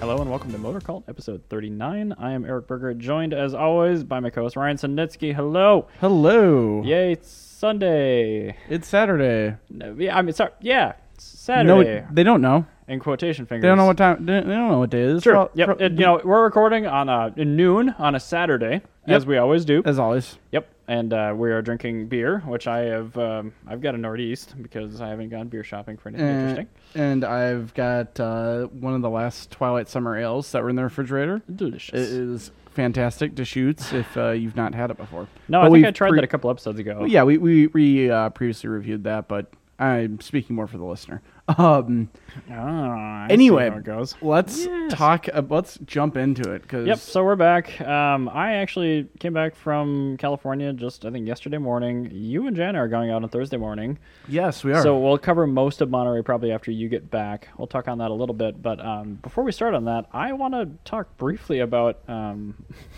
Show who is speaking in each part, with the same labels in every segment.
Speaker 1: Hello and welcome to Motor Cult, episode 39. I am Eric Berger, joined as always by my co-host Ryan Sanditsky. Hello.
Speaker 2: Hello.
Speaker 1: Yay, it's Sunday.
Speaker 2: It's Saturday.
Speaker 1: No, yeah, I mean, sorry, yeah, it's
Speaker 2: No,
Speaker 1: Saturday.
Speaker 2: they don't know.
Speaker 1: in quotation fingers.
Speaker 2: They don't know what time. They they don't know what day it is.
Speaker 1: Sure.
Speaker 2: Pro-
Speaker 1: yep.
Speaker 2: pro-
Speaker 1: it- you know, we're recording on uh, noon on a Saturday, as
Speaker 2: Yep.
Speaker 1: we always do.
Speaker 2: as always.
Speaker 1: Yep, and uh, we are drinking beer, which I have. Um, I've got a northeast because I haven't gone beer shopping for anything
Speaker 2: And,
Speaker 1: interesting.
Speaker 2: and I've got uh, one of the last Twilight Summer ales that were in the refrigerator. It
Speaker 1: Delicious.
Speaker 2: is fantastic. Deschutes, if uh, you've not had it before.
Speaker 1: no,
Speaker 2: But
Speaker 1: I think I
Speaker 2: we've
Speaker 1: tried
Speaker 2: pre-
Speaker 1: that a couple episodes ago.
Speaker 2: Yeah, we we, we uh, previously reviewed that, but I'm speaking more for the listener. Um.
Speaker 1: Ah, I see
Speaker 2: Anyway,
Speaker 1: how it goes.
Speaker 2: let's
Speaker 1: Yes.
Speaker 2: talk. Uh, let's jump into it because
Speaker 1: Yep. So we're back. Um, I actually came back from California just I think yesterday morning. You and Jana are going out on Thursday morning.
Speaker 2: yes, we are.
Speaker 1: So we'll cover most of Monterey probably after you get back. We'll talk on that a little bit, but um, before we start on that, I want to talk briefly about. Um,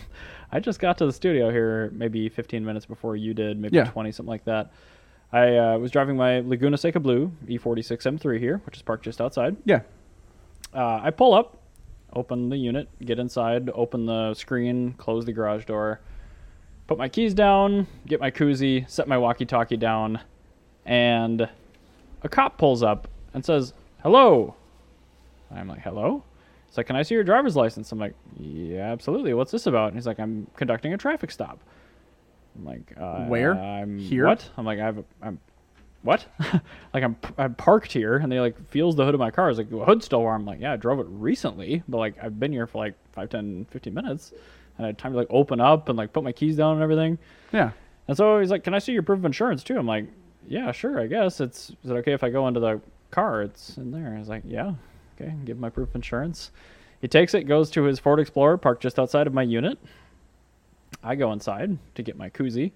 Speaker 1: I just got to the studio here maybe 15 minutes before you did, maybe
Speaker 2: Yeah.
Speaker 1: 20, something like that. I uh, was driving my Laguna Seca Blue E E46 M3 here, which is parked just outside.
Speaker 2: yeah,
Speaker 1: Uh, I pull up, open the unit, get inside, open the screen, close the garage door, put my keys down, get my koozie, set my walkie talkie down, and a cop pulls up and says, Hello. I'm like, Hello? He's like, Can I see your driver's license? I'm like, Yeah, absolutely. What's this about? And he's like, I'm conducting a traffic stop. I'm like, uh,
Speaker 2: Where?
Speaker 1: I'm
Speaker 2: Here?
Speaker 1: What? I'm like, I've, I'm, what? like I'm, I'm parked here, and they like feels the hood of my car. It's like the hood's still warm. I'm like, yeah, I drove it recently, but like I've been here for like 5, 10, 15 minutes, and I had time to like open up and like put my keys down and everything.
Speaker 2: yeah.
Speaker 1: And so he's like, "Can I see your proof of insurance too?" I'm like, "Yeah, sure, I guess." It's is it okay if I go into the car? It's in there. He's like, "Yeah, okay." Give him my proof of insurance. He takes it, goes to his Ford Explorer parked just outside of my unit. I go inside to get my koozie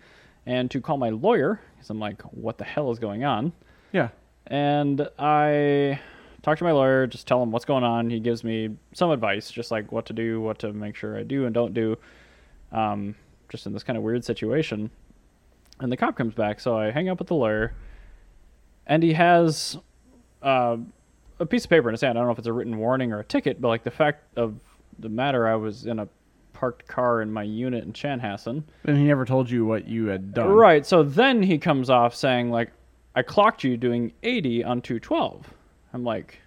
Speaker 1: and to call my lawyer because I'm like, "What the hell is going on?"
Speaker 2: Yeah.
Speaker 1: and I talk to my lawyer, just tell him what's going on. He gives me some advice, just like what to do, what to make sure I do and don't do, um, just in this kind of weird situation. And the cop comes back, so I hang up with the lawyer, and he has uh, a piece of paper in his hand. I don't know if it's a written warning or a ticket, but like the fact of the matter, I was in a parked car in my unit in Chanhassen.
Speaker 2: And he never told you what you had done.
Speaker 1: Right. So then he comes off saying like, "I clocked you doing 80 on 212." I'm like,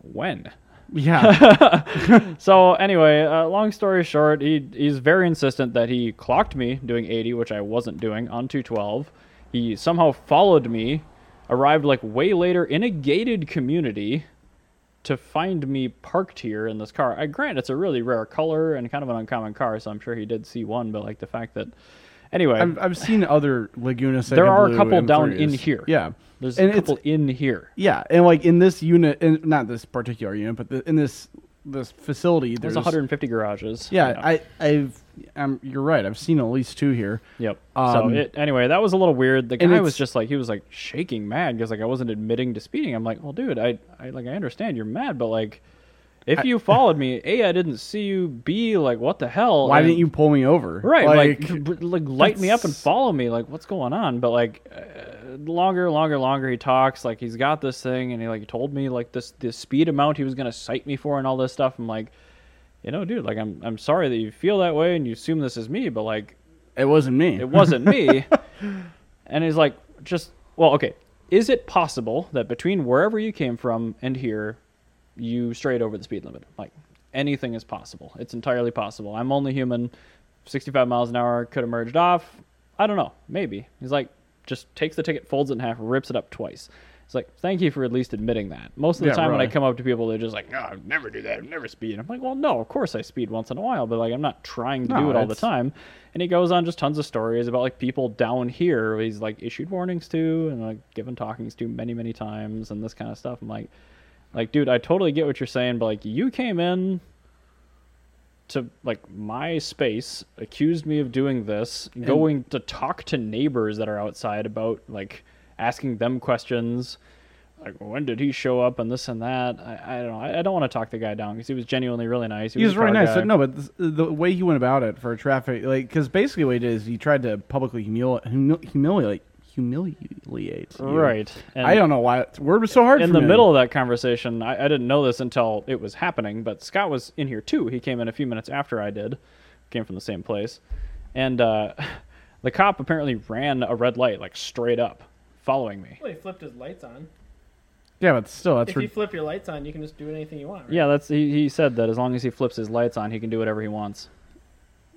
Speaker 1: "When?"
Speaker 2: Yeah.
Speaker 1: So anyway, uh, long story short, he he's very insistent that he clocked me doing 80, which I wasn't doing on 212. He somehow followed me, arrived like way later in a gated community to find me parked here in this car. I grant it's a really rare color and kind of an uncommon car, so I'm sure he did see one, but like the fact that anyway,
Speaker 2: I've, I've seen other Laguna Seca
Speaker 1: There are a
Speaker 2: Blue
Speaker 1: couple down in
Speaker 2: M3s.
Speaker 1: here.
Speaker 2: Yeah.
Speaker 1: There's
Speaker 2: and
Speaker 1: a
Speaker 2: it's-
Speaker 1: couple in here.
Speaker 2: yeah, and like in this unit, in, not this particular unit, but the, in this this facility,
Speaker 1: There's
Speaker 2: there's,
Speaker 1: 150 garages.
Speaker 2: Yeah, I I've um, you're right. I've seen at least two here.
Speaker 1: Yep. so
Speaker 2: Um,
Speaker 1: it, anyway, that was a little weird. The
Speaker 2: and
Speaker 1: guy was
Speaker 2: it's-
Speaker 1: just like he was like shaking mad because like I wasn't admitting to speeding. I'm like, well, dude, I, I like I understand you're mad, but like, if you followed me, a I didn't see you. B like what the hell?
Speaker 2: Why
Speaker 1: And-
Speaker 2: didn't you pull me over?
Speaker 1: Right, like b- b- like, light me up and
Speaker 2: that's-
Speaker 1: follow me. Like what's going on? But like uh, longer, longer, longer he talks. Like he's got this thing, and he like told me like this the speed amount he was gonna cite me for and all this stuff. I'm like, you know, dude, like I'm I'm sorry that you feel that way and you assume this is me, but like
Speaker 2: it wasn't me.
Speaker 1: it wasn't me. and he's like, just well, okay. Is it possible that between wherever you came from and here, you strayed over the speed limit? Like anything is possible. It's entirely possible. I'm only human. 65 miles an hour could have merged off. I don't know. Maybe he's like, just takes the ticket, folds it in half, rips it up twice. It's like, thank you for at least admitting that. Most of the
Speaker 2: Yeah,
Speaker 1: time when I
Speaker 2: really.
Speaker 1: come up to people, they're just like, no, I never do that. I never speed. I'm like, well, no, of course I speed once in a while, but like I'm not trying to do
Speaker 2: No,
Speaker 1: it all the
Speaker 2: it's-
Speaker 1: time time. And he goes on just tons of stories about like people down here who he's like issued warnings to and like given talkings to many, many times and this kind of stuff. I'm like like dude, I totally get what you're saying, but like you came in to like my space, accused me of doing this, going to talk to neighbors that are outside about like asking them questions like when did he show up and this and that. I, I don't know. I, I don't want to talk the guy down because he was genuinely really nice.
Speaker 2: He was
Speaker 1: a
Speaker 2: really
Speaker 1: car
Speaker 2: nice.
Speaker 1: guy.
Speaker 2: No, but th- the way he went about it for traffic, like, because basically what he did is he tried to publicly humili- humil- humiliate humiliate you.
Speaker 1: right. And
Speaker 2: I don't know why that word was so hard.
Speaker 1: in
Speaker 2: for
Speaker 1: the
Speaker 2: me.
Speaker 1: middle of that conversation, I, I didn't know this until it was happening, but Scott was in here too. He came in a few minutes after I did, came from the same place. And uh, the cop apparently ran a red light, like straight up, following me.
Speaker 3: Well, he flipped his lights on.
Speaker 2: yeah, but still, that's
Speaker 3: if you
Speaker 2: rid-
Speaker 3: flip your lights on, you can just do anything you want. Right?
Speaker 1: Yeah, that's he, he said that as long as he flips his lights on, he can do whatever he wants.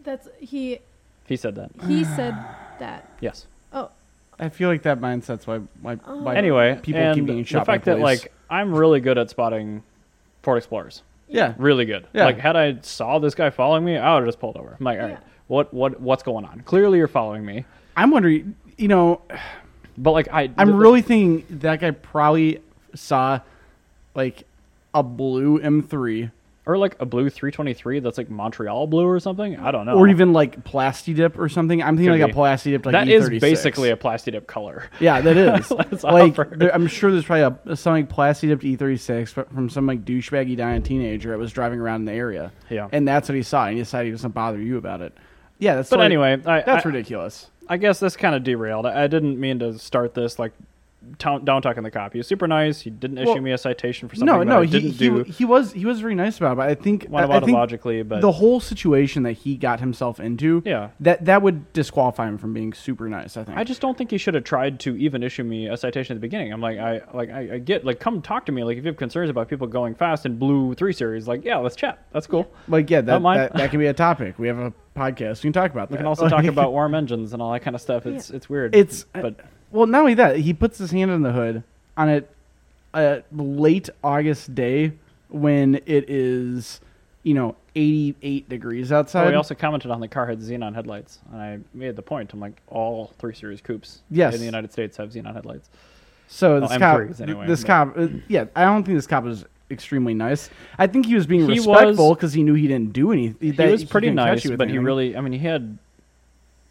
Speaker 4: That's he.
Speaker 1: He said that.
Speaker 4: He said that.
Speaker 1: Yes.
Speaker 4: Oh,
Speaker 2: I feel like that mindset's why why,
Speaker 3: Oh.
Speaker 2: why
Speaker 1: anyway,
Speaker 2: people
Speaker 1: and
Speaker 2: keep getting shot
Speaker 1: the
Speaker 2: by
Speaker 1: fact that
Speaker 2: police.
Speaker 1: like I'm really good at spotting Ford Explorers.
Speaker 2: yeah,
Speaker 1: really good.
Speaker 2: Yeah.
Speaker 1: Like had I saw this guy following me, I would have just pulled over. I'm like, all right,
Speaker 4: Yeah.
Speaker 1: what what what's going on? Clearly you're following me.
Speaker 2: I'm wondering, you know,
Speaker 1: But like I
Speaker 2: I'm
Speaker 1: th-
Speaker 2: really thinking that guy probably saw like a blue M3
Speaker 1: or like a blue 323 that's like Montreal blue or something. I don't know.
Speaker 2: or even like Plasti Dip or something. I'm thinking
Speaker 1: Oh. Could
Speaker 2: like
Speaker 1: be.
Speaker 2: a Plasti Dip like E
Speaker 1: that is
Speaker 2: E36.
Speaker 1: basically a plastic dip color.
Speaker 2: yeah, that is
Speaker 1: Let's
Speaker 2: like
Speaker 1: offer.
Speaker 2: there, I'm sure there's probably a some like Plasti Dip E36 fr- from some like douchebaggy dying teenager that was driving around in the area.
Speaker 1: Yeah.
Speaker 2: and that's what he saw, and he decided he doesn't bother you about it. Yeah, that's
Speaker 1: But
Speaker 2: like-
Speaker 1: anyway, I,
Speaker 2: that's
Speaker 1: I,
Speaker 2: ridiculous.
Speaker 1: I guess this kind of derailed. I, I didn't mean to start this like down, down talking the cop. He was super nice. He didn't issue
Speaker 2: Well,
Speaker 1: me a citation for something
Speaker 2: No,
Speaker 1: that
Speaker 2: no,
Speaker 1: I
Speaker 2: he,
Speaker 1: didn't
Speaker 2: he,
Speaker 1: do.
Speaker 2: w- he was he was very nice about it. But I think
Speaker 1: Went
Speaker 2: I- I
Speaker 1: about it
Speaker 2: think
Speaker 1: logically, but
Speaker 2: the whole situation that he got himself into,
Speaker 1: Yeah.
Speaker 2: that that would disqualify him from being super nice. I think.
Speaker 1: I just don't think he should have tried to even issue me a citation at the beginning. I'm like, I like, I, I get like, come talk to me. Like, if you have concerns about people going fast in blue three series, like, yeah, let's chat. That's cool.
Speaker 2: like yeah, that,
Speaker 1: Not mine.
Speaker 2: that that can be a topic. We have a podcast. We can talk about that.
Speaker 1: We can also talk about warm engines and all that kind of stuff. It's it's weird.
Speaker 2: It's uh,
Speaker 1: but
Speaker 2: well, not only that, he puts his hand on the hood on a, a late August day when it is, you know, 88 degrees outside.
Speaker 1: oh, we also commented on the car had xenon headlights, and I made the point. I'm like, all three series coupes
Speaker 2: Yes.
Speaker 1: in the United States have xenon headlights.
Speaker 2: so this cop,
Speaker 1: M3s anyway,
Speaker 2: this
Speaker 1: but-
Speaker 2: cop, uh, yeah, I don't think this cop was extremely nice. I think he was being
Speaker 1: He
Speaker 2: respectful
Speaker 1: was-
Speaker 2: because he knew he didn't do anything.
Speaker 1: he was pretty nice, but he really, I mean, he had.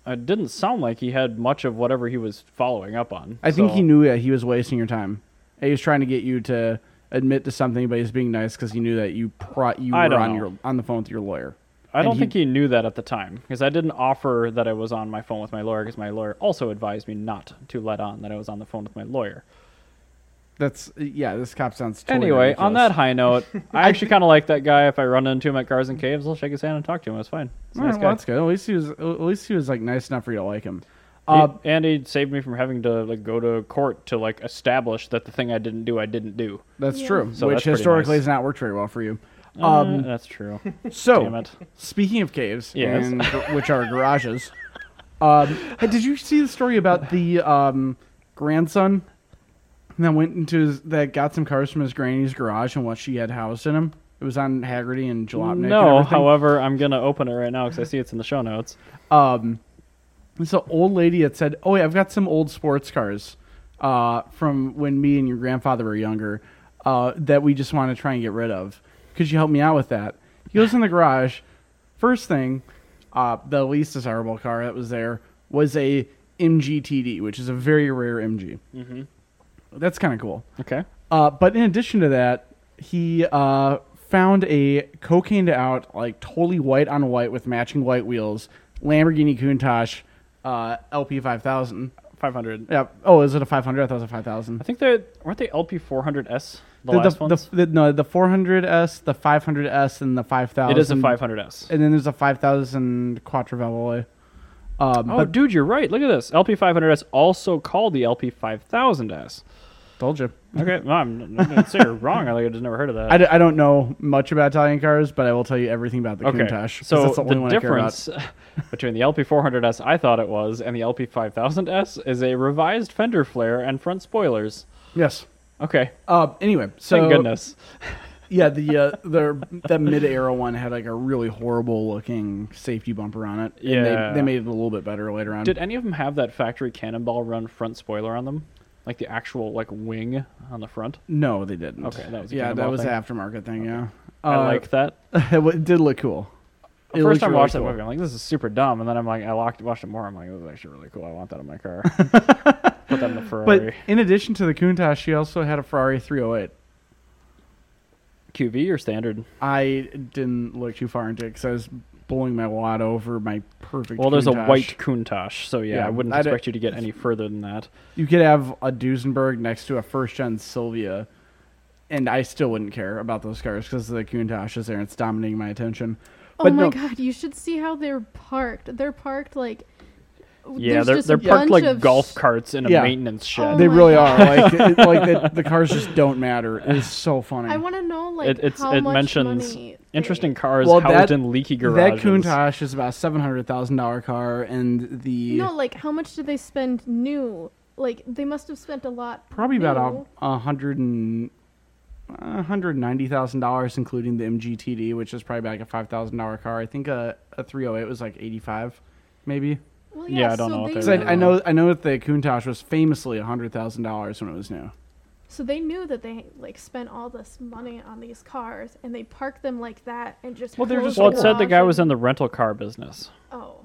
Speaker 1: It didn't sound like he had much of whatever he was following up on.
Speaker 2: I think
Speaker 1: so-
Speaker 2: he knew that he was wasting your time. He was trying to get you to admit to something, but he's being nice because he knew that you pro- you
Speaker 1: I
Speaker 2: were
Speaker 1: don't
Speaker 2: on
Speaker 1: know.
Speaker 2: your on the phone with your lawyer.
Speaker 1: I
Speaker 2: And
Speaker 1: don't
Speaker 2: he-
Speaker 1: think he knew that at the time because I didn't offer that I was on my phone with my lawyer because my lawyer also advised me not to let on that I was on the phone with my lawyer.
Speaker 2: That's yeah. This cop sounds. Totally
Speaker 1: Anyway, on that
Speaker 2: ridiculous.
Speaker 1: high note, I actually kind of like that guy. If I run into him at Cars and Caves, I'll shake his hand and talk to him. It's fine. He's a
Speaker 2: All
Speaker 1: nice
Speaker 2: right, well,
Speaker 1: guy.
Speaker 2: that's good. At least he was. At least he was like nice enough for you to like him.
Speaker 1: He-
Speaker 2: Uh,
Speaker 1: and he saved me from having to like go to court to like establish that the thing I didn't do, I didn't do.
Speaker 2: that's
Speaker 4: Yeah.
Speaker 2: true.
Speaker 1: So
Speaker 2: which
Speaker 1: that's pretty
Speaker 2: historically
Speaker 1: nice.
Speaker 2: has not worked very well for you.
Speaker 1: Uh,
Speaker 2: Um,
Speaker 1: that's true. Damn
Speaker 2: so
Speaker 1: it.
Speaker 2: speaking of caves,
Speaker 1: Yes.
Speaker 2: and gr- which are garages. Um, hey, did you see the story about the um, grandson that went into his, that got some cars from his granny's garage and what she had housed in him? It was on Haggerty and Jalopnik. and
Speaker 1: No,
Speaker 2: everything.
Speaker 1: however, I'm gonna open it right now because I see it's in the show notes.
Speaker 2: um, this old lady had said, "Oh, yeah, I've got some old sports cars uh, from when me and your grandfather were younger uh, that we just want to try and get rid of. Could you help me out with that?" He goes in the garage. First thing, uh, the least desirable car that was there was a MGTD, which is a very rare MG. Mm-hmm. That's kind of cool.
Speaker 1: Okay.
Speaker 2: Uh, but in addition to that, he uh, found a cocaine out, like totally white on white with matching white wheels, Lamborghini Countach uh, LP 5000.
Speaker 1: Five hundred.
Speaker 2: Yeah. Oh, is it a 500? I thought it was a
Speaker 1: I
Speaker 2: 5000.
Speaker 1: think they weren't they LP 400s the,
Speaker 2: The,
Speaker 1: last ones.
Speaker 2: the- no, the 400S, the 500S, and the 5000.
Speaker 1: it is a 500s.
Speaker 2: And then there's a 5000 Quattrovello. Um,
Speaker 1: Oh,
Speaker 2: but
Speaker 1: dude, you're right. Look at this. LP500S also called the LP5000S.
Speaker 2: told you.
Speaker 1: Okay, no, I'm, I didn't say you're wrong. I like, I just never heard of that.
Speaker 2: I, d- I don't know much about Italian cars, but I will tell you everything about the
Speaker 1: okay,
Speaker 2: Countach. 'cause
Speaker 1: so
Speaker 2: that's the, only one
Speaker 1: difference between the LP400S I thought it was and the LP5000S is a revised fender flare and front spoilers.
Speaker 2: I care about. Yes.
Speaker 1: Okay,
Speaker 2: Uh, anyway, so
Speaker 1: thank goodness.
Speaker 2: Yeah, the uh, the that mid era one had like a really horrible looking safety bumper on it. and
Speaker 1: Yeah.
Speaker 2: they, they made it a little bit better later on.
Speaker 1: Did any of them have that factory cannonball run front spoiler on them, like the actual like wing on the front?
Speaker 2: no, they didn't.
Speaker 1: Okay, that was a
Speaker 2: yeah, that
Speaker 1: cannonball
Speaker 2: was
Speaker 1: thing.
Speaker 2: an aftermarket thing. Yeah,
Speaker 1: I like that.
Speaker 2: it wa- it did look cool. It
Speaker 1: First
Speaker 2: looked
Speaker 1: time I
Speaker 2: really
Speaker 1: watched
Speaker 2: cool.
Speaker 1: that movie, I'm like, this is super dumb. And then I'm like, I locked, watched it more. I'm like, this is actually really cool. I want that in my car. Put that in the Ferrari.
Speaker 2: But in addition to the Countach, she also had a Ferrari 308.
Speaker 1: QV or standard?
Speaker 2: I didn't look too far into it because I was blowing my wad over my perfect.
Speaker 1: Well, there's a
Speaker 2: Countach.
Speaker 1: white Countach, so yeah,
Speaker 2: Yeah,
Speaker 1: I wouldn't
Speaker 2: I'd-
Speaker 1: expect you to get any further than that.
Speaker 2: You could have a Duesenberg next to a first gen Sylvia, and I still wouldn't care about those cars because the Countach is there. and It's dominating my attention.
Speaker 4: Oh
Speaker 2: But
Speaker 4: my
Speaker 2: no-
Speaker 4: god, you should see how they're parked. They're parked like
Speaker 1: Yeah,
Speaker 4: there's
Speaker 1: they're
Speaker 4: just
Speaker 1: they're
Speaker 4: a
Speaker 1: parked
Speaker 4: bunch
Speaker 1: like
Speaker 4: of
Speaker 1: golf
Speaker 4: sh-
Speaker 1: carts in a
Speaker 2: Yeah.
Speaker 1: maintenance
Speaker 4: Oh
Speaker 1: shed.
Speaker 2: they
Speaker 4: my
Speaker 2: really
Speaker 4: God.
Speaker 2: are like it, like the, the cars just don't matter. It's so funny.
Speaker 4: I want to know like
Speaker 1: It- it's-
Speaker 4: how
Speaker 1: it
Speaker 4: much
Speaker 1: mentions
Speaker 4: money they-
Speaker 1: Interesting cars
Speaker 2: Well,
Speaker 1: housed
Speaker 2: that-
Speaker 1: in leaky
Speaker 2: that
Speaker 1: garages.
Speaker 2: Countach is about seven hundred thousand dollar car, and the
Speaker 4: No, like how much did they spend new? Like they must have spent a lot.
Speaker 2: probably
Speaker 4: new.
Speaker 2: about a, a hundred and a hundred ninety thousand dollars, including the MGTD, which is probably like a five thousand dollar car. I think a a three hundred eight was like eighty five, maybe.
Speaker 4: Well,
Speaker 1: Yeah,
Speaker 4: yeah,
Speaker 1: I don't
Speaker 4: so
Speaker 1: know what
Speaker 4: they
Speaker 1: they were.
Speaker 2: Because
Speaker 4: knew,
Speaker 2: I, I know I know that the Countach was famously hundred thousand dollars when it was new.
Speaker 4: So they knew that they like spent all this money on these cars, and they parked them like that, and just.
Speaker 2: Well, they're
Speaker 4: closed
Speaker 2: just
Speaker 1: Well,
Speaker 2: old.
Speaker 1: it said the
Speaker 4: garage
Speaker 1: guy was in
Speaker 4: and-
Speaker 1: the rental car business,
Speaker 4: Oh,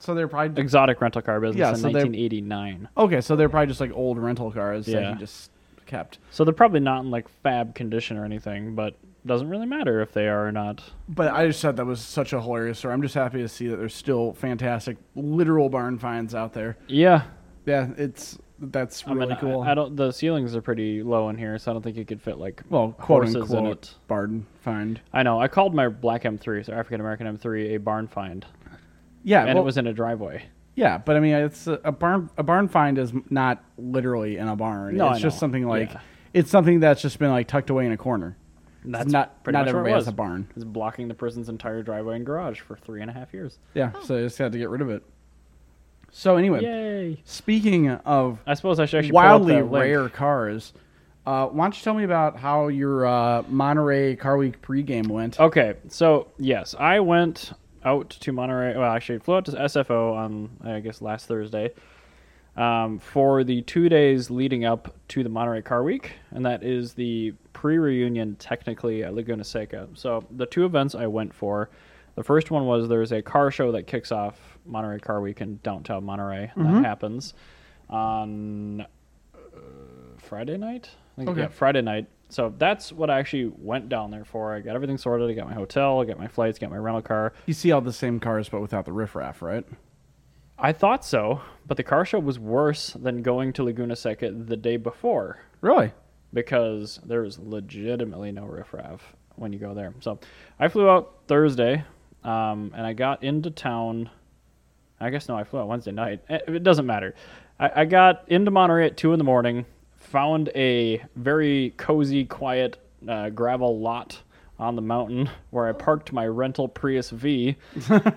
Speaker 2: So they're probably
Speaker 1: exotic rental car business
Speaker 2: Yeah,
Speaker 1: in
Speaker 2: so they-
Speaker 1: 1989.
Speaker 2: okay. So they're probably just like old rental cars that
Speaker 1: Yeah.
Speaker 2: he just kept.
Speaker 1: So they're probably not in like fab condition or anything, but doesn't really matter if they are or not.
Speaker 2: But I just thought that was such a hilarious story. I'm just happy to see that there's still fantastic literal barn finds out there.
Speaker 1: Yeah,
Speaker 2: Yeah, it's that's
Speaker 1: I
Speaker 2: really
Speaker 1: mean, I-
Speaker 2: cool.
Speaker 1: I, don't. The ceilings are pretty low in here, so I don't think you could fit like.
Speaker 2: well, quote
Speaker 1: horses in
Speaker 2: unquote
Speaker 1: it.
Speaker 2: barn find.
Speaker 1: I know. I called my black M3, so African American M3, a barn find,
Speaker 2: Yeah,
Speaker 1: and
Speaker 2: well,
Speaker 1: it was in a driveway.
Speaker 2: yeah, but I mean, it's a, a barn. A barn find is not literally in a barn.
Speaker 1: No,
Speaker 2: it's
Speaker 1: I
Speaker 2: just
Speaker 1: know.
Speaker 2: something like
Speaker 1: Yeah.
Speaker 2: it's something that's just been like tucked away in a corner.
Speaker 1: And
Speaker 2: It's
Speaker 1: That's
Speaker 2: not
Speaker 1: pretty
Speaker 2: not
Speaker 1: much where
Speaker 2: everybody
Speaker 1: it
Speaker 2: has
Speaker 1: was.
Speaker 2: a barn.
Speaker 1: It's blocking the prison's entire driveway and garage for three and a half years.
Speaker 2: Yeah, so they just had to get rid of it. So anyway,
Speaker 1: Yay!
Speaker 2: speaking of
Speaker 1: I suppose I should actually
Speaker 2: wildly
Speaker 1: pull up that link.
Speaker 2: rare cars. Uh, why don't you tell me about how your uh, Monterey Car Week pregame went?
Speaker 1: Okay, so yes, I went out to Monterey. Well, actually, flew out to SFO on I guess last Thursday um, for the two days leading up to the Monterey Car Week, and that is the pre-reunion technically at Laguna Seca. So the two events I went for. The first one was there's a car show that kicks off Monterey Car Week in downtown Monterey. and
Speaker 2: Mm-hmm.
Speaker 1: That happens on uh, Friday night. I think,
Speaker 2: Okay.
Speaker 1: Yeah, Friday night. So that's what I actually went down there for. I got everything sorted. I got my hotel, I got my flights, got my rental car.
Speaker 2: You see all the same cars, but without the riffraff, right?
Speaker 1: I thought so, but the car show was worse than going to Laguna Seca the day before
Speaker 2: Really?
Speaker 1: because there is legitimately no riffraff when you go there. So I flew out Thursday um, and I got into town. I guess no, I flew out Wednesday night. Eh, It doesn't matter. I, I got into Monterey at two in the morning, found a very cozy, quiet uh, gravel lot on the mountain where I parked my rental Prius V,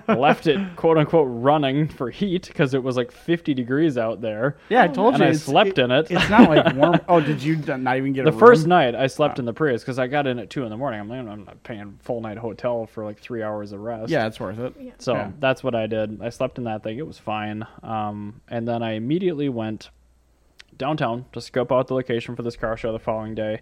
Speaker 1: left it quote unquote running for heat because it was like 50 degrees out there.
Speaker 2: Yeah, I told
Speaker 1: And
Speaker 2: you.
Speaker 1: I
Speaker 2: it's-
Speaker 1: slept in it.
Speaker 2: It's not like warm. Oh, did you d- not even get
Speaker 1: The
Speaker 2: a
Speaker 1: first
Speaker 2: room? Ah.
Speaker 1: night I slept in the Prius because I got in at two in the morning. I'm like, I'm not paying full night hotel for like three hours of rest.
Speaker 2: Yeah, it's worth it.
Speaker 4: yeah.
Speaker 1: So
Speaker 2: Yeah.
Speaker 1: that's what I did. I slept in that thing. It was fine. Um, and then I immediately went downtown to scope out the location for this car show the following day.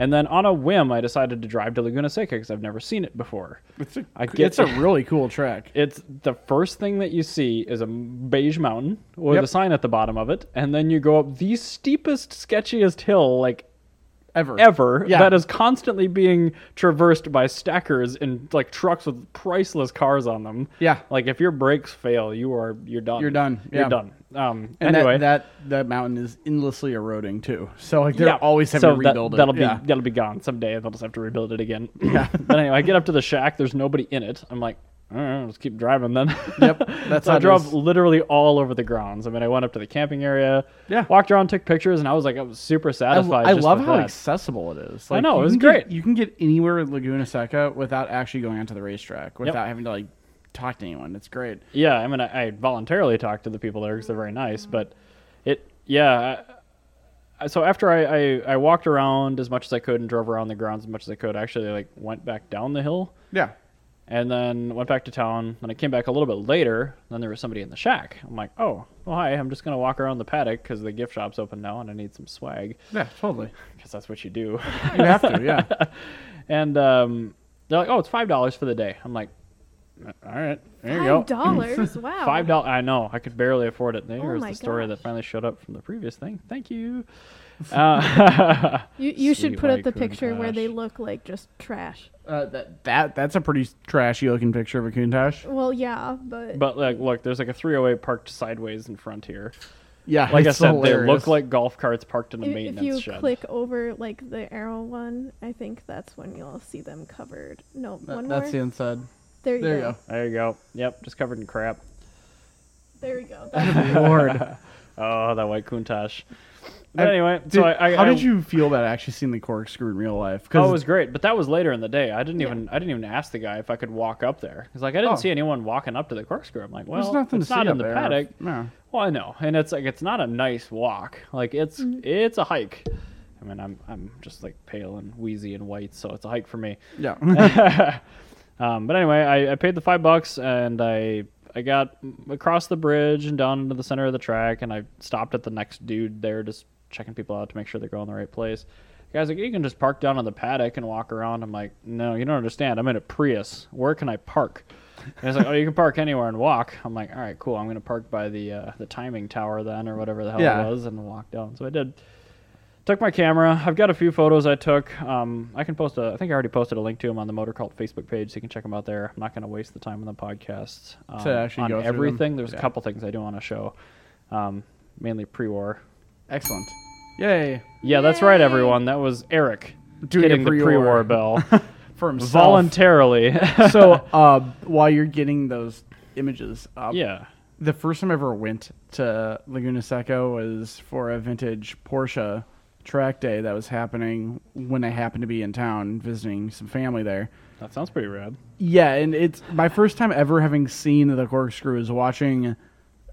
Speaker 1: And then on a whim, I decided to drive to Laguna Seca because I've never seen it before.
Speaker 2: It's a,
Speaker 1: I get-
Speaker 2: it's a really cool track.
Speaker 1: It's the first thing that you see is a beige mountain with
Speaker 2: Yep.
Speaker 1: a sign at the bottom of it, and then you go up the steepest, sketchiest hill like
Speaker 2: Ever.
Speaker 1: ever
Speaker 2: Yeah.
Speaker 1: that is constantly being traversed by stackers and like trucks with priceless cars on them.
Speaker 2: Yeah.
Speaker 1: Like if your brakes fail, you are you're done.
Speaker 2: You're done, yeah.
Speaker 1: You're done. Um
Speaker 2: And
Speaker 1: anyway.
Speaker 2: that, that that mountain is endlessly eroding too. So like they're
Speaker 1: yeah.
Speaker 2: always having
Speaker 1: so
Speaker 2: to rebuild
Speaker 1: that,
Speaker 2: it.
Speaker 1: That'll be
Speaker 2: Yeah.
Speaker 1: that'll be gone someday. They'll just have to rebuild it again. Yeah. but anyway, I get up to the shack. There's nobody in it. I'm like, all right, let's keep driving then.
Speaker 2: Yep, that's
Speaker 1: so
Speaker 2: how
Speaker 1: I
Speaker 2: it
Speaker 1: drove
Speaker 2: is.
Speaker 1: literally all over the grounds. I mean, I went up to the camping area.
Speaker 2: Yeah.
Speaker 1: Walked around, took pictures, and I was like, I was super
Speaker 2: I,
Speaker 1: satisfied.
Speaker 2: I
Speaker 1: just
Speaker 2: love
Speaker 1: with
Speaker 2: how
Speaker 1: that.
Speaker 2: accessible it is.
Speaker 1: I know,
Speaker 2: you
Speaker 1: it was
Speaker 2: can get-
Speaker 1: great.
Speaker 2: you can get anywhere in Laguna Seca without actually going onto the racetrack, without having to like talk to anyone. It's great.
Speaker 1: Yeah, I mean, I, I voluntarily talk to the people there because they're very nice, but it, yeah. I, I- so after I, I, I walked around as much as I could and drove around the grounds as much as I could, I actually like went back down the hill
Speaker 2: Yeah.
Speaker 1: and then went back to town. Then I came back a little bit later. Then there was somebody in the shack. I'm like, oh, well, hi. I'm just gonna walk around the paddock because the gift shop's open now and I need some swag
Speaker 2: Yeah, totally.
Speaker 1: because that's what you do.
Speaker 2: You have to, yeah.
Speaker 1: and um, they're like, oh, it's five dollars for the day. I'm like, All right, there you go.
Speaker 4: Five dollars. wow.
Speaker 1: Five dollars. I know. I could barely afford it. There's
Speaker 4: Oh. my
Speaker 1: the story
Speaker 4: gosh.
Speaker 1: that finally showed up from the previous thing. Thank you. Uh,
Speaker 4: You, you should
Speaker 1: Sweet
Speaker 4: put up the
Speaker 1: Lycoon
Speaker 4: picture where they
Speaker 1: Tash.
Speaker 4: look like just trash.
Speaker 2: Uh, that, that that's a pretty trashy looking picture of a Countach.
Speaker 4: Well, yeah, but,
Speaker 1: but like, look, there's like a 308 parked sideways in front here.
Speaker 2: Yeah,
Speaker 1: Like
Speaker 2: it's
Speaker 1: I said, they
Speaker 2: hilarious.
Speaker 1: look like golf carts parked in a
Speaker 4: i- if,
Speaker 1: maintenance
Speaker 4: you
Speaker 1: shed.
Speaker 4: click over like the arrow one, I think that's when you'll see them covered. No,
Speaker 2: That-
Speaker 4: one
Speaker 2: that's the
Speaker 4: more.
Speaker 2: inside.
Speaker 4: There you
Speaker 2: There you
Speaker 4: go.
Speaker 2: go.
Speaker 1: There you go. Yep, just covered in crap.
Speaker 4: There you go. That's-
Speaker 2: Lord,
Speaker 1: Oh, that white Countach. But
Speaker 2: I-
Speaker 1: anyway,
Speaker 2: Did-
Speaker 1: so I, I
Speaker 2: how
Speaker 1: I-
Speaker 2: did you feel about actually seeing the corkscrew in real life?
Speaker 1: Oh, it
Speaker 2: Because
Speaker 1: was great, but that was later in the day. I didn't
Speaker 4: Yeah.
Speaker 1: even I didn't even ask the guy if I could walk up there because like I didn't
Speaker 2: Oh.
Speaker 1: see anyone walking up to the corkscrew. I'm like, well,
Speaker 2: there's nothing
Speaker 1: it's
Speaker 2: to
Speaker 1: not
Speaker 2: see
Speaker 1: in
Speaker 2: up
Speaker 1: the
Speaker 2: there.
Speaker 1: paddock.
Speaker 2: No.
Speaker 1: Well, I know, and it's like it's not a nice walk. Like it's
Speaker 4: Mm-hmm.
Speaker 1: it's a hike. I mean, I'm I'm just like pale and wheezy and white, so it's a hike for me.
Speaker 2: Yeah.
Speaker 1: Um, but anyway, I, I paid the five bucks and I I got across the bridge and down into the center of the track and I stopped at the next dude there just checking people out to make sure they're going the right place. The guy's like, you can just park down on the paddock and walk around. I'm like, no, you don't understand. I'm in a Prius. Where can I park? And he's like, oh, you can park anywhere and walk. I'm like, all right, cool. I'm gonna park by the uh, the timing tower then or whatever the hell
Speaker 2: Yeah.
Speaker 1: it was and walk down. So I did took my camera. I've got a few photos I took. Um, I can post a. I think I already posted a link to them on the Motor Cult Facebook page, so you can check them out there. I'm not going to waste the time on the podcast um,
Speaker 2: To actually
Speaker 1: on
Speaker 2: go through them.
Speaker 1: everything. There's
Speaker 2: Yeah.
Speaker 1: a couple things I do want to show, um, mainly pre-war.
Speaker 2: Excellent. Yay
Speaker 1: Yeah, that's right,
Speaker 4: Yay!
Speaker 1: everyone. That was Eric
Speaker 2: Doing a
Speaker 1: hitting the
Speaker 2: pre-war.
Speaker 1: pre-war bell
Speaker 2: for himself.
Speaker 1: voluntarily.
Speaker 2: so, uh, while you're getting those images up,
Speaker 1: yeah.
Speaker 2: the first time I ever went to Laguna Seca was for a vintage Porsche track day that was happening when I happened to be in town visiting some family there.
Speaker 1: That sounds pretty rad.
Speaker 2: Yeah, and it's my first time ever having seen the corkscrew is watching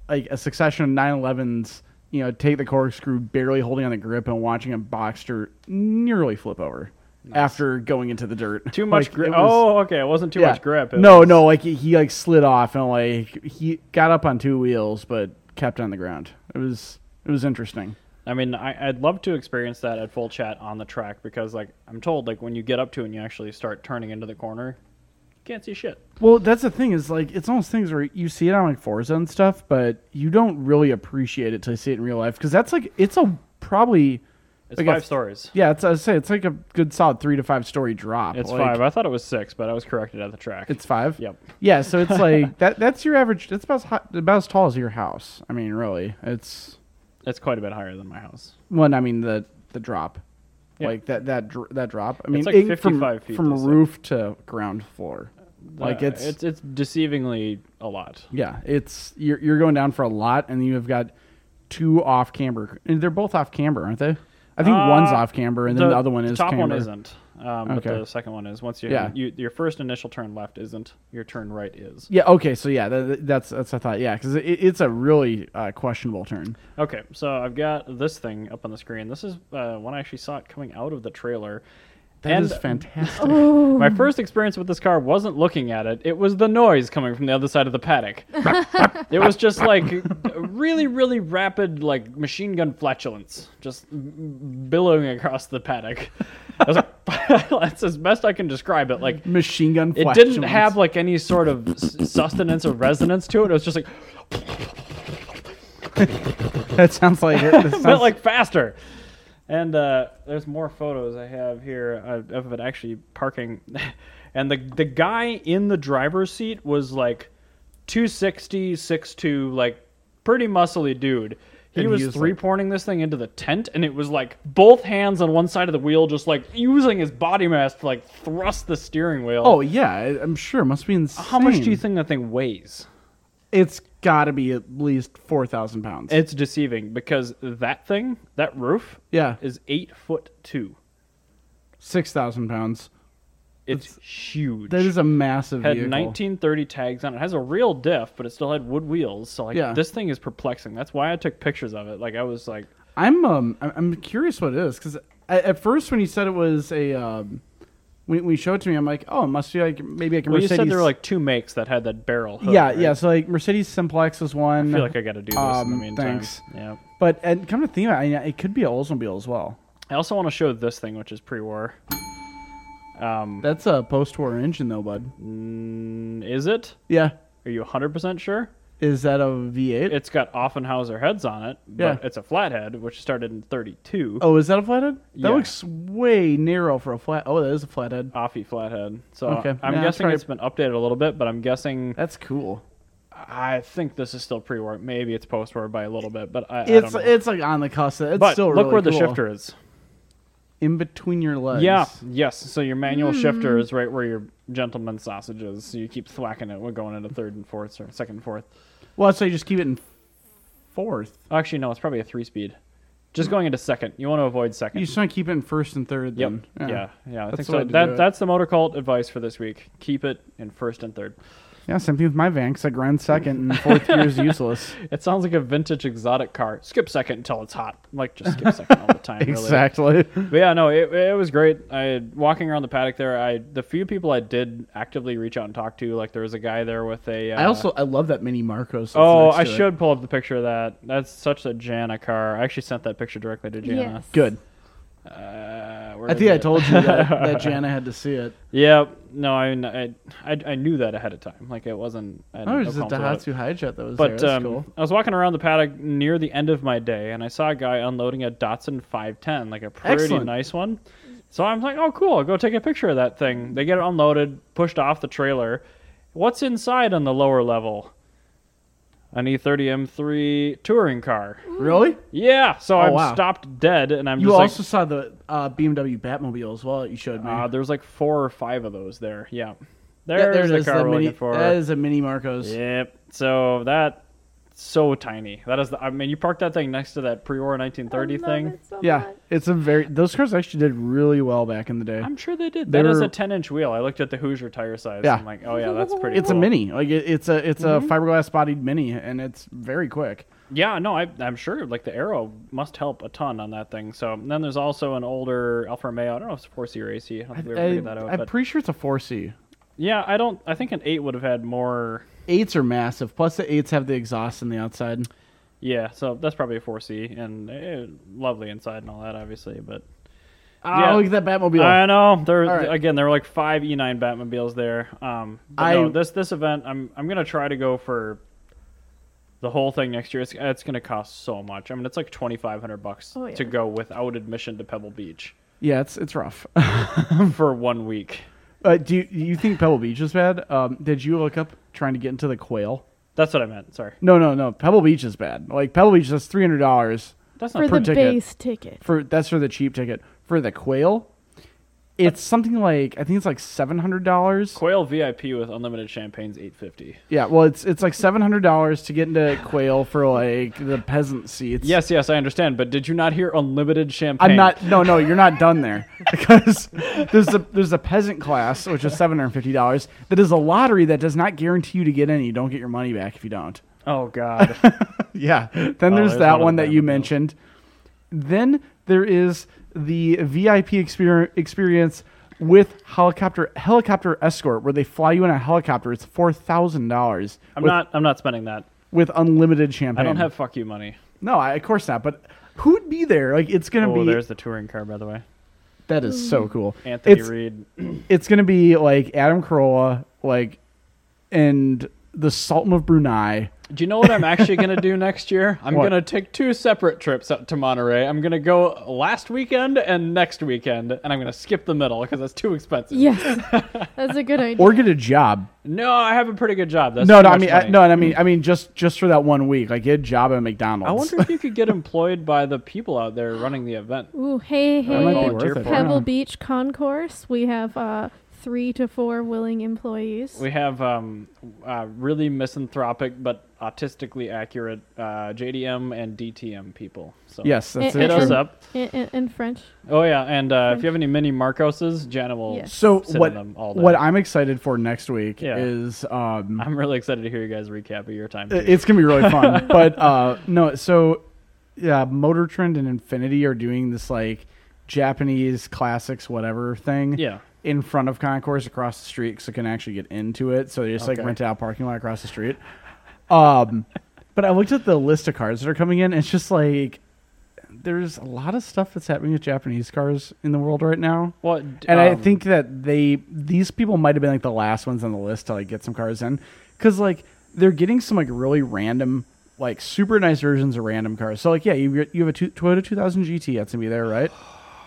Speaker 2: like a succession of 911s, you know, take the corkscrew barely holding on the grip and watching a Boxster nearly flip over after going into the dirt.
Speaker 1: Too much
Speaker 2: Like, it
Speaker 1: grip.
Speaker 2: was-
Speaker 1: Oh, okay. It wasn't too
Speaker 2: yeah.
Speaker 1: much grip. It
Speaker 2: No,
Speaker 1: was-
Speaker 2: no, like he, he like slid off and like he got up on two wheels but kept on the ground. It was it was interesting.
Speaker 1: I mean, I, I'd love to experience that at full chat on the track because, like, I'm told, like, when you get up to it and you actually start turning into the corner, you can't see shit.
Speaker 2: Well, that's the thing is like it's one of those things where you see it on like Forza and stuff, but you don't really appreciate it till you see it in real life because that's like it's a probably
Speaker 1: It's
Speaker 2: Like a
Speaker 1: five
Speaker 2: f-
Speaker 1: stories.
Speaker 2: yeah, it's I say it's like a good solid three to five story drop.
Speaker 1: It's
Speaker 2: Like,
Speaker 1: five. I thought it was six, but I was corrected at the track.
Speaker 2: It's five.
Speaker 1: Yep.
Speaker 2: Yeah, so it's like that. That's your average. It's about as hot, about as tall as your house. I mean, really, it's
Speaker 1: It's quite a bit higher than my house.
Speaker 2: one. I mean the the drop,
Speaker 1: Yeah.
Speaker 2: like that that dr- that drop. I mean,
Speaker 1: like
Speaker 2: it- from-
Speaker 1: 55 feet, they
Speaker 2: from
Speaker 1: say.
Speaker 2: roof to ground floor. Like
Speaker 1: Uh,
Speaker 2: it's
Speaker 1: it's it's deceivingly a lot.
Speaker 2: Yeah, it's you're you're going down for a lot, and you have got two off camber. And they're both off camber, aren't they? I think
Speaker 1: Uh,
Speaker 2: one's off camber, and then the, other one is
Speaker 1: top one
Speaker 2: camber.
Speaker 1: isn't, um, but
Speaker 2: Okay.
Speaker 1: the second one is. Once you,
Speaker 2: Yeah.
Speaker 1: you your first initial turn left isn't, your turn right is.
Speaker 2: Yeah. Okay. So yeah, tha- tha- that's that's what I thought. Yeah, because it, it's a really uh, questionable turn.
Speaker 1: Okay, so I've got this thing up on the screen. This is uh, when I actually saw it coming out of the trailer.
Speaker 2: That
Speaker 1: And
Speaker 2: is fantastic.
Speaker 1: My first experience with this car wasn't looking at it, it was the noise coming from the other side of the paddock. it was just like really, really rapid, like machine gun flatulence, just billowing across the paddock. I was like, that's as best I can describe it. Like,
Speaker 2: Machine gun.
Speaker 1: it
Speaker 2: flatulence.
Speaker 1: didn't have like any sort of s- sustenance or resonance to it. It was just like,
Speaker 2: that sounds like it. That
Speaker 1: but
Speaker 2: sounds-
Speaker 1: like faster. And uh, there's more photos I have here of of it actually parking. And the the guy in the driver's seat was like 260, 6'2", like pretty muscly dude. He
Speaker 2: And he
Speaker 1: was,
Speaker 2: was, like-
Speaker 1: three pointing this thing into the tent, and it was like both hands on one side of the wheel, just like using his body mass to like thrust the steering wheel.
Speaker 2: Oh yeah, I- I'm sure. It must be insane.
Speaker 1: how much do you think that thing weighs?
Speaker 2: It's got to be at least four thousand pounds.
Speaker 1: It's deceiving because that thing, that roof,
Speaker 2: yeah,
Speaker 1: is eight foot two.
Speaker 2: six thousand pounds.
Speaker 1: It's huge.
Speaker 2: That is a massive
Speaker 1: had
Speaker 2: vehicle.
Speaker 1: 1930 tags on it. it. Has a real diff, but it still had wood wheels. So like
Speaker 2: Yeah.
Speaker 1: this thing is perplexing. That's why I took pictures of it. Like I was like,
Speaker 2: I'm um I- I'm curious what it is because at first when you said it was a um when, when you showed it to me I'm like oh it must be like maybe like a
Speaker 1: well, you
Speaker 2: Mercedes
Speaker 1: said there were like two makes that had that barrel. Hook,
Speaker 2: yeah
Speaker 1: right?
Speaker 2: yeah so like Mercedes Simplex was
Speaker 1: I
Speaker 2: one
Speaker 1: feel like I got to do this in the
Speaker 2: Um,
Speaker 1: meantime.
Speaker 2: thanks.
Speaker 1: Yeah.
Speaker 2: but and come to think of it I mean, it could be an Oldsmobile as well
Speaker 1: I also want to show this thing, which is pre-war. Um,
Speaker 2: that's a post war engine though bud
Speaker 1: mm, Is it?
Speaker 2: Yeah.
Speaker 1: Are you 100% sure?
Speaker 2: Is that a V8?
Speaker 1: It's got Offenhauser heads on it, but
Speaker 2: Yeah.
Speaker 1: it's a flathead, which started in 32.
Speaker 2: oh, is that a flathead? That
Speaker 1: Yeah.
Speaker 2: looks way narrow for a flat. Oh, that is a flathead.
Speaker 1: Offie flathead. So
Speaker 2: Okay.
Speaker 1: I'm
Speaker 2: Yeah, that's
Speaker 1: guessing
Speaker 2: right.
Speaker 1: it's been updated a little bit, but I'm guessing
Speaker 2: That's cool.
Speaker 1: I think this is still pre-war. Maybe it's post-war by a little bit, but I, I don't
Speaker 2: It's
Speaker 1: know.
Speaker 2: it's like on the cusp. It's
Speaker 1: but
Speaker 2: still
Speaker 1: look
Speaker 2: really
Speaker 1: where the
Speaker 2: cool.
Speaker 1: shifter is.
Speaker 2: in between your legs.
Speaker 1: Yeah, yes. So your manual
Speaker 2: Hmm.
Speaker 1: shifter is right where your gentleman sausage is. So you keep thwacking it. We're going into third and fourth or second and fourth.
Speaker 2: Well, so you just keep it in fourth.
Speaker 1: Actually, no, it's probably a three-speed. Just going into second. You want to avoid second.
Speaker 2: You just want to keep it in first and third.
Speaker 1: Yep.
Speaker 2: Then.
Speaker 1: Yeah. Yeah. I
Speaker 2: That's
Speaker 1: think
Speaker 2: the way
Speaker 1: so.
Speaker 2: to do
Speaker 1: That
Speaker 2: it.
Speaker 1: that's the motor cult advice for this week. Keep it in first and third.
Speaker 2: Yeah, same thing with my van, 'cause I grind second and fourth gear is useless.
Speaker 1: It sounds like a vintage exotic car. Skip second until it's hot. Like just skip second all the time. really.
Speaker 2: exactly.
Speaker 1: But yeah, no, it, it was great. I walking around the paddock there. I the few people I did actively reach out and talk to. Like there was a guy there with a. Uh,
Speaker 2: I also I love that mini Marcos. that's
Speaker 1: Oh,
Speaker 2: next
Speaker 1: I
Speaker 2: to it.
Speaker 1: should pull up the picture of that. That's such a Jana car. I actually sent that picture directly to Jana.
Speaker 4: Yes.
Speaker 2: Good.
Speaker 1: Uh, where
Speaker 2: I
Speaker 1: is
Speaker 2: think I
Speaker 1: it?
Speaker 2: told you that, that Jana had to see it.
Speaker 1: Yeah, no, I, mean, I, I I knew that ahead of time. Like it wasn't. I had
Speaker 2: Oh,
Speaker 1: no
Speaker 2: it was a
Speaker 1: qualms about it.
Speaker 2: Daihatsu Hijet that was there.
Speaker 1: But
Speaker 2: That's
Speaker 1: um,
Speaker 2: cool.
Speaker 1: I was walking around the paddock near the end of my day, and I saw a guy unloading a Datsun 510, like a pretty
Speaker 2: Excellent.
Speaker 1: nice one. So I'm like, oh, cool, I'll go take a picture of that thing. They get it unloaded, pushed off the trailer. What's inside on the lower level? An E E30 M3 touring car.
Speaker 2: Really?
Speaker 1: Yeah, so
Speaker 2: Oh,
Speaker 1: I'm
Speaker 2: wow.
Speaker 1: stopped dead, and I'm
Speaker 2: You
Speaker 1: just
Speaker 2: also saw the uh, BMW Batmobile as well. that You showed me.
Speaker 1: like, uh, there's like four or five of those there. Yeah,
Speaker 2: Yeah,
Speaker 1: there's the
Speaker 2: is
Speaker 1: car
Speaker 2: the
Speaker 1: we're
Speaker 2: mini, uh,
Speaker 1: looking for.
Speaker 2: That is a mini Marcos.
Speaker 1: Yep. So that so tiny. That is. The, I mean, you parked that thing next to that pre-war 1930 thing.
Speaker 2: Yeah, it's a very. Those cars actually did really well back in the day.
Speaker 1: I'm sure they did.
Speaker 2: They
Speaker 1: That is
Speaker 2: were-
Speaker 1: a 10 inch wheel. I looked at the Hoosier tire size.
Speaker 2: Yeah.
Speaker 1: I'm like, oh yeah, that's pretty.
Speaker 2: It's a
Speaker 1: cool. Mm-hmm.
Speaker 2: mini, like it, it's a it's a fiberglass bodied mini, and it's very quick.
Speaker 1: Yeah. No, I, I'm sure. Like the arrow must help a ton on that thing. So and then there's also an older Alfa Romeo. I don't know if it's 4C or AC. I don't think we ever
Speaker 2: I,
Speaker 1: figured that out.
Speaker 2: am
Speaker 1: but
Speaker 2: pretty sure it's a four C.
Speaker 1: yeah, I don't. I think an eight would have had more.
Speaker 2: Eights are massive. Plus the eights have the exhaust on the outside.
Speaker 1: Yeah, so that's probably a 4C and eh, lovely inside and all that, obviously. But
Speaker 2: Ah,
Speaker 1: Yeah.
Speaker 2: look at that Batmobile.
Speaker 1: I know. There
Speaker 2: All right.
Speaker 1: again, there were like five E9 Batmobiles there. Um, but
Speaker 2: I-
Speaker 1: no, this this event, I'm I'm gonna try to go for the whole thing next year. It's it's gonna cost so much. I mean, it's like twenty five hundred bucks
Speaker 4: Oh, yeah.
Speaker 1: to go without admission to Pebble Beach
Speaker 2: yeah, it's it's rough.
Speaker 1: for one week.
Speaker 2: uh, do you, you think Pebble Beach is bad? Um, did you look up trying to get into the Quail?
Speaker 1: That's what I meant. Sorry,
Speaker 2: No, no, no. Pebble Beach is bad. Like Pebble Beach is three hundred dollars
Speaker 1: that's
Speaker 4: For
Speaker 1: not.
Speaker 4: the
Speaker 2: ticket.
Speaker 4: base ticket.
Speaker 2: for that's for the cheap ticket. For the Quail, it's something like I think it's like seven hundred dollars.
Speaker 1: Quail VIP with unlimited champagne's eight fifty.
Speaker 2: Yeah, well, it's it's like seven hundred dollars to get into Quail for like the peasant seats.
Speaker 1: Yes, yes, I understand. But did you not hear unlimited champagne?
Speaker 2: I'm not. No, no, you're not done there because there's a there's a peasant class which is seven hundred fifty dollars. That is a lottery that does not guarantee you to get in. You don't get your money back if you don't.
Speaker 1: Oh God.
Speaker 2: Yeah. Then
Speaker 1: there's
Speaker 2: there's
Speaker 1: one
Speaker 2: that
Speaker 1: of
Speaker 2: one that
Speaker 1: them,
Speaker 2: you
Speaker 1: yeah.
Speaker 2: mentioned. Then there is the VIP exper- experience with helicopter helicopter escort where they fly you in a helicopter. It's four thousand dollars
Speaker 1: I'm
Speaker 2: with,
Speaker 1: not. I'm not spending that.
Speaker 2: with unlimited champagne.
Speaker 1: I don't have fuck you money.
Speaker 2: No, I, of course not. But who'd be there? Like, it's gonna
Speaker 1: Oh,
Speaker 2: be
Speaker 1: there's the touring car, by the way.
Speaker 2: that is so cool.
Speaker 1: Anthony
Speaker 2: it's
Speaker 1: Reed.
Speaker 2: it's gonna be like Adam Carolla, like, and the Sultan of Brunei.
Speaker 1: Do you know what I'm actually going to do next year? I'm
Speaker 2: What?
Speaker 1: going to take two separate trips up to Monterey. I'm going to go last weekend and next weekend, and I'm going to skip the middle because that's too expensive.
Speaker 4: Yes, that's a good idea.
Speaker 2: Or get a job.
Speaker 1: No, I have a pretty good job. That's
Speaker 2: no,
Speaker 1: too
Speaker 2: no, I
Speaker 1: much
Speaker 2: mean, I,
Speaker 1: money.
Speaker 2: no, I mean, I mean, just just for that one week, like get a job at McDonald's.
Speaker 1: I wonder if you could get employed by the people out there running the event.
Speaker 4: Ooh, hey,
Speaker 1: I'd
Speaker 2: might be
Speaker 4: hey,
Speaker 2: worth
Speaker 1: volunteer
Speaker 2: it.
Speaker 1: for it.
Speaker 4: Pebble Beach Concourse. We have uh, three to four willing employees.
Speaker 1: We have um, uh, really misanthropic but autistically accurate uh, JDM and DTM people. So
Speaker 2: Yes, that's
Speaker 4: Eh,
Speaker 2: it.
Speaker 1: hit us
Speaker 4: And-
Speaker 1: up.
Speaker 4: in, in, in French.
Speaker 1: Oh yeah, and uh, if you have any mini Marcoses, Jana will.
Speaker 4: Yes.
Speaker 2: So
Speaker 1: Sit
Speaker 2: what?
Speaker 1: on them all day.
Speaker 2: What I'm excited for next week
Speaker 1: Yeah.
Speaker 2: is um,
Speaker 1: I'm really excited to hear you guys recap of your time.
Speaker 2: I-
Speaker 1: too.
Speaker 2: It's gonna be really fun. but uh, no, so yeah, Motor Trend and Infinity are doing this like Japanese classics whatever thing.
Speaker 1: Yeah.
Speaker 2: In front of Concourse across the street, so you can actually get into it. So they just like
Speaker 1: Okay.
Speaker 2: rent out parking lot across the street. Um, but I looked at the list of cars that are coming in. And it's just like there's a lot of stuff that's happening with Japanese cars in the world right now.
Speaker 1: Well, d-
Speaker 2: And I
Speaker 1: um,
Speaker 2: think that they these people might have been like the last ones on the list to like get some cars in cuz like they're getting some like really random like super nice versions of random cars. So like yeah, you get- you have a two, Toyota 2000 GT that's going to be there, right?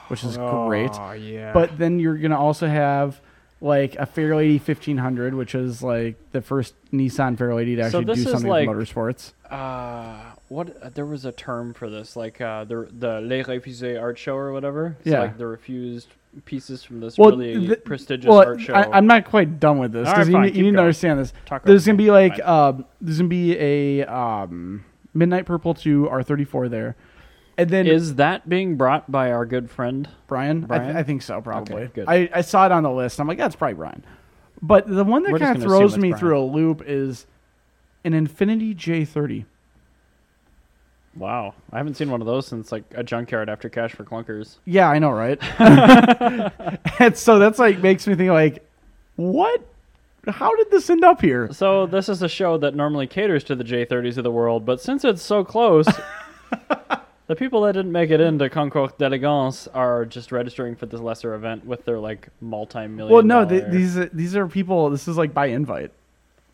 Speaker 2: Which is great.
Speaker 1: Oh yeah.
Speaker 2: But then you're going to also have like a Fairlady 1500, which is like the first Nissan Fairlady to
Speaker 1: So
Speaker 2: actually do
Speaker 1: this is,
Speaker 2: something
Speaker 1: like-
Speaker 2: with motorsports.
Speaker 1: uh, what uh, there was a term for this, like uh, the the Les Refusés art show or whatever. It's
Speaker 2: Yeah.
Speaker 1: like the refused pieces from this really
Speaker 2: th-
Speaker 1: prestigious
Speaker 2: well,
Speaker 1: art show.
Speaker 2: I, am not quite done with this
Speaker 1: All
Speaker 2: because
Speaker 1: right, fine,
Speaker 2: you,
Speaker 1: keep
Speaker 2: need to
Speaker 1: going.
Speaker 2: understand this.
Speaker 1: Talk
Speaker 2: there's
Speaker 1: over
Speaker 2: gonna
Speaker 1: me,
Speaker 2: be like
Speaker 1: fine.
Speaker 2: um, there's gonna be a um, midnight purple to R34 there, and then
Speaker 1: Is that being brought by our good friend?
Speaker 2: Brian. I, th-
Speaker 1: Brian?
Speaker 2: I think so, probably.
Speaker 1: Okay, good.
Speaker 2: I, I saw it on the list. I'm like, that's probably Brian. But the one that
Speaker 1: We're just
Speaker 2: kind of
Speaker 1: gonna assume
Speaker 2: throws
Speaker 1: it's
Speaker 2: me
Speaker 1: Brian.
Speaker 2: through a loop is an Infinity J30.
Speaker 1: Wow, I haven't seen one of those since like a junkyard after Cash for Clunkers.
Speaker 2: Yeah, I know, right? and so that's like makes me think like, what? How did this end up here?
Speaker 1: So this is a show that normally caters to the J30s of the world, but since it's so close, the people that didn't make it into Concours d'Elegance are just registering for this lesser event with their like multi-million.
Speaker 2: Well, no, th-
Speaker 1: dollar-
Speaker 2: these these are people. This is like by invite.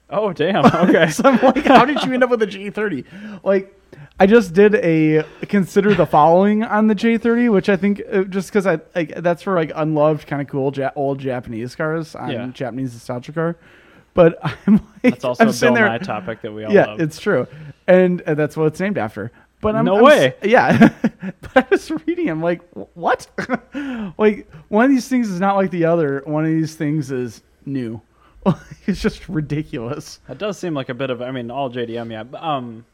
Speaker 1: Oh damn. Okay.
Speaker 2: So I'm like, how did you end up with a G30? Like, I just did a consider the following on the J30, which I think uh, just because I like that's for like unloved, kind of cool ja- old Japanese cars on
Speaker 1: Yeah.
Speaker 2: Japanese nostalgia car. But I'm like,
Speaker 1: That's also
Speaker 2: I'm
Speaker 1: a Bill
Speaker 2: sitting there.
Speaker 1: Nye topic that we all
Speaker 2: yeah,
Speaker 1: love.
Speaker 2: it's true, and uh, that's what it's named after. But I'm
Speaker 1: No
Speaker 2: I'm
Speaker 1: way.
Speaker 2: s- yeah, but I was reading. I'm like, "Wh- what? like one of these things is not like the other. One of these things is new. it's just ridiculous.
Speaker 1: That does seem like a bit of I mean all JDM yeah. But, um,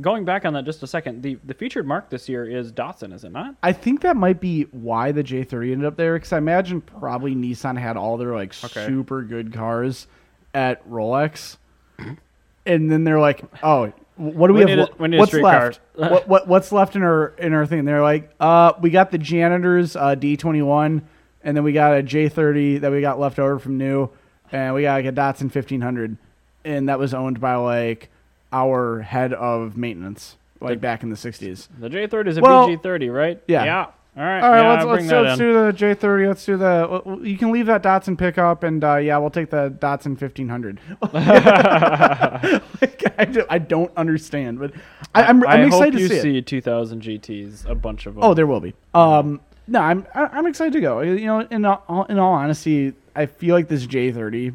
Speaker 1: going back on that just a second, the the featured mark this year is Datsun, is it not?
Speaker 2: I think that might be why the J30 ended up there because I imagine probably Nissan had all their like
Speaker 1: Okay.
Speaker 2: super good cars at Rolex, and then they're like, "Oh, what do we,
Speaker 1: We need
Speaker 2: have?
Speaker 1: a-
Speaker 2: le-
Speaker 1: we need a
Speaker 2: what's
Speaker 1: street car."
Speaker 2: left? what, what what's left in our in our thing?" And they're like, "Uh, we got the janitors uh, D21, and then we got a J30 that we got left over from new, and we got like a Datsun 1500, and that was owned by like our head of maintenance." Like back in the 60s.
Speaker 1: The J30 is a
Speaker 2: Well,
Speaker 1: BG30, right?
Speaker 2: yeah.
Speaker 1: Yeah. All right.
Speaker 2: All right,
Speaker 1: yeah,
Speaker 2: let's
Speaker 1: I'll bring
Speaker 2: let's,
Speaker 1: that
Speaker 2: let's
Speaker 1: in.
Speaker 2: do the J thirty. Let's do the. w- w- You can leave that Datsun pickup, and uh, yeah, we'll take the Datsun fifteen hundred. like, I, do, I don't understand, but I, I'm, I'm
Speaker 1: I
Speaker 2: excited
Speaker 1: hope
Speaker 2: to
Speaker 1: you
Speaker 2: see, it.
Speaker 1: 2000 GTs, a bunch of them.
Speaker 2: Oh, there will be. Um, no, I'm I- I'm excited to go. You know, in all, in all honesty, I feel like this J thirty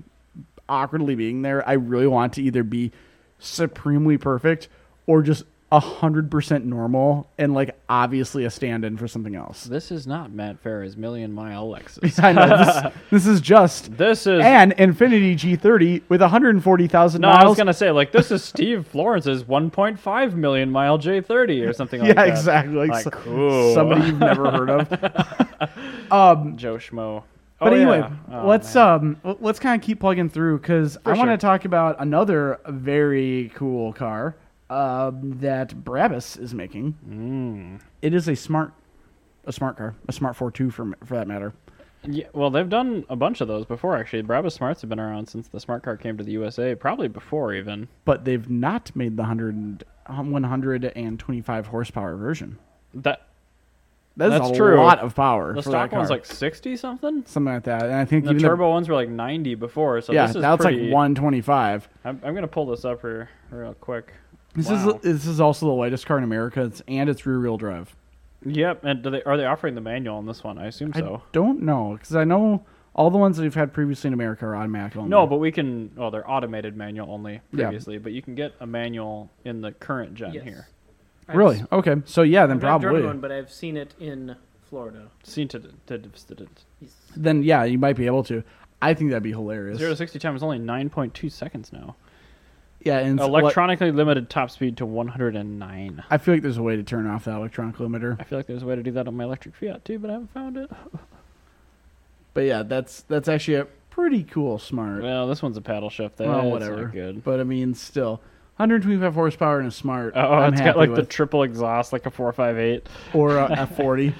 Speaker 2: awkwardly being there. I really want to either be supremely perfect or just hundred percent normal and like obviously a stand-in for something else.
Speaker 1: This is not Matt Farah's million mile Lexus.
Speaker 2: I know this, this is just
Speaker 1: this is.
Speaker 2: an Infinity G30 with 140,000
Speaker 1: no,
Speaker 2: miles.
Speaker 1: I was gonna say like this is Steve Florence's 1.5 million mile J30 or something like
Speaker 2: yeah,
Speaker 1: that.
Speaker 2: exactly. Like,
Speaker 1: Like,
Speaker 2: so-
Speaker 1: cool.
Speaker 2: Somebody you've never heard of. um,
Speaker 1: Joe Schmo.
Speaker 2: but
Speaker 1: Oh,
Speaker 2: anyway,
Speaker 1: yeah. Oh,
Speaker 2: let's
Speaker 1: man.
Speaker 2: um, l- let's kind of keep plugging through because I want to
Speaker 1: sure.
Speaker 2: talk about another very cool car um, that Brabus is making.
Speaker 1: Mm.
Speaker 2: It is a smart, a smart car, a smart 4.2 for m- for that matter.
Speaker 1: Yeah, well, they've done a bunch of those before, actually. Brabus Smarts have been around since the smart car came to the USA, probably before even.
Speaker 2: But they've not made the um, 100, 125 horsepower version.
Speaker 1: That
Speaker 2: That's,
Speaker 1: That's
Speaker 2: a
Speaker 1: true.
Speaker 2: lot of power.
Speaker 1: the
Speaker 2: for
Speaker 1: stock
Speaker 2: that car.
Speaker 1: one's like 60 something.
Speaker 2: something like that, and I think
Speaker 1: The
Speaker 2: even
Speaker 1: turbo ones were like 90 before, so
Speaker 2: The, yeah,
Speaker 1: this is
Speaker 2: that's
Speaker 1: pretty,
Speaker 2: like 125.
Speaker 1: I'm, I'm gonna pull this up here real quick.
Speaker 2: This
Speaker 1: Wow.
Speaker 2: is this is also the lightest car in America, it's, and it's rear-wheel drive.
Speaker 1: Yep, and do they are they offering the manual on this one? I assume so.
Speaker 2: I don't know because I know all the ones that we've had previously in America are automatic only.
Speaker 1: No, but we can. Well, they're automated manual only
Speaker 2: Yeah.
Speaker 1: previously, but you can get a manual in the current gen
Speaker 3: Yes.
Speaker 1: here.
Speaker 3: I've
Speaker 2: really,
Speaker 3: s-
Speaker 2: okay, so yeah, then
Speaker 3: I've not driven
Speaker 2: probably
Speaker 3: one, but I've seen it in Florida.
Speaker 1: Seen to, to, to, to
Speaker 3: Yes.
Speaker 2: then yeah, you might be able to. I think that'd be hilarious.
Speaker 1: zero to sixty time is only nine point two seconds now.
Speaker 2: yeah, and it's le-
Speaker 1: Electronically limited top speed to one hundred and nine.
Speaker 2: I feel like there's a way to turn off that electronic limiter,
Speaker 1: I feel like there's a way to do that on my electric Fiat too, but I haven't found it.
Speaker 2: but yeah, that's that's actually a pretty cool smart.
Speaker 1: Well, this one's a paddle shift. That's
Speaker 2: well,
Speaker 1: not
Speaker 2: whatever.
Speaker 1: good.
Speaker 2: But I mean, still, 125 horsepower and a smart.
Speaker 1: Oh,
Speaker 2: I'm
Speaker 1: it's got
Speaker 2: happy
Speaker 1: like the
Speaker 2: with.
Speaker 1: triple exhaust, like a four five eight.
Speaker 2: or a, a 40.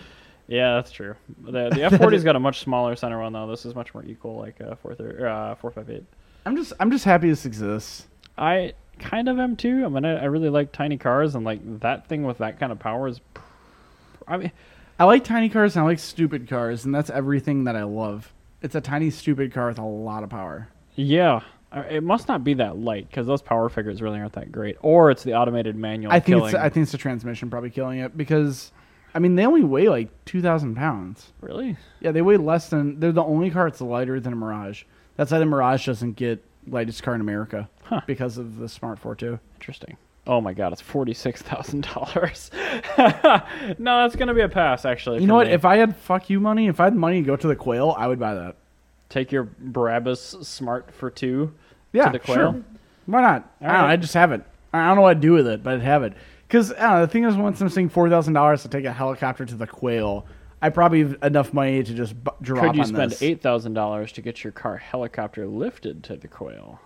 Speaker 1: Yeah, that's true. The, the F40's got a much smaller center one though. This is much more equal, like uh, four thir- uh, four five eight.
Speaker 2: I'm just I'm just happy this exists.
Speaker 1: I kind of am too. I mean, I, I really like tiny cars, and like that thing with that kind of power is I mean,
Speaker 2: I like tiny cars and I like stupid cars, and that's everything that I love. It's a tiny, stupid car with a lot of power.
Speaker 1: yeah, I- it must not be that light because those power figures really aren't that great. Or it's the automated manual.
Speaker 2: I think it's,
Speaker 1: killing.
Speaker 2: I think it's the transmission probably killing it because, I mean, they only weigh like two thousand pounds.
Speaker 1: really.
Speaker 2: Yeah, they weigh less than. They're the only car that's lighter than a Mirage. That's why the Mirage doesn't get lightest car in America
Speaker 1: Huh.
Speaker 2: because of the Smart 42.
Speaker 1: Interesting. Oh my god, it's forty six thousand dollars. no, that's gonna be a pass actually.
Speaker 2: You know what? If I had fuck you money, if I had money to go to the Quail, I would buy that.
Speaker 1: take your Brabus Smart for two
Speaker 2: Yeah,
Speaker 1: to the quail,
Speaker 2: sure. Why not? I,
Speaker 1: All
Speaker 2: don't know,
Speaker 1: right.
Speaker 2: I just have it. I don't know what I'd do with it, but I'd have it. Because the thing is, once I'm seeing four thousand dollars to take a helicopter to the Quail, I probably have enough money to just b- drop
Speaker 1: could you
Speaker 2: on
Speaker 1: spend
Speaker 2: this.
Speaker 1: eight thousand dollars to get your car helicopter lifted to the quail?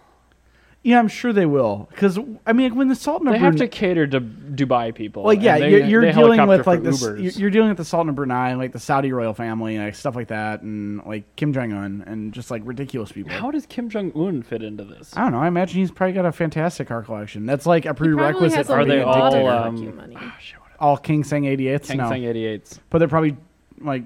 Speaker 2: Yeah, I'm sure they will. Because I mean, when the Sultan of
Speaker 1: They have
Speaker 2: Brunei-
Speaker 1: to cater to Dubai people.
Speaker 2: Well, yeah,
Speaker 1: and they-
Speaker 2: you're, you're
Speaker 1: they
Speaker 2: dealing
Speaker 1: helicopter
Speaker 2: with like
Speaker 1: for
Speaker 2: this.
Speaker 1: Ubers.
Speaker 2: You're, you're dealing with the Sultan of Brunei, and, like the Saudi royal family, and like, stuff like that, and like Kim Jong Un, and just like ridiculous people.
Speaker 1: How does Kim Jong Un fit into this?
Speaker 2: I don't know. I imagine he's probably got a fantastic car collection. That's like a
Speaker 4: probably
Speaker 2: prerequisite
Speaker 4: has a
Speaker 2: for
Speaker 1: Are they
Speaker 2: being a
Speaker 4: lot of
Speaker 1: all
Speaker 2: dictator.
Speaker 4: vacuum
Speaker 1: um,
Speaker 4: money.
Speaker 1: ah, shit, what-
Speaker 2: all King Sang 88s?
Speaker 1: Kang
Speaker 2: no,
Speaker 1: Sang 88s?
Speaker 2: but they're probably like.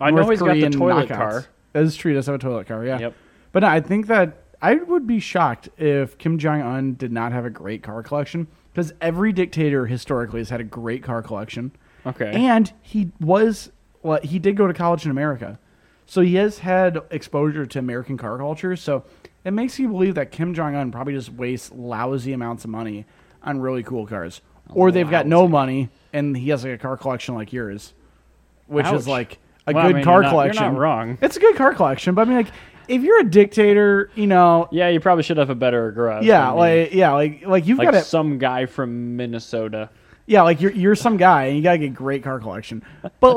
Speaker 1: I know
Speaker 2: North
Speaker 1: he's got the
Speaker 2: Korean
Speaker 1: toilet
Speaker 2: knockouts.
Speaker 1: car.
Speaker 2: That is true. He does have a toilet car. Yeah.
Speaker 1: Yep.
Speaker 2: But no, I think that I would be shocked if Kim Jong Un did not have a great car collection because every dictator historically has had a great car collection.
Speaker 1: Okay.
Speaker 2: And he was well, he did go to college in America. So he has had exposure to American car culture. So it makes you believe that Kim Jong Un probably just wastes lousy amounts of money on really cool cars. Or they've got no
Speaker 1: Lousy.
Speaker 2: money and he has like a car collection like yours. Which
Speaker 1: Ouch.
Speaker 2: is like a
Speaker 1: Well, I
Speaker 2: good
Speaker 1: mean, you're
Speaker 2: car
Speaker 1: not- you're
Speaker 2: collection.
Speaker 1: not wrong.
Speaker 2: It's a good car collection, but I mean like if you're a dictator, you know,
Speaker 1: yeah, you probably should have a better garage.
Speaker 2: yeah,
Speaker 1: I mean,
Speaker 2: like yeah, like like you've got
Speaker 1: like
Speaker 2: it.
Speaker 1: some guy from Minnesota.
Speaker 2: Yeah, like you're you're some guy and you gotta get great car collection. But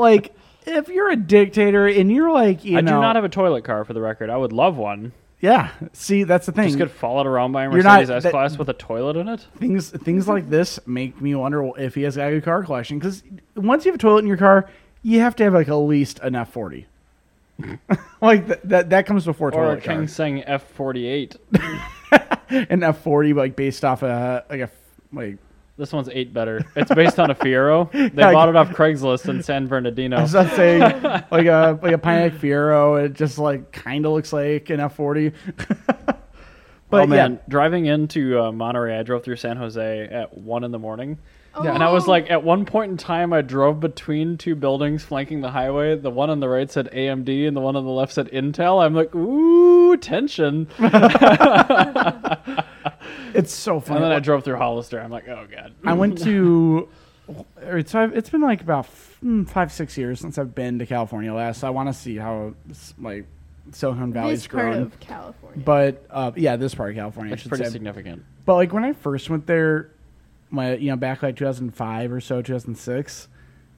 Speaker 2: like if you're a dictator and you're like you
Speaker 1: I
Speaker 2: know
Speaker 1: do not have a toilet car for the record. I would love one.
Speaker 2: yeah, see that's the thing.
Speaker 1: Just get followed around by a
Speaker 2: You're not-
Speaker 1: Mercedes S
Speaker 2: that-
Speaker 1: class with a toilet in it.
Speaker 2: Things things like this make me wonder if he has got a good car collection because once you have a toilet in your car, you have to have like at least an F forty. like th- that that comes before
Speaker 1: Or a
Speaker 2: toilet
Speaker 1: King
Speaker 2: car.
Speaker 1: Sang F forty eight.
Speaker 2: an F forty like based off a like a f- like
Speaker 1: This one's eight better. It's based on a Fiero. They
Speaker 2: Yeah, I-
Speaker 1: bought it off Craigslist in San Bernardino.
Speaker 2: Is that saying like a like a Pontiac Fiero? It just like kind of looks like an F forty.
Speaker 1: oh man, driving into uh, Monterey, I drove through San Jose at one in the morning.
Speaker 2: Yeah.
Speaker 1: And I was
Speaker 4: Oh.
Speaker 1: like, at one point in time, I drove between two buildings flanking the highway. The one on the right said AMD, and the one on the left said Intel. I'm like, ooh, tension. And
Speaker 2: It's so funny.
Speaker 1: then I drove through Hollister. I'm like, oh god.
Speaker 2: I went to. It's it's been like about mm, five six years since I've been to California last. So I want to see how it's, like Silicon Valley's
Speaker 4: this part
Speaker 2: grown.
Speaker 4: of California.
Speaker 2: But uh, yeah, this part of California, I
Speaker 1: It's
Speaker 2: should
Speaker 1: pretty
Speaker 2: say.
Speaker 1: significant.
Speaker 2: But like when I first went there, my you know back like 2005 or so, 2006,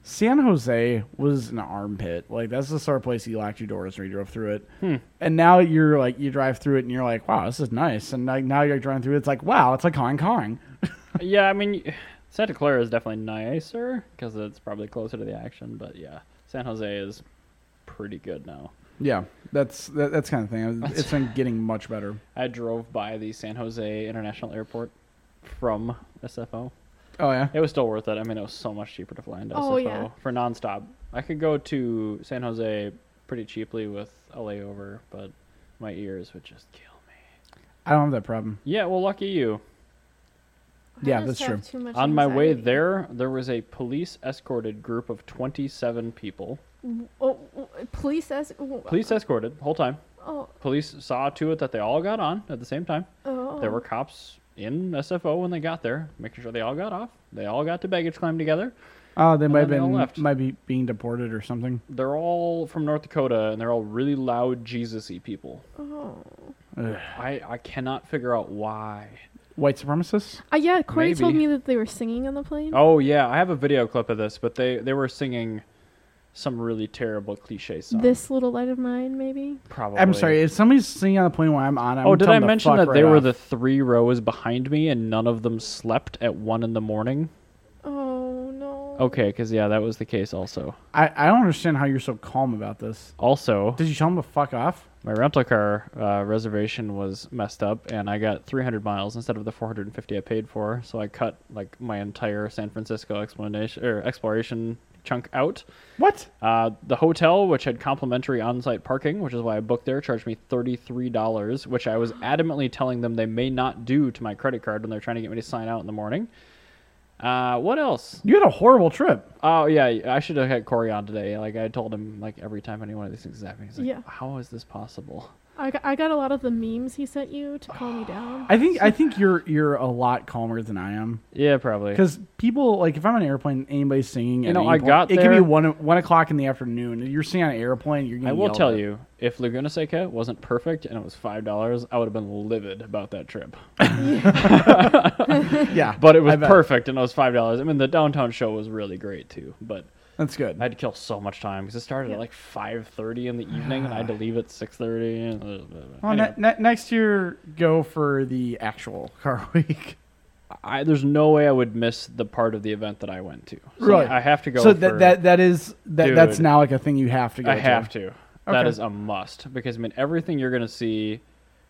Speaker 2: San Jose was an armpit. Like that's the sort of place you locked your doors when you drove through it.
Speaker 1: Hmm.
Speaker 2: And now you're like you drive through it and you're like, wow, this is nice. And like now you're driving through it, it's like wow, it's like Hong Kong.
Speaker 1: yeah, I mean, Santa Clara is definitely nicer because it's probably closer to the action. But yeah, San Jose is pretty good now.
Speaker 2: Yeah, that's that, that's kind of thing. It's been getting much better.
Speaker 1: I drove by the San Jose International Airport from SFO.
Speaker 2: Oh yeah,
Speaker 1: It was still worth it. I mean, it was so much cheaper to fly into
Speaker 4: Oh,
Speaker 1: SFO
Speaker 4: yeah.
Speaker 1: for nonstop. I could go to San Jose pretty cheaply with a layover, but my ears would just kill me.
Speaker 2: I don't have that problem.
Speaker 1: Yeah, well, lucky you.
Speaker 4: I
Speaker 2: yeah,
Speaker 4: just
Speaker 2: that's
Speaker 4: have
Speaker 2: true.
Speaker 4: too much
Speaker 1: On my way
Speaker 4: anxiety.
Speaker 1: there, there was a police escorted group of 27 people.
Speaker 4: Oh, oh, police says. Oh,
Speaker 1: Police escorted the whole time.
Speaker 4: Oh,
Speaker 1: Police saw to it that they all got on at the same time.
Speaker 4: oh.
Speaker 1: There were cops in SFO when they got there, making sure they all got off. They all got to baggage claim together.
Speaker 2: Oh, they might have
Speaker 1: then they all
Speaker 2: been
Speaker 1: left.
Speaker 2: might be being deported or something.
Speaker 1: They're all from North Dakota, and they're all really loud Jesusy people.
Speaker 4: Oh.
Speaker 2: Ugh.
Speaker 1: I, I cannot figure out why.
Speaker 2: Uh, White supremacists.
Speaker 4: Uh, yeah, Corey told
Speaker 1: Maybe.
Speaker 4: me that they were singing on the plane.
Speaker 1: Oh yeah, I have a video clip of this, but they they were singing some really terrible cliche song.
Speaker 4: this little light of mine, maybe.
Speaker 1: probably.
Speaker 2: I'm sorry. If somebody's singing on the plane while I'm on, I'm
Speaker 1: Oh, did
Speaker 2: telling
Speaker 1: I
Speaker 2: them to
Speaker 1: mention
Speaker 2: fuck
Speaker 1: that
Speaker 2: right
Speaker 1: they were
Speaker 2: off.
Speaker 1: the three rows behind me and none of them slept at one in the morning?
Speaker 4: Oh no.
Speaker 1: Okay, because yeah, that was the case. Also,
Speaker 2: I, I don't understand how you're so calm about this.
Speaker 1: also,
Speaker 2: Did you tell them to fuck off?
Speaker 1: my rental car uh, reservation was messed up and i got 300 miles instead of the 450 i paid for so i cut like my entire san francisco explanation or exploration chunk out.
Speaker 2: What?
Speaker 1: Uh, the hotel, which had complimentary on-site parking, which is why I booked there, charged me thirty-three dollars, which I was adamantly telling them they may not do to my credit card when they're trying to get me to sign out in the morning. Uh, what else?
Speaker 2: You had a horrible trip.
Speaker 1: Oh yeah, I should have had Corey on today. Like I told him, like every time any one of these things is happening, he's like,
Speaker 4: Yeah.
Speaker 1: "How is this possible?"
Speaker 4: I got, I got a lot of the memes he sent you to calm me down.
Speaker 2: I think I think you're you're a lot calmer than I am
Speaker 1: Yeah, probably.
Speaker 2: because people like if I'm on an airplane, anybody's singing.
Speaker 1: You
Speaker 2: at
Speaker 1: know,
Speaker 2: any
Speaker 1: I
Speaker 2: point-
Speaker 1: got
Speaker 2: it can be
Speaker 1: there-
Speaker 2: one o- one o'clock in the afternoon. You're singing on an airplane. You're gonna
Speaker 1: I will
Speaker 2: yell
Speaker 1: tell
Speaker 2: at-
Speaker 1: you, if Laguna Seca wasn't perfect and it was five dollars, I would have been livid about that trip.
Speaker 2: Yeah,
Speaker 1: But it was
Speaker 2: I bet.
Speaker 1: perfect and it was five dollars. I mean, the downtown show was really great too, but
Speaker 2: That's good.
Speaker 1: I had to kill so much time because it started
Speaker 4: Yeah.
Speaker 1: at like five thirty in the evening, and I had to leave at six thirty. And
Speaker 2: Well,
Speaker 1: Anyway,
Speaker 2: ne- ne- next year, go for the actual car week.
Speaker 1: I, there's no way I would miss the part of the event that I went to. So
Speaker 2: Really?
Speaker 1: I have to go.
Speaker 2: so
Speaker 1: for-
Speaker 2: that that that is that that's
Speaker 1: Dude.
Speaker 2: now like a thing you have to go.
Speaker 1: I have to. That
Speaker 2: Okay.
Speaker 1: is a must because I mean everything you're going to see,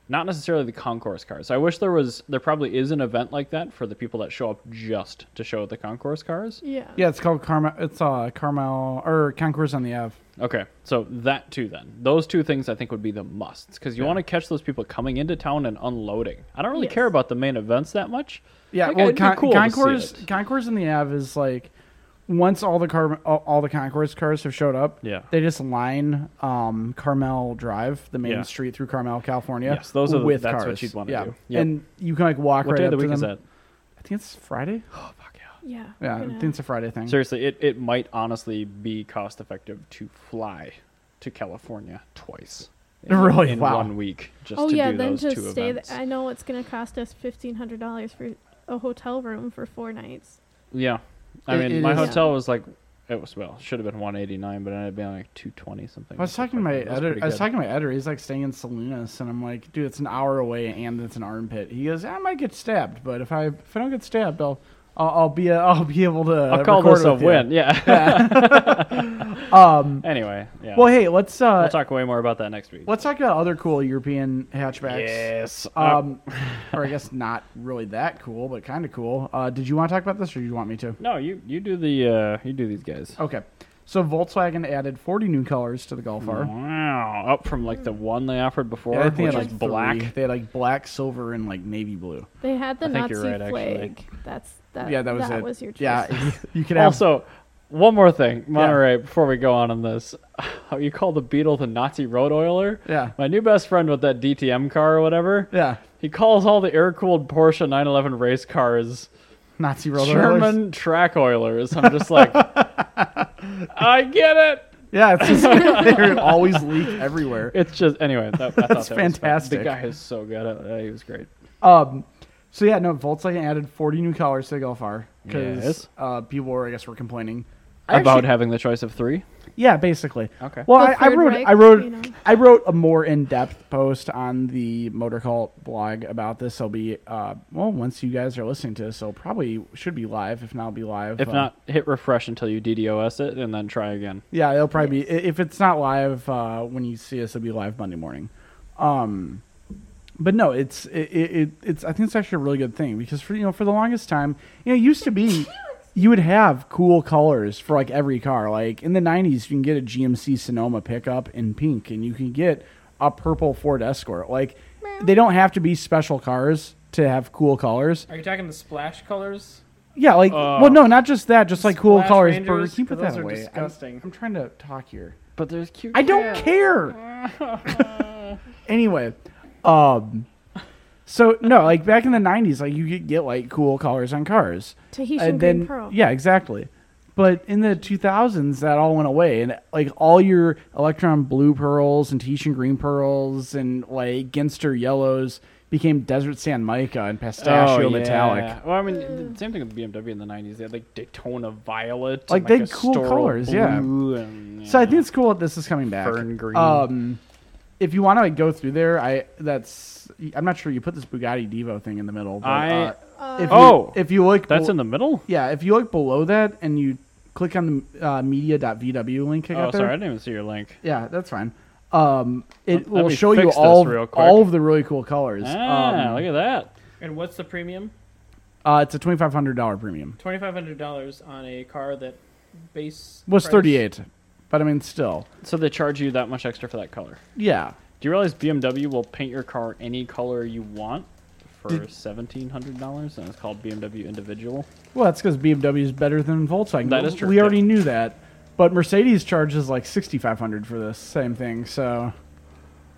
Speaker 1: not necessarily the concourse cars. I wish there was. There probably is an event like that for the people that show up just to show the concourse cars.
Speaker 4: yeah.
Speaker 2: Yeah, it's called Carmel. It's uh Carmel or Concourse on the Ave.
Speaker 1: Okay, so that too then. Those two things I think would be the musts because you want to catch those people coming into town and unloading. I don't really
Speaker 4: Yes.
Speaker 1: care about the main events that much.
Speaker 2: Yeah,
Speaker 1: Like,
Speaker 2: well,
Speaker 1: it'd be
Speaker 2: con-
Speaker 1: cool to see
Speaker 2: Concourse
Speaker 1: it.
Speaker 2: Concourse on the Ave is like once all the car all, all the Concourse cars have showed up.
Speaker 1: Yeah.
Speaker 2: they just line um Carmel Drive, the main
Speaker 1: Yeah.
Speaker 2: street through Carmel, California.
Speaker 1: Yes, those are the-
Speaker 2: with
Speaker 1: that's what
Speaker 2: cars.
Speaker 1: you'd wanna
Speaker 2: yeah.
Speaker 1: do. Yep.
Speaker 2: and you can like walk
Speaker 1: What
Speaker 2: right
Speaker 1: day of the
Speaker 2: up to
Speaker 1: week
Speaker 2: them.
Speaker 1: is that?
Speaker 2: I think it's Friday.
Speaker 1: Oh fuck yeah!
Speaker 4: Yeah.
Speaker 2: Yeah,
Speaker 4: we're
Speaker 2: I
Speaker 4: gonna-
Speaker 2: think it's a Friday thing.
Speaker 1: Seriously, it it might honestly be cost effective to fly to California twice. in-
Speaker 2: Really?
Speaker 1: in
Speaker 2: Wow.
Speaker 1: one week just
Speaker 4: oh
Speaker 1: to
Speaker 4: yeah,
Speaker 1: do
Speaker 4: then
Speaker 1: those
Speaker 4: to
Speaker 1: two
Speaker 4: stay. Th-
Speaker 1: events.
Speaker 4: I know it's gonna cost us fifteen hundred dollars for a hotel room for four nights.
Speaker 1: Yeah, I
Speaker 2: It-
Speaker 1: mean,
Speaker 2: it
Speaker 1: my
Speaker 2: is-
Speaker 1: hotel was like it was well should have been one eighty nine, but it ended up being like two twenty something.
Speaker 2: I was talking to my editor. I was talking to my editor. He's like staying in Salinas, and I'm like, dude, it's an hour away, and it's an armpit. He goes, I might get stabbed, but if I if I don't get stabbed, I'll I'll, I'll be i I'll be able to.
Speaker 1: I'll call
Speaker 2: record
Speaker 1: this a
Speaker 2: with you."
Speaker 1: win. Yeah.
Speaker 2: Um.
Speaker 1: anyway, yeah.
Speaker 2: Well, hey, let's uh
Speaker 1: we'll talk way more about that next week.
Speaker 2: let's talk about other cool European hatchbacks.
Speaker 1: Yes. Um,
Speaker 2: Um, or I guess not really that cool, but kind of cool. Uh, did you want to talk about this, or do you want me to?
Speaker 1: no, you you do the uh, you do these guys.
Speaker 2: Okay. So Volkswagen added 40 new colors to the Golf R.
Speaker 1: Wow, up from like the one they offered before,
Speaker 2: Yeah, I think they
Speaker 1: which
Speaker 2: had,
Speaker 1: was
Speaker 2: like,
Speaker 1: black.
Speaker 2: three. They had like black, silver, and like navy blue.
Speaker 4: They had the
Speaker 1: I think
Speaker 4: Nazi
Speaker 1: you're right,
Speaker 4: flag.
Speaker 1: actually.
Speaker 4: That's Uh, that.
Speaker 2: yeah, that was it.
Speaker 4: your choice.
Speaker 2: Yeah, you could have.
Speaker 1: Also, one more thing, Monterey. Before we go on on this, you call the Beetle the Nazi road oiler.
Speaker 2: Yeah.
Speaker 1: My new best friend with that DTM car or whatever.
Speaker 2: yeah,
Speaker 1: He calls all the air cooled Porsche 911 race cars
Speaker 2: Nazi roller
Speaker 1: German
Speaker 2: rollers.
Speaker 1: track oilers. I'm just like, I get it.
Speaker 2: Yeah, it's just they always leak everywhere.
Speaker 1: It's just anyway. That, I thought
Speaker 2: That's
Speaker 1: that was fun.
Speaker 2: fantastic.
Speaker 1: The guy is so good. At, it. he was great.
Speaker 2: Um, so yeah, no, Volkswagen added 40 new colors to the Golf R because
Speaker 1: Yes.
Speaker 2: uh, people were, I guess, were complaining
Speaker 1: About
Speaker 2: actually-
Speaker 1: having the choice of three.
Speaker 2: Yeah, basically.
Speaker 1: Okay.
Speaker 2: Well, I,
Speaker 4: The
Speaker 2: I
Speaker 4: Third
Speaker 2: wrote
Speaker 4: Reich,
Speaker 2: I wrote
Speaker 4: you know.
Speaker 2: I wrote a more in depth post on the Motor Cult blog about this. I'll be uh, well once you guys are listening to this, it'll probably should be live. If not, it'll be live.
Speaker 1: If
Speaker 2: uh,
Speaker 1: not, hit refresh until you DDoS it, and then try again.
Speaker 2: yeah, it'll probably be i- if it's not live uh, when you see us, it'll be live Monday morning. Um, but no, it's it, it, it it's I think it's actually a really good thing because for you know for the longest time, you know, it used to be. You would have cool colors for like every car. Like in the '90s, you can get a GMC Sonoma pickup in pink, and you can get a purple Ford Escort. Like they don't have to be special cars to have cool colors.
Speaker 3: Are you talking the splash colors?
Speaker 2: Yeah, like well, no, not just that. Just like cool
Speaker 3: Uh, Splash
Speaker 2: colors.
Speaker 3: Rangers,
Speaker 2: but keep it
Speaker 3: 'cause those
Speaker 2: that
Speaker 3: are
Speaker 2: way. I'm-
Speaker 3: disgusting.
Speaker 2: I'm trying to talk here.
Speaker 1: But there's cute.
Speaker 2: I don't care. anyway, um, so no, like back in the '90s, like you could get like cool colors on cars,
Speaker 4: Tahitian
Speaker 2: and then
Speaker 4: green pearl.
Speaker 2: yeah, exactly. But in the 2000s, that all went away, and like all your electron blue pearls and Tahitian green pearls and like Ginster yellows became desert sand mica and pistachio metallic.
Speaker 1: Oh, Well, I mean, the same thing with BMW in the '90s. They had like Daytona violet,
Speaker 2: Like,
Speaker 1: and,
Speaker 2: they
Speaker 1: a
Speaker 2: had cool
Speaker 1: Storl
Speaker 2: colors, yeah.
Speaker 1: blue and,
Speaker 2: So I think it's cool that this is coming back.
Speaker 1: Fern green.
Speaker 2: Um, if you want to like go through there, I that's I'm not sure you put this Bugatti Devo thing in the middle. But,
Speaker 1: I-
Speaker 2: uh, if you,
Speaker 1: Oh.
Speaker 2: if you look,
Speaker 1: that's
Speaker 2: bel-
Speaker 1: in the middle.
Speaker 2: yeah. If you look below that and you click on the uh, media.vw link, I
Speaker 1: Oh,
Speaker 2: got there.
Speaker 1: sorry, I didn't even see your link.
Speaker 2: Yeah, that's fine. Um, it
Speaker 1: Let- let
Speaker 2: will
Speaker 1: me
Speaker 2: show you
Speaker 1: fix this
Speaker 2: all
Speaker 1: real quick.
Speaker 2: all of the really cool colors.
Speaker 1: Ah,
Speaker 2: um,
Speaker 1: look at that.
Speaker 3: And what's the premium?
Speaker 2: uh, it's a twenty five hundred dollar premium.
Speaker 3: Twenty five hundred dollars on a car that base
Speaker 2: was
Speaker 3: price?
Speaker 2: 38 but i mean still
Speaker 1: So they charge you that much extra for that color.
Speaker 2: yeah
Speaker 1: Do you realize BMW will paint your car any color you want for seventeen hundred dollars, and it's called BMW Individual?
Speaker 2: well that's because bmw is better than volkswagen
Speaker 1: That is true,
Speaker 2: we
Speaker 1: yeah.
Speaker 2: already knew that but mercedes charges like 6500 for this same thing so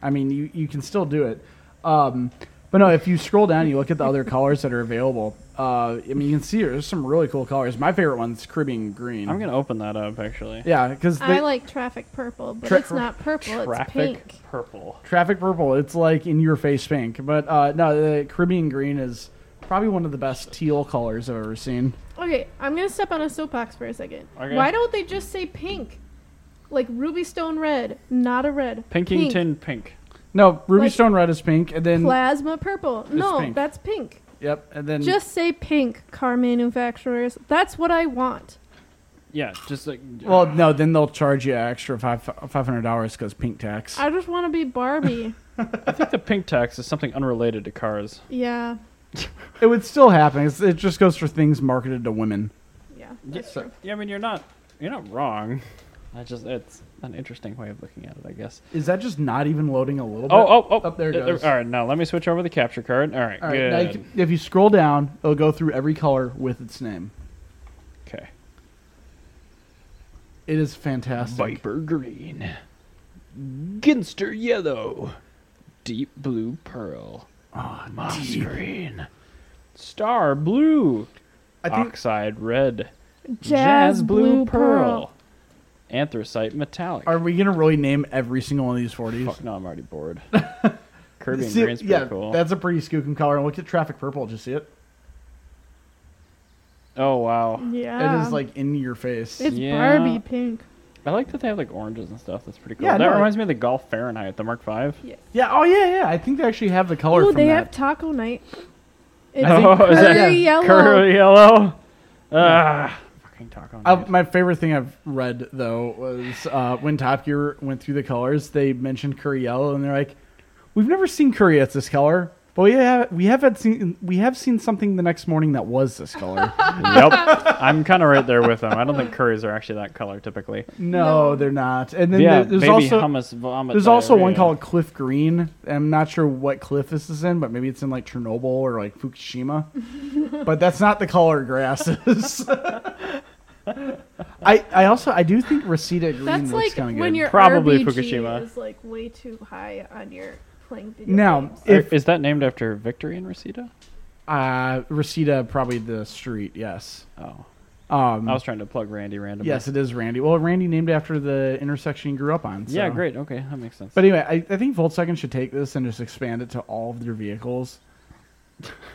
Speaker 2: i mean you, you can still do it um, but no if you scroll down you look at the other colors that are available uh, i mean you can see there's some really cool colors my favorite one's caribbean green
Speaker 1: I'm gonna open that up actually.
Speaker 2: yeah because
Speaker 4: I like traffic purple, but
Speaker 2: Tra-
Speaker 4: it's not purple.
Speaker 1: Traffic
Speaker 4: It's pink.
Speaker 1: purple.
Speaker 2: Traffic Purple. It's like in your face pink. But uh, no, the Caribbean Green is probably one of the best teal colors I've ever seen.
Speaker 4: Okay, I'm gonna step on a soapbox for a second.
Speaker 1: Okay.
Speaker 4: Why don't they just say pink? Like ruby stone red, not a red. pink.
Speaker 1: Pinkington pink.
Speaker 2: No, Ruby
Speaker 4: Like-
Speaker 2: Stone Red is pink, and then
Speaker 4: Plasma purple. No,
Speaker 2: pink.
Speaker 4: that's pink.
Speaker 2: yep, and then
Speaker 4: Just say pink, car manufacturers. That's what I want.
Speaker 1: Yeah, just like
Speaker 2: well, no, then they'll charge you an extra five five hundred dollars because pink tax.
Speaker 4: I just want to be Barbie.
Speaker 1: I think the pink tax is something unrelated to cars.
Speaker 4: yeah,
Speaker 2: it would still happen. It's, it just goes for things marketed to women.
Speaker 4: yeah. That's
Speaker 1: yeah, so-
Speaker 4: true.
Speaker 1: yeah, I mean you're not you're not wrong. I just it's an interesting way of looking at it, I guess.
Speaker 2: Is that just not even loading a little bit?
Speaker 1: Oh, oh, oh!
Speaker 2: Up there it
Speaker 1: Uh,
Speaker 2: goes.
Speaker 1: All right, now let me switch over the capture card. All right,
Speaker 2: All right,
Speaker 1: good.
Speaker 2: now you can- if you scroll down, it'll go through every color with its name.
Speaker 1: Okay.
Speaker 2: It is fantastic.
Speaker 1: Viper green, Ginster yellow, deep blue pearl,
Speaker 2: Oh,
Speaker 1: moss
Speaker 2: deep.
Speaker 1: green, star blue,
Speaker 2: I think
Speaker 1: oxide red,
Speaker 4: Jazz, blue, pearl.
Speaker 1: anthracite metallic.
Speaker 2: Are we gonna really name every single one of these forties?
Speaker 1: Fuck no, I'm already bored. Kirby and
Speaker 2: See,
Speaker 1: green's pretty
Speaker 2: yeah,
Speaker 1: cool.
Speaker 2: that's a pretty skookum color. And look at traffic purple. Did you see it?
Speaker 1: Oh wow,
Speaker 4: Yeah.
Speaker 2: It is like in your face.
Speaker 4: It's
Speaker 1: Yeah.
Speaker 4: Barbie pink.
Speaker 1: I like that they have like oranges and stuff. That's pretty cool.
Speaker 2: Yeah,
Speaker 1: that
Speaker 2: no,
Speaker 1: reminds me of the Golf Fahrenheit, the Mark Five.
Speaker 2: yeah. Oh yeah, yeah. I think they actually have the color
Speaker 4: Oh,
Speaker 2: from
Speaker 4: they
Speaker 2: that.
Speaker 4: have taco night.
Speaker 1: think-
Speaker 4: It's
Speaker 1: Oh, is that-
Speaker 4: curry yellow.
Speaker 1: Curly yellow. Ah, fucking taco.
Speaker 2: Uh,
Speaker 1: night.
Speaker 2: my favorite thing I've read though was uh, when Top Gear went through the colors. They mentioned curry yellow, and they're like, "We've never seen curry that's this color, but we have we have had seen we have seen something the next morning that was this color."
Speaker 1: yep. I'm kind of right there with them. I don't think curries are actually that color typically.
Speaker 2: no,
Speaker 4: No.
Speaker 2: they're not. And then
Speaker 1: yeah,
Speaker 2: there- there's
Speaker 1: baby
Speaker 2: also
Speaker 1: hummus vomit.
Speaker 2: There's also one
Speaker 1: diarrhea.
Speaker 2: called Cliff Green. I'm not sure what cliff this is in, but maybe it's in like Chernobyl or like Fukushima. but that's not the color grass is. I I also I do think Reseda Green
Speaker 4: That's
Speaker 2: looks
Speaker 4: like
Speaker 2: kind of good.
Speaker 4: when your
Speaker 1: Probably
Speaker 4: Probably RBG
Speaker 1: Fukushima.
Speaker 4: is like way too high on your playing video
Speaker 2: now
Speaker 4: games.
Speaker 1: Or-
Speaker 2: if
Speaker 1: is that named after Victory in Reseda?
Speaker 2: uh, Reseda probably the street yes
Speaker 1: Oh,
Speaker 2: um
Speaker 1: I was trying to plug Randy randomly.
Speaker 2: yes it is Randy well Randy named after the intersection he grew up on
Speaker 1: Yeah,
Speaker 2: so.
Speaker 1: great. Okay, that makes sense.
Speaker 2: uh, but anyway I, I think Volkswagen should take this and just expand it to all of their vehicles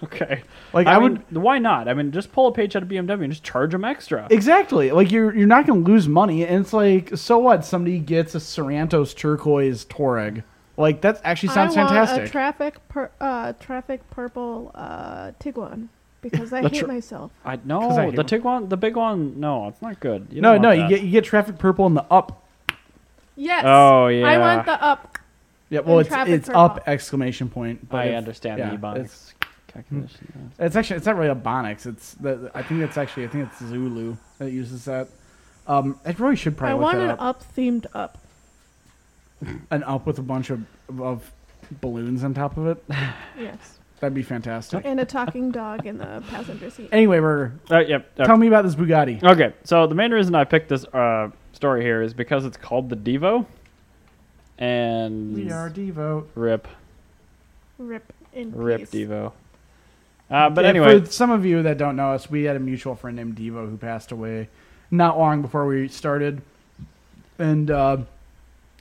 Speaker 1: okay,
Speaker 2: like
Speaker 1: I,
Speaker 2: I would
Speaker 1: mean, would. Why not? I mean, just pull a page out of BMW and just charge them extra.
Speaker 2: Exactly. Like you're you're not going to lose money, and it's like so what? Somebody gets a Sorrento's turquoise Touareg. Like that actually sounds
Speaker 4: I want
Speaker 2: fantastic.
Speaker 4: a traffic, pur- uh, traffic purple uh, Tiguan because I
Speaker 1: The
Speaker 4: hate
Speaker 1: tr-
Speaker 4: myself.
Speaker 1: I
Speaker 2: 'Cause I
Speaker 1: no
Speaker 2: hate
Speaker 1: the
Speaker 2: them.
Speaker 1: Tiguan, the big one. No, it's not good. You
Speaker 2: no,
Speaker 1: don't
Speaker 2: no,
Speaker 1: want
Speaker 2: you
Speaker 1: that.
Speaker 2: get you get traffic purple in the up.
Speaker 4: Yes.
Speaker 1: Oh,
Speaker 4: I
Speaker 1: yeah.
Speaker 4: want the up.
Speaker 2: Yeah, well,
Speaker 4: And
Speaker 2: it's
Speaker 4: Traffic
Speaker 2: it's
Speaker 4: Purple.
Speaker 2: up exclamation point. But
Speaker 1: I
Speaker 2: if-
Speaker 1: understand
Speaker 2: yeah,
Speaker 1: the
Speaker 2: It's,
Speaker 1: Ebonics calculation. yes.
Speaker 2: it's actually it's not really a Bonics. It's the, I think that's actually I think it's Zulu that uses that. Um, I really should
Speaker 4: I
Speaker 2: probably look
Speaker 4: want an
Speaker 2: that
Speaker 4: up.
Speaker 2: up.
Speaker 4: themed up.
Speaker 2: An up with a bunch of of balloons on top of it.
Speaker 4: Yes.
Speaker 2: That'd be fantastic.
Speaker 4: And a talking dog in the passenger seat.
Speaker 2: Anyway, Burger,
Speaker 1: Uh, yep. uh,
Speaker 2: tell me about this Bugatti.
Speaker 1: Okay, so the main reason I picked this uh, story here is because it's called the Devo, and
Speaker 2: We are Devo.
Speaker 1: Rip,
Speaker 4: Rip in
Speaker 1: Rip
Speaker 4: peace.
Speaker 1: Devo. Uh, but
Speaker 2: Yeah,
Speaker 1: anyway,
Speaker 2: for some of you that don't know us, we had a mutual friend named Devo who passed away not long before we started, and uh,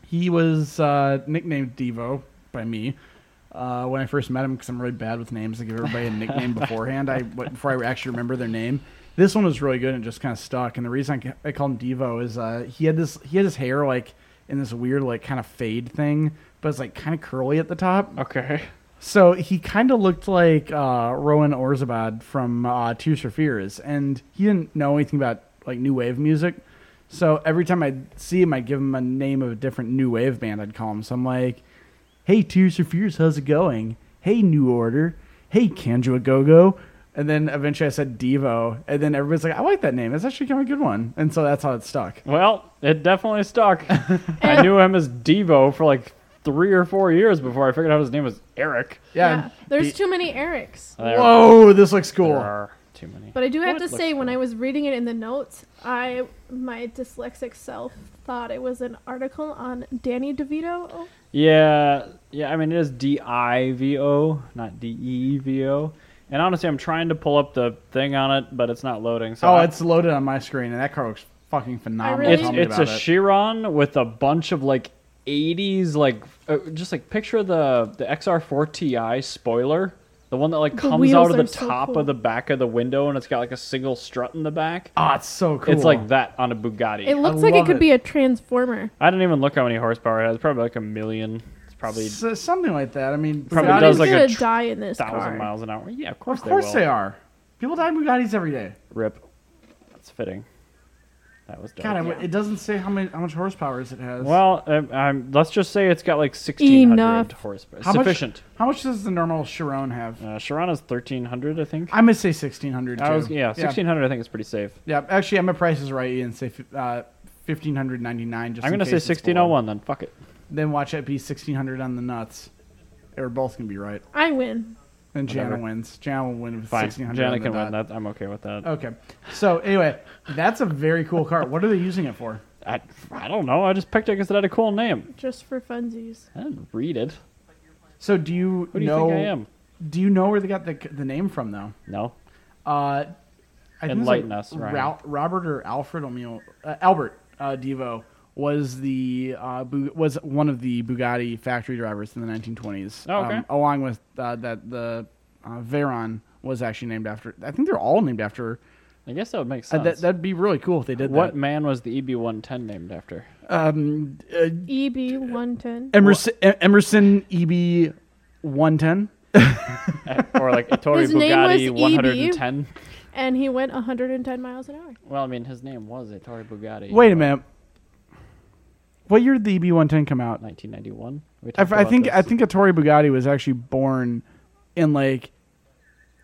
Speaker 2: he was uh, nicknamed Devo by me uh, when I first met him because I'm really bad with names. I give everybody a nickname beforehand. I what- before I actually remember their name. This one was really good and just kind of stuck. And the reason I, ca- I call him Devo is uh, he had this he had his hair like in this weird like kind of fade thing, but it's like kind of curly at the top.
Speaker 1: okay,
Speaker 2: So he kind of looked like uh, Rowan Orzabad from uh, Two Surfirs, and he didn't know anything about like new wave music. So every time I'd see him, I'd give him a name of a different new wave band. I'd call him. So I'm like, "Hey, Two Surfirs, how's it going? Hey, New Order. Hey, Kanjo Go Go." And then eventually I said Devo. And then everybody's like, I like that name. That's actually kind of a good one. And so that's how it stuck.
Speaker 1: Well, it definitely stuck. I knew him as Devo for like three or four years before I figured out his name was Eric.
Speaker 2: Yeah.
Speaker 4: There's too many Erics.
Speaker 1: There,
Speaker 2: Whoa, this looks
Speaker 1: there
Speaker 2: cool.
Speaker 1: are too many.
Speaker 4: But I do have
Speaker 1: Well, it
Speaker 4: to say,
Speaker 1: looks
Speaker 4: when
Speaker 1: cool.
Speaker 4: I was reading it in the notes, I my dyslexic self thought it was an article on Danny DeVito.
Speaker 1: Yeah, yeah. I mean, it is D I V O, not D E V O. And honestly, I'm trying to pull up the thing on it, but it's not loading. So
Speaker 2: Oh,
Speaker 1: I-
Speaker 2: it's loaded on my screen, and that car looks fucking phenomenal.
Speaker 4: really-
Speaker 1: it's
Speaker 2: Tell me
Speaker 1: it's a
Speaker 2: about it.
Speaker 1: Chiron with a bunch of like 80s like uh, just like picture the the XR4 Ti spoiler, the one that like
Speaker 4: The
Speaker 1: comes
Speaker 4: wheels
Speaker 1: out of
Speaker 4: are
Speaker 1: the
Speaker 4: so
Speaker 1: top
Speaker 4: cool.
Speaker 1: of the back of the window, and it's got like a single strut in the back.
Speaker 2: Oh, it's so cool.
Speaker 1: It's like that on a Bugatti.
Speaker 4: It looks like it
Speaker 2: love
Speaker 4: could
Speaker 2: it.
Speaker 4: be a transformer.
Speaker 1: I didn't even look how many horsepower it has. Probably like a million. It's probably
Speaker 2: S- something like that. I mean,
Speaker 1: Probably
Speaker 2: Bugattis-
Speaker 1: It does, like, a
Speaker 4: gonna
Speaker 1: tr-
Speaker 4: die in this car.
Speaker 1: thousand miles an hour. Yeah, of course.
Speaker 2: Of course
Speaker 1: they, will.
Speaker 2: they, are. People die in Bugattis every day.
Speaker 1: Rip. That's fitting. That was dope.
Speaker 2: God, I w it doesn't say how many how much horsepower it has.
Speaker 1: well, um, um, let's just say it's got like 1600
Speaker 4: Enough.
Speaker 1: horsepower.
Speaker 2: How much-
Speaker 1: Sufficient.
Speaker 2: how much does the normal Chiron have?
Speaker 1: Uh, Sharana's 1300, I think.
Speaker 2: I'm gonna say sixteen hundred.
Speaker 1: I was, yeah, 1600, I think it's pretty safe.
Speaker 2: Yeah, actually, I'm a Price is Right and say fif- uh, fifteen hundred ninety nine. Just
Speaker 1: I'm
Speaker 2: in
Speaker 1: going to
Speaker 2: case
Speaker 1: say
Speaker 2: it's below.
Speaker 1: 1601 then. Fuck it.
Speaker 2: Then watch it be sixteen hundred on the nuts. They were both gonna be right.
Speaker 4: I win.
Speaker 2: And Jana
Speaker 1: Whatever.
Speaker 2: wins. Jana will win with
Speaker 1: Fine.
Speaker 2: sixteen hundred. Oh.
Speaker 1: Janet can win that. I'm okay with that.
Speaker 2: Okay. So anyway, that's a very cool car. What are they using it for?
Speaker 1: I, I don't know. I just picked it because it had a cool name.
Speaker 4: Just for funsies.
Speaker 1: I didn't read it.
Speaker 2: So do you
Speaker 1: Who do you
Speaker 2: know?
Speaker 1: think I am?
Speaker 2: Do you know where they got the the name from though?
Speaker 1: No.
Speaker 2: Uh, I think it's
Speaker 1: Enlighten
Speaker 2: like
Speaker 1: us, Ryan.
Speaker 2: Rou- Robert or Alfred O'Meal, uh, Albert uh, Devo was the uh, Bu- was one of the Bugatti factory drivers in the 1920s.
Speaker 1: Oh, okay.
Speaker 2: along with uh, that, the uh, Veyron was actually named after. I think they're all named after.
Speaker 1: I guess that would make
Speaker 2: Uh,
Speaker 1: sense.
Speaker 2: that that'd be really cool if they did
Speaker 1: what
Speaker 2: that.
Speaker 1: man was
Speaker 2: E
Speaker 1: the EB110 named after?
Speaker 2: Um, uh,
Speaker 4: EB E one ten.
Speaker 2: Emerson E- Emerson EB 110.
Speaker 1: or like Ettore
Speaker 4: His name was E
Speaker 1: Bugatti
Speaker 4: EB.
Speaker 1: 110.
Speaker 4: And he went 110 miles an hour.
Speaker 1: Well, I mean, his name was Ettore Bugatti.
Speaker 2: Wait a minute. What year did the E EB 110 come out?
Speaker 1: 1991. We
Speaker 2: I,
Speaker 1: talked
Speaker 2: I
Speaker 1: about
Speaker 2: think
Speaker 1: this.
Speaker 2: I think Ettore Bugatti was actually born in like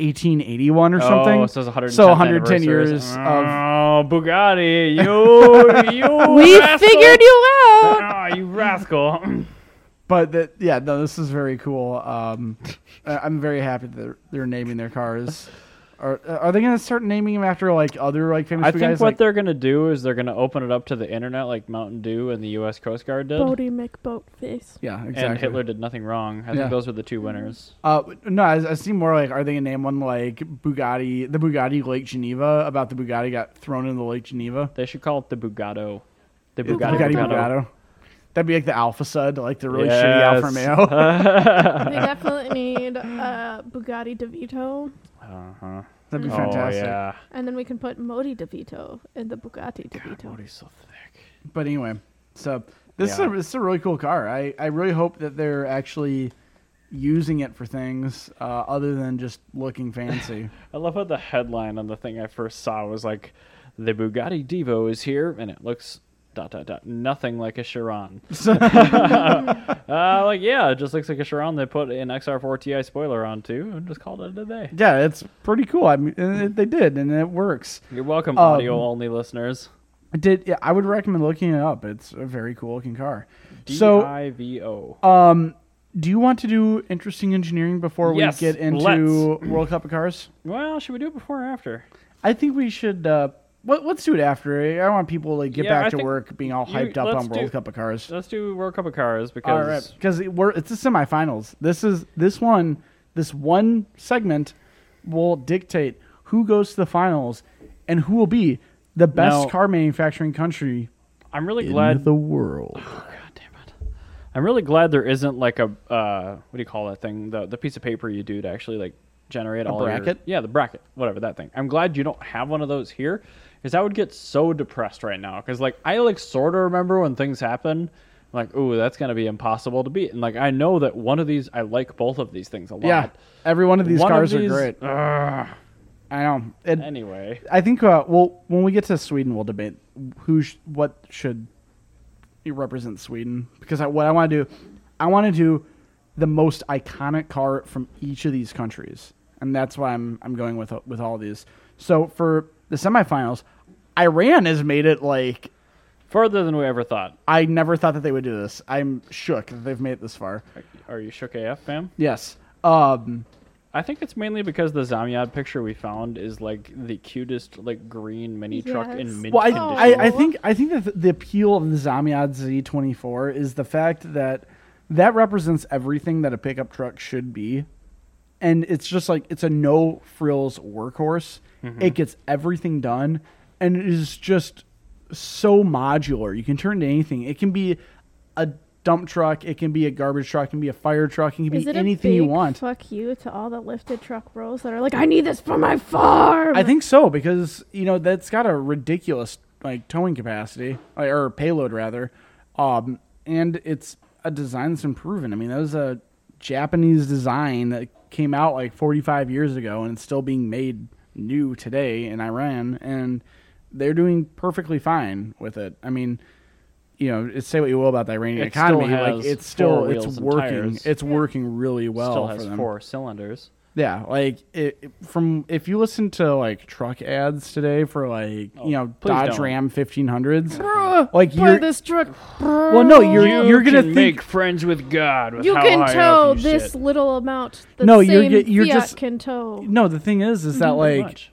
Speaker 2: 1881 or something.
Speaker 1: Oh, so it's 110,
Speaker 2: So 110
Speaker 1: anniversary or
Speaker 2: years
Speaker 1: something.
Speaker 2: of.
Speaker 1: Oh, Bugatti, you, you.
Speaker 4: We
Speaker 1: rascal.
Speaker 4: figured you out.
Speaker 1: Oh, you rascal.
Speaker 2: But that yeah, no, this is very cool. Um, I- I'm very happy that they're, they're naming their cars. Are are they going to start naming them after like other like famous
Speaker 1: I think
Speaker 2: Bugattis?
Speaker 1: what
Speaker 2: Like,
Speaker 1: they're gonna do is they're gonna open it up to the internet like Mountain Dew and the U.S. Coast Guard did,
Speaker 4: Bodie McBoatface.
Speaker 2: yeah, exactly.
Speaker 1: and Hitler did nothing wrong. I
Speaker 2: Yeah.
Speaker 1: think those were the two winners.
Speaker 2: Uh, no, I, I see more like are they going to name one like Bugatti, the Bugatti Lake Geneva about the Bugatti got thrown into the Lake Geneva.
Speaker 1: They should call it the Bugatto. The
Speaker 2: Bugatti,
Speaker 1: Bugatti,
Speaker 2: Bugatti,
Speaker 1: Bugatto.
Speaker 2: Bugatto. That'd be like the Alpha Sud, like the really
Speaker 1: Yes.
Speaker 2: shitty Alfa Romeo.
Speaker 4: They definitely need uh, Bugatti DeVito.
Speaker 1: Uh-huh.
Speaker 2: That'd be
Speaker 1: Oh
Speaker 2: fantastic.
Speaker 1: yeah.
Speaker 4: And then we can put Modi DeVito in the Bugatti DeVito.
Speaker 1: Body's so thick.
Speaker 2: But anyway, so this
Speaker 1: Yeah.
Speaker 2: is a, this is a really cool car. I, I really hope that they're actually using it for things uh, other than just looking fancy.
Speaker 1: I love how the headline on the thing I first saw was like, "The Bugatti Devo is here," and it looks dot dot dot nothing like a Chiron. uh, like yeah, it just looks like a Chiron. They put an XR4 Ti spoiler on too, and just called it a day.
Speaker 2: yeah, it's pretty cool. I mean, and it, they did, and it works.
Speaker 1: You're welcome,
Speaker 2: Um,
Speaker 1: audio only listeners.
Speaker 2: I did. Yeah, I would recommend looking it up. It's a very cool looking car.
Speaker 1: D
Speaker 2: So,
Speaker 1: I V O.
Speaker 2: um, do you want to do interesting engineering before
Speaker 1: Yes,
Speaker 2: we get into
Speaker 1: let's.
Speaker 2: World Cup of Cars?
Speaker 1: Well, should we do it before or after?
Speaker 2: I think we should. Uh, let, let's do it after. I want people to like, get
Speaker 1: Yeah,
Speaker 2: back
Speaker 1: I
Speaker 2: to
Speaker 1: think
Speaker 2: work being all
Speaker 1: you-
Speaker 2: hyped up
Speaker 1: let's
Speaker 2: on World
Speaker 1: do-
Speaker 2: Cup of Cars.
Speaker 1: Let's do World Cup of Cars because
Speaker 2: All right, because it, we're it's the semifinals. This is this one. This one segment will dictate who goes to the finals and who will be the best
Speaker 1: Now-
Speaker 2: car manufacturing country
Speaker 1: I'm really
Speaker 2: in
Speaker 1: glad.
Speaker 2: the world.
Speaker 1: God damn it. I'm really glad there isn't like a uh, what do you call that thing? The the piece of paper you do to actually like generate all your-
Speaker 2: bracket?
Speaker 1: yeah, the bracket, whatever that thing. I'm glad you don't have one of those here, because I would get so depressed right now. Because like I like sort of remember when things happen. Like, ooh, that's gonna be impossible to beat. And like I know that one of these, I like both of these things a lot.
Speaker 2: Yeah, every one of these
Speaker 1: One of
Speaker 2: cars
Speaker 1: these-
Speaker 2: are great. I know. It,
Speaker 1: Anyway,
Speaker 2: I think uh, well, when we get to Sweden, we'll debate who sh- what should represent Sweden because I, what I want to do, I want to do the most iconic car from each of these countries. and that's why I'm I'm going with uh, with all these. So for the semifinals, Iran has made it like
Speaker 1: Further than we ever thought.
Speaker 2: I never thought that they would do this. I'm shook that they've made it this far.
Speaker 1: Are you shook AF, fam?
Speaker 2: Yes. Um,
Speaker 1: I think it's mainly because the Zamyad picture we found is like the cutest, like green mini truck
Speaker 4: Yes.
Speaker 1: in mint
Speaker 2: well, I,
Speaker 1: condition.
Speaker 2: I, I think I think that the appeal of the Zamyad Z24 is the fact that that represents everything that a pickup truck should be, and it's just like it's a no frills workhorse.
Speaker 1: Mm-hmm.
Speaker 2: It gets everything done, and it is just so modular. You can turn it to anything. It can be a dump truck. It can be a garbage truck. It can be a fire truck. It can
Speaker 4: Is
Speaker 2: be
Speaker 4: it
Speaker 2: anything
Speaker 4: a big
Speaker 2: you want.
Speaker 4: Fuck you to all the lifted truck bros that are like, I need this for my farm.
Speaker 2: I think so because you know that's got a ridiculous like towing capacity like, or payload rather, um, and it's a design that's been proven. I mean, that was a Japanese design that came out like 45 years ago and it's still being made new today in Iran, and they're doing perfectly fine with it. I mean. You know, it's- say what you will about the Iranian
Speaker 1: It still
Speaker 2: economy, like
Speaker 1: has
Speaker 2: it's
Speaker 1: four
Speaker 2: still it's
Speaker 1: wheels and
Speaker 2: working,
Speaker 1: tires.
Speaker 2: it's working really well.
Speaker 1: still
Speaker 2: for
Speaker 1: has
Speaker 2: them.
Speaker 1: four cylinders.
Speaker 2: Yeah, like it, it- from if you listen to like truck ads today for like
Speaker 1: Oh,
Speaker 2: you know
Speaker 1: please
Speaker 2: Dodge
Speaker 1: don't.
Speaker 2: Ram 1500s, like you're
Speaker 4: this truck.
Speaker 2: well no you're you are gonna
Speaker 1: can
Speaker 2: think
Speaker 1: make friends with God. With
Speaker 4: You
Speaker 1: how
Speaker 4: can
Speaker 1: high
Speaker 4: tow
Speaker 1: up you
Speaker 4: this
Speaker 1: sit.
Speaker 4: little amount. The
Speaker 2: No, you're
Speaker 4: same
Speaker 2: ge- you're
Speaker 4: Fiat
Speaker 2: just-
Speaker 4: can tow.
Speaker 2: no the thing is is that
Speaker 1: Mhm, Pretty
Speaker 2: like
Speaker 1: much.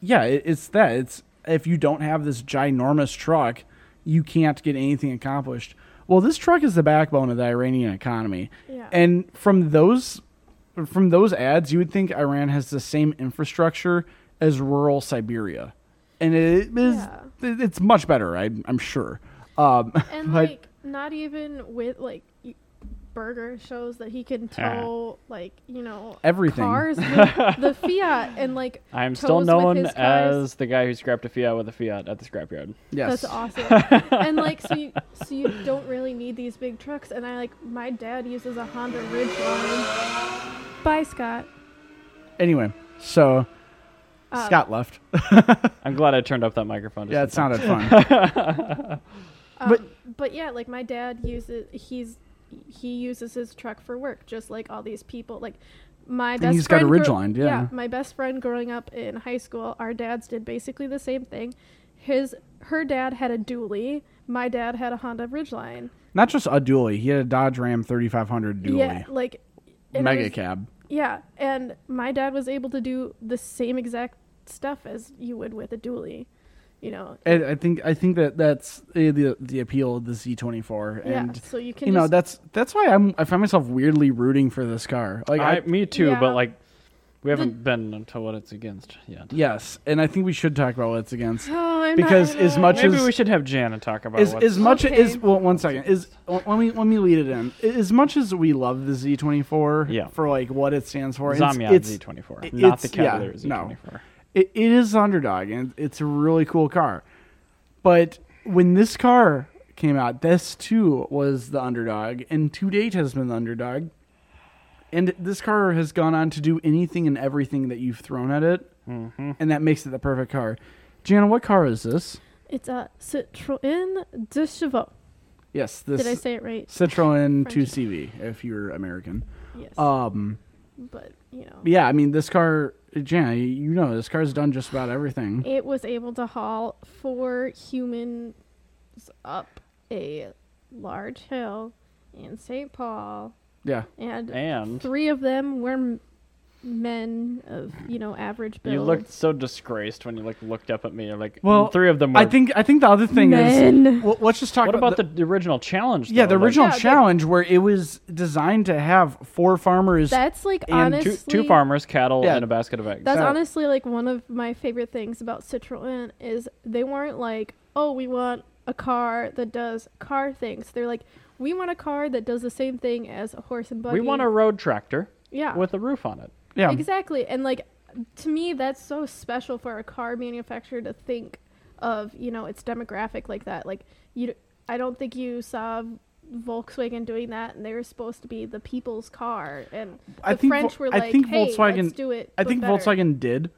Speaker 2: yeah it, it's that it's if you don't have this ginormous truck you can't get anything accomplished. Well, this truck is the backbone of the Iranian economy,
Speaker 4: Yeah.
Speaker 2: and from those from those ads, you would think Iran has the same infrastructure as rural Siberia, and it is
Speaker 4: Yeah.
Speaker 2: it- it's much better. I, I'm sure. Um,
Speaker 4: And
Speaker 2: but-
Speaker 4: like not even with like y- Burger shows that he can tow like you know
Speaker 2: Everything.
Speaker 4: cars with the Fiat and like
Speaker 1: I'm
Speaker 4: tows
Speaker 1: still
Speaker 4: with
Speaker 1: known
Speaker 4: his cars.
Speaker 1: as the guy who scrapped a Fiat with a Fiat at the scrapyard.
Speaker 2: yes,
Speaker 4: That's awesome. and like so you so you don't really need these big trucks and I like my dad uses a Honda Ridgeline. Bye Scott.
Speaker 2: Anyway, so
Speaker 4: Um,
Speaker 2: Scott left.
Speaker 1: I'm glad I turned up that microphone. just
Speaker 2: yeah,
Speaker 1: in
Speaker 2: it
Speaker 1: time.
Speaker 2: sounded fun.
Speaker 4: Um,
Speaker 2: But-
Speaker 4: but, yeah, like my dad uses he's he uses his truck for work, just like all these people. Like my best
Speaker 2: he's got a
Speaker 4: friend
Speaker 2: ridge
Speaker 4: grow-
Speaker 2: line, yeah.
Speaker 4: my best friend growing up in high school, our dads did basically the same thing. His her dad had a dually. My dad had a Honda Ridgeline.
Speaker 2: Not just a dually. He had a Dodge Ram 3500 dually,
Speaker 4: Yeah, like and it
Speaker 2: mega
Speaker 4: was-
Speaker 2: cab.
Speaker 4: Yeah, and my dad was able to do the same exact stuff as you would with a dually. You know,
Speaker 2: And I think I think that that's the the, the appeal of the Z24, and
Speaker 4: yeah. So you can
Speaker 2: you know
Speaker 4: just-
Speaker 2: that's that's why I'm I find myself weirdly rooting for this car. Like I,
Speaker 1: I, me too,
Speaker 4: Yeah.
Speaker 1: but like we haven't been until what it's against yet.
Speaker 2: yes, and I think we should talk about what it's against
Speaker 4: Oh, I'm not-
Speaker 2: because as much
Speaker 1: Maybe
Speaker 2: as
Speaker 1: we should have Jana talk about
Speaker 2: as,
Speaker 1: what's
Speaker 2: as much
Speaker 4: Okay.
Speaker 2: as well, one second is let me let me lead it in. As much as we love the Z24
Speaker 1: Yeah.
Speaker 2: for like what it stands for, it's-
Speaker 1: Zamyad
Speaker 2: it's,
Speaker 1: Z24,
Speaker 2: it-
Speaker 1: not the
Speaker 2: it's- yeah,
Speaker 1: Cavalier Z24.
Speaker 2: It, it is underdog, and it's a really cool car. But when this car came out, this too was the underdog, and to date has been the underdog. And this car has gone on to do anything and everything that you've thrown at it,
Speaker 1: Mm-hmm.
Speaker 2: and that makes it the perfect car. Jana, what car is this?
Speaker 4: It's a Citroën de Chevaux.
Speaker 2: Yes, this
Speaker 4: Did I say it right?
Speaker 2: Citroen
Speaker 4: French?
Speaker 2: 2CV. If you're American,
Speaker 4: Yes.
Speaker 2: um,
Speaker 4: but, you know,
Speaker 2: yeah, I mean this car, Jana, you know this car's done just about everything.
Speaker 4: it was able to haul four humans up a large hill in St. Paul,
Speaker 2: Yeah,
Speaker 4: and,
Speaker 1: And
Speaker 4: three of them were m- men of, you know, average build.
Speaker 1: you looked so disgraced when you like looked up at me. You're like,
Speaker 2: Well,
Speaker 1: three of them. Were,
Speaker 2: I think I think the other thing is
Speaker 4: Men.
Speaker 2: well, let's just talk
Speaker 1: What
Speaker 2: about,
Speaker 1: about the, the original challenge?
Speaker 2: yeah the
Speaker 1: though? Like,
Speaker 2: original
Speaker 4: Yeah, the-
Speaker 2: challenge where it was designed to have four farmers.
Speaker 4: That's like
Speaker 2: and
Speaker 1: two,
Speaker 4: honestly.
Speaker 1: two farmers, cattle,
Speaker 2: Yeah.
Speaker 1: and a basket of eggs.
Speaker 4: That's
Speaker 2: So-
Speaker 4: honestly like one of my favorite things about Citroën is they weren't like, oh, we want a car that does car things. They're like, we want a car that does the same thing as a horse and buggy.
Speaker 1: we want a road tractor
Speaker 4: yeah
Speaker 1: with a roof on it.
Speaker 2: yeah,
Speaker 4: exactly. And like to me, that's so special for a car manufacturer to think of you know its demographic like that. Like you, d- I don't think you saw. Volkswagen doing that, and they were supposed to be the people's car, and the
Speaker 2: I think Vol-
Speaker 4: French were
Speaker 2: I
Speaker 4: like,
Speaker 2: think
Speaker 4: "Hey,
Speaker 2: Volkswagen-
Speaker 4: let's do it."
Speaker 2: I
Speaker 4: but
Speaker 2: think
Speaker 4: better."
Speaker 2: Volkswagen did,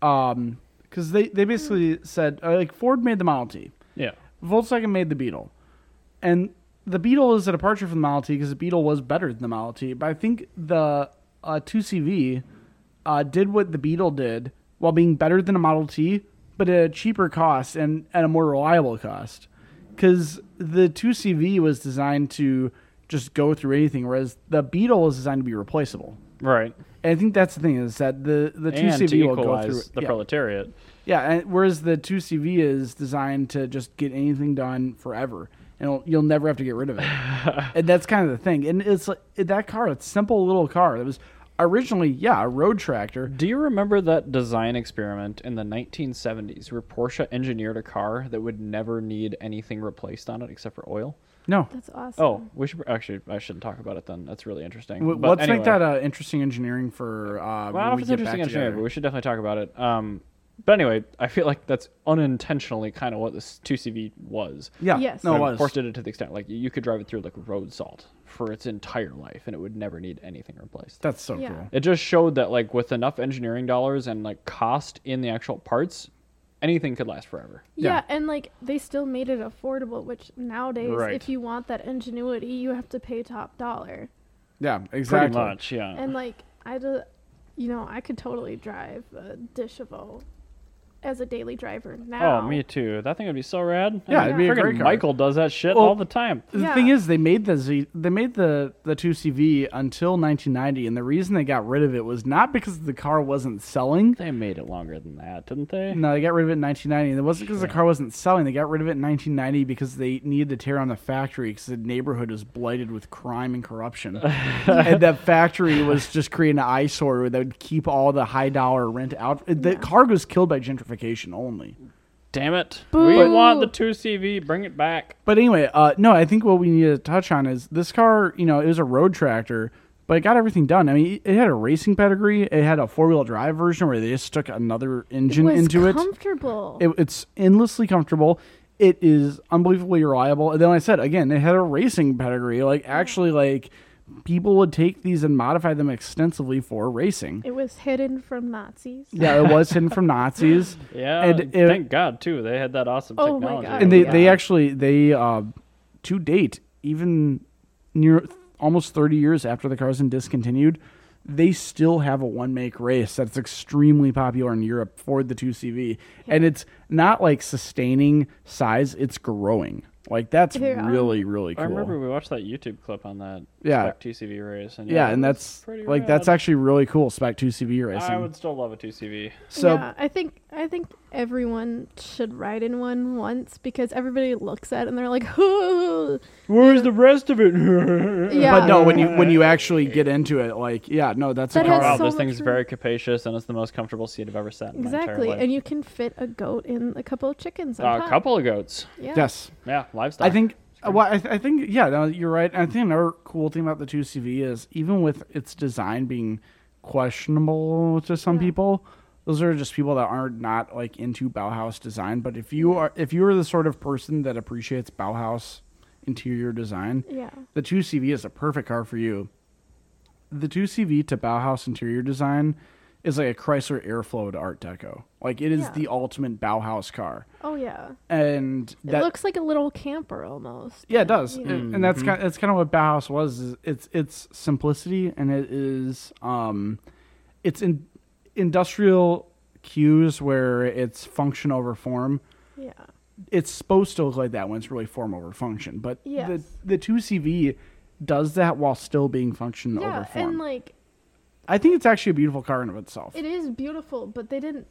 Speaker 2: um, because they they basically said uh, like Ford made the Model T,
Speaker 1: Yeah.
Speaker 2: Volkswagen made the Beetle, and the Beetle is a departure uh, from the Model T because the Beetle was better than the Model T. But I think the two CV uh, did what the Beetle did while being better than a Model T, but at a cheaper cost and at a more reliable cost. Because the 2CV was designed to just go through anything, whereas the Beetle is designed to be replaceable.
Speaker 1: Right.
Speaker 2: And I think that's the thing is that the the two
Speaker 1: and to
Speaker 2: CV will go
Speaker 1: equalize
Speaker 2: through
Speaker 1: the
Speaker 2: yeah.
Speaker 1: proletariat.
Speaker 2: Yeah, and whereas the two CV is designed to just get anything done forever, and it'll- you'll never have to get rid of it. and that's kind of the thing. And it's like that car, it's a simple little car that was originally, yeah, a road tractor.
Speaker 1: Do you remember that design experiment in the 1970s where Porsche engineered a car that would never need anything replaced on it except for oil?
Speaker 2: No,
Speaker 4: That's awesome.
Speaker 1: Oh, we should actually. I shouldn't talk about it then. That's really interesting.
Speaker 2: W-
Speaker 1: But
Speaker 2: let's
Speaker 1: anyway.
Speaker 2: make that uh, interesting engineering for. Uh,
Speaker 1: Well, I
Speaker 2: when
Speaker 1: don't know if
Speaker 2: we
Speaker 1: it's
Speaker 2: get
Speaker 1: interesting
Speaker 2: back
Speaker 1: engineering,
Speaker 2: together.
Speaker 1: but we should definitely talk about it. Um, but anyway, I feel like that's unintentionally kind of what this 2CV was.
Speaker 2: yeah,
Speaker 4: Yes.
Speaker 2: no, it
Speaker 1: And
Speaker 2: was.
Speaker 1: Porsche did it to the extent like you could drive it through like road salt for its entire life, and it would never need anything replaced.
Speaker 2: That's so
Speaker 4: Yeah.
Speaker 2: cool.
Speaker 1: It just showed that like with enough engineering dollars and like cost in the actual parts, anything could last forever.
Speaker 4: Yeah, and like they still made it affordable, which nowadays,
Speaker 1: Right.
Speaker 4: if you want that ingenuity, you have to pay top dollar.
Speaker 2: Yeah, exactly.
Speaker 1: Pretty much, yeah.
Speaker 4: And like I do, you know, I could totally drive a Dishavo as a daily driver now.
Speaker 1: Oh, me too. That thing would be so rad.
Speaker 2: Yeah,
Speaker 1: I mean,
Speaker 2: it'd be a
Speaker 1: friggin'
Speaker 2: great car.
Speaker 1: Michael does that shit
Speaker 2: Well-
Speaker 1: all the time.
Speaker 2: The
Speaker 4: Yeah.
Speaker 2: thing is, they made the Z, they made the the two CV until 1990, and the reason they got rid of it was not because the car wasn't selling.
Speaker 1: They made it longer than that, didn't they?
Speaker 2: No, they got rid of it in 1990. And it wasn't because the car wasn't selling. They got rid of it in 1990 because they needed to tear on the factory because the neighborhood was blighted with crime and corruption. and that factory was just creating an eyesore that would keep all the high dollar rent out. The car was killed by gentrification only.
Speaker 1: Damn it. We
Speaker 4: Boo.
Speaker 1: want the 2CV. Bring it back.
Speaker 2: But anyway, uh, no, I think what we need to touch on is this car. You know, it was a road tractor, but it got everything done. I mean, it had a racing pedigree. It had a four wheel drive version where they just stuck another
Speaker 4: It
Speaker 2: engine
Speaker 4: was
Speaker 2: into it.
Speaker 4: comfortable.
Speaker 2: It- It's endlessly comfortable. It is unbelievably reliable. And then I said again, it had a racing pedigree. Like actually, like people would take these and modify them extensively for racing.
Speaker 4: It was hidden from Nazis.
Speaker 2: Yeah, it was hidden from Nazis.
Speaker 1: Yeah.
Speaker 2: And
Speaker 1: and
Speaker 2: it-
Speaker 1: thank God, too. They had that awesome
Speaker 4: Oh my
Speaker 1: technology.
Speaker 4: God.
Speaker 2: and they,
Speaker 4: Yeah.
Speaker 2: they actually they uh, to date even near almost 30 years after the car's been discontinued they still have a one make race that's extremely popular in europe for the 2cv and it's not like sustaining size it's growing like that's
Speaker 4: Yeah.
Speaker 2: really really cool
Speaker 1: I remember we watched that YouTube clip on that
Speaker 2: Yeah.
Speaker 1: Spec 2CV race. And
Speaker 2: yeah,
Speaker 1: it
Speaker 2: and
Speaker 1: was
Speaker 2: that's
Speaker 1: pretty
Speaker 2: like
Speaker 1: rad.
Speaker 2: that's actually really cool spec 2cv racing
Speaker 1: I would still love a 2CV.
Speaker 2: so
Speaker 4: yeah, I think I think everyone should ride in one once because everybody looks at it and they're like, "Ooh,
Speaker 1: Where's the rest of it?
Speaker 4: yeah."
Speaker 2: but no when you when you actually get into it like yeah no that's
Speaker 4: That
Speaker 2: a car
Speaker 4: has
Speaker 1: wow,
Speaker 4: so
Speaker 1: this
Speaker 4: much
Speaker 1: thing's
Speaker 4: room.
Speaker 1: very capacious, and it's the most comfortable seat I've ever sat in
Speaker 4: exactly,
Speaker 1: my entire
Speaker 4: and
Speaker 1: life.
Speaker 4: you can fit a goat in a couple of chickens. On
Speaker 1: Uh, a
Speaker 4: top.
Speaker 1: couple of goats.
Speaker 4: Yeah.
Speaker 2: yes
Speaker 1: Yeah, livestock.
Speaker 2: I think. uh, Well, I, I think yeah, no, you're right. I think another cool thing about the two CV is even with its design being questionable to some
Speaker 4: Yeah.
Speaker 2: people, those are just people that aren't not like into Bauhaus design. But if you are, if you are the sort of person that appreciates Bauhaus interior design,
Speaker 4: Yeah.
Speaker 2: the two CV is a perfect car for you. The two CV to Bauhaus interior design is like a Chrysler Airflow to Art Deco. Like it is
Speaker 4: Yeah.
Speaker 2: the ultimate Bauhaus car,
Speaker 4: Oh yeah.
Speaker 2: and
Speaker 4: it
Speaker 2: that,
Speaker 4: looks like a little camper almost.
Speaker 2: yeah, it does,
Speaker 4: You
Speaker 2: And-
Speaker 4: know?
Speaker 2: and that's kind that's kind of what Bauhaus was. Is it's it's simplicity, and it is um, it's in industrial cues where it's function over form.
Speaker 4: Yeah.
Speaker 2: It's supposed to look like that when it's really form over function, but the
Speaker 4: Yes.
Speaker 2: the two CV does that while still being function
Speaker 4: Yeah,
Speaker 2: over form.
Speaker 4: and like
Speaker 2: I think it's actually a beautiful car in of itself.
Speaker 4: it is beautiful, but they didn't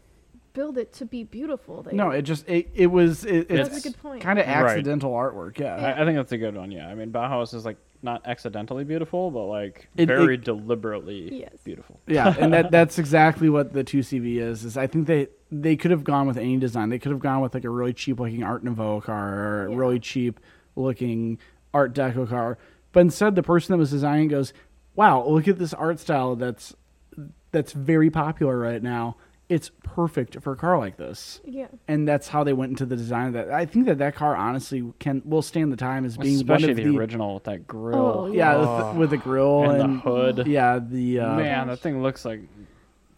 Speaker 4: build it to be beautiful. They,
Speaker 2: no, it just it, it was it,
Speaker 4: That's
Speaker 2: it's
Speaker 4: a good point.
Speaker 2: kind of
Speaker 1: Right.
Speaker 2: accidental artwork. Yeah,
Speaker 1: I, I think that's a good one. Yeah, I mean Bauhaus is like not accidentally beautiful, but like
Speaker 2: It-
Speaker 1: very
Speaker 2: it-
Speaker 1: deliberately
Speaker 4: Yes.
Speaker 1: beautiful.
Speaker 2: yeah and that that's exactly what the 2cv is is i think they they could have gone with any design they could have gone with like a really cheap looking art nouveau car or a
Speaker 4: Yeah.
Speaker 2: really cheap looking art deco car but instead the person that was designing goes wow look at this art style that's that's very popular right now it's perfect for a car like this
Speaker 4: Yeah.
Speaker 2: and that's how they went into the design of that i think that that car honestly can will stand the time as being
Speaker 1: Especially
Speaker 2: one
Speaker 1: the,
Speaker 2: of the,
Speaker 1: original with that
Speaker 4: Oh,
Speaker 1: grill
Speaker 2: yeah
Speaker 1: Oh.
Speaker 2: with, with the grill
Speaker 1: and
Speaker 2: and,
Speaker 1: the hood.
Speaker 2: yeah the uh,
Speaker 1: Man, that thing looks like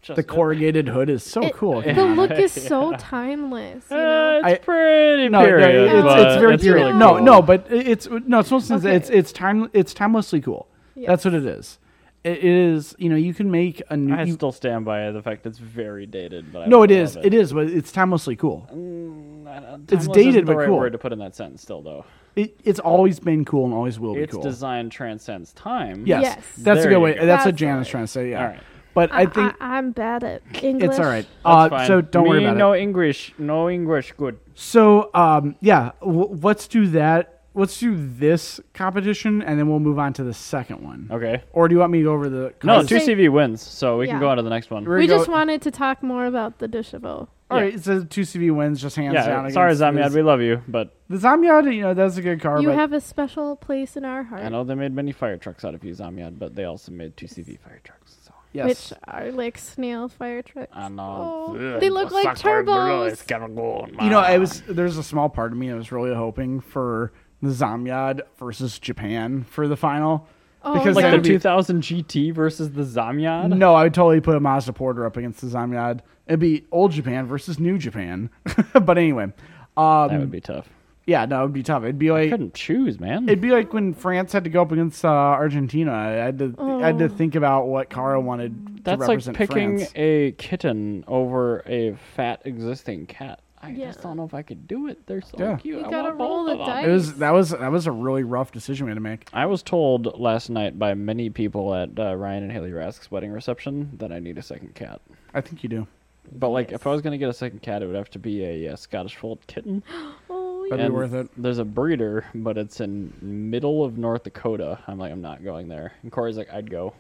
Speaker 1: just
Speaker 2: the corrugated hood is so
Speaker 4: It-
Speaker 2: cool. Uh,
Speaker 4: The look is so timeless. You know?
Speaker 1: Eh,
Speaker 2: I-
Speaker 1: it's pretty
Speaker 2: no, no,
Speaker 1: period.
Speaker 2: it's,
Speaker 1: but
Speaker 2: it's very period.
Speaker 1: really
Speaker 2: no,
Speaker 1: cool.
Speaker 2: no, but it- it's no, it's not since
Speaker 4: Okay.
Speaker 2: it's it's time it's timelessly cool.
Speaker 4: Yes.
Speaker 2: That's what it is. it is you know you can make a new.
Speaker 1: I
Speaker 2: you-
Speaker 1: still stand by the fact it's very dated. But I
Speaker 2: no, it
Speaker 1: love
Speaker 2: is.
Speaker 1: It,
Speaker 2: It is, but it's timelessly cool.
Speaker 1: Mm, I don't-
Speaker 2: It's
Speaker 1: timeless
Speaker 2: dated,
Speaker 1: isn't the
Speaker 2: but
Speaker 1: right
Speaker 2: cool.
Speaker 1: word to put in that sentence still though.
Speaker 2: It, it's always been cool and always will be
Speaker 1: Its
Speaker 2: cool.
Speaker 1: design transcends time.
Speaker 2: Yes,
Speaker 4: Yes.
Speaker 2: that's
Speaker 1: There
Speaker 2: a good
Speaker 1: you
Speaker 2: way.
Speaker 1: go.
Speaker 2: That's what
Speaker 4: That's
Speaker 2: Jan is
Speaker 4: right.
Speaker 2: trying to say. Yeah,
Speaker 1: All right.
Speaker 2: but I think
Speaker 4: I, am bad at English.
Speaker 2: it's all right.
Speaker 1: That's
Speaker 2: Uh,
Speaker 1: fine.
Speaker 2: so don't
Speaker 1: Me,
Speaker 2: worry about it.
Speaker 1: no English. No English. Good.
Speaker 2: So um, yeah, w- let's do that. Let's do this competition, and then we'll move on to the second one.
Speaker 1: Okay.
Speaker 2: Or do you want me to go over the?
Speaker 1: No,
Speaker 4: I'd
Speaker 1: two
Speaker 4: say-
Speaker 1: CV wins, so we
Speaker 4: Yeah.
Speaker 1: can go on to the next one.
Speaker 2: We're
Speaker 4: We
Speaker 2: gonna
Speaker 4: just
Speaker 2: go-
Speaker 4: wanted to talk more about the Dishabo.
Speaker 2: All right, it says two CV wins, just hands down.
Speaker 1: Yeah, sorry,
Speaker 2: against
Speaker 1: Zamyad, we love you, but
Speaker 2: The Zamyad, you know, that's a good card.
Speaker 4: You
Speaker 2: but
Speaker 4: have a special place in our heart,
Speaker 1: I know they made many fire trucks out of you, Zamyad, but they also made two CV fire trucks. So uh,
Speaker 2: yes.
Speaker 4: which are like snail fire trucks.
Speaker 1: I know.
Speaker 4: Oh, they look like turbos.
Speaker 2: you know, I was
Speaker 1: Ah.
Speaker 2: there's a small part of me I was really hoping for the Zamyad versus Japan for the final.
Speaker 4: Oh,
Speaker 2: because
Speaker 4: no.
Speaker 1: like
Speaker 2: that
Speaker 1: the
Speaker 2: would be-
Speaker 1: 2000 GT versus the Zamyad.
Speaker 2: No, I would totally put a Mazda Porter up against the Zamyad. It'd be old Japan versus new Japan. but anyway, um,
Speaker 1: that would be tough.
Speaker 2: yeah, no, it'd be tough. It'd be like
Speaker 1: Couldn't choose, man.
Speaker 2: It'd be like when France had to go up against uh, Argentina. I had to I had to
Speaker 4: Oh.
Speaker 2: think about what Cara wanted to
Speaker 1: That's like
Speaker 2: represent
Speaker 1: picking
Speaker 2: France.
Speaker 1: a kitten over a fat existing cat. I
Speaker 4: Yeah.
Speaker 1: just don't know if I could do it. They're so
Speaker 2: Yeah.
Speaker 1: cute.
Speaker 4: You
Speaker 1: I
Speaker 4: gotta
Speaker 1: want both
Speaker 4: roll the
Speaker 1: of them.
Speaker 4: dice.
Speaker 2: It was that was that was a really rough decision we had to make.
Speaker 1: I was told last night by many people at uh, Ryan and Haley Rask's wedding reception that I need a second cat.
Speaker 2: I think you do.
Speaker 1: But like, if I was gonna get a second cat, it would have to be a, uh Scottish Fold kitten.
Speaker 4: Oh, yeah.
Speaker 2: That'd be worth it.
Speaker 1: There's a breeder, but it's in middle of North Dakota. I'm like, I'm not going there. And Corey's like, I'd go.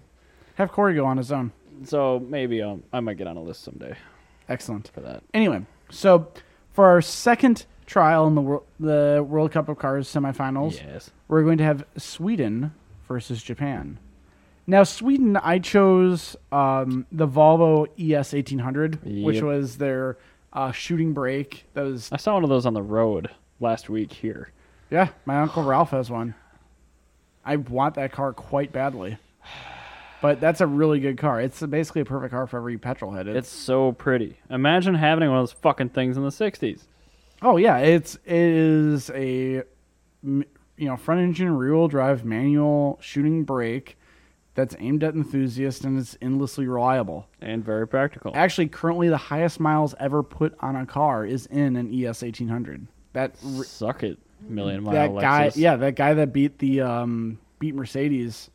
Speaker 2: Have Corey go on his own.
Speaker 1: So maybe um, I might get on a list someday
Speaker 2: Excellent.
Speaker 1: for that.
Speaker 2: Anyway, so for our second trial in the world the World Cup of Cars semifinals,
Speaker 1: Yes.
Speaker 2: we're going to have Sweden versus Japan. Now, Sweden, I chose um, the Volvo ES eighteen hundred, which
Speaker 1: Yep.
Speaker 2: was their uh, shooting brake. That was
Speaker 1: I saw one of those on the road last week here.
Speaker 2: Yeah, my uncle Ralph has one. I want that car quite badly. But that's a really good car. It's basically a perfect car for every petrol head.
Speaker 1: It's so pretty. Imagine having one of those fucking things in the '60s.
Speaker 2: oh yeah, it's it is a m- you know front engine, rear wheel drive, manual shooting brake that's aimed at enthusiasts and it's endlessly reliable.
Speaker 1: And very practical.
Speaker 2: Actually, currently the highest miles ever put on a car is in an ES eighteen hundred. That r-
Speaker 1: Suck it, million mile
Speaker 2: that guy
Speaker 1: Lexus.
Speaker 2: yeah that guy that beat the um beat mercedes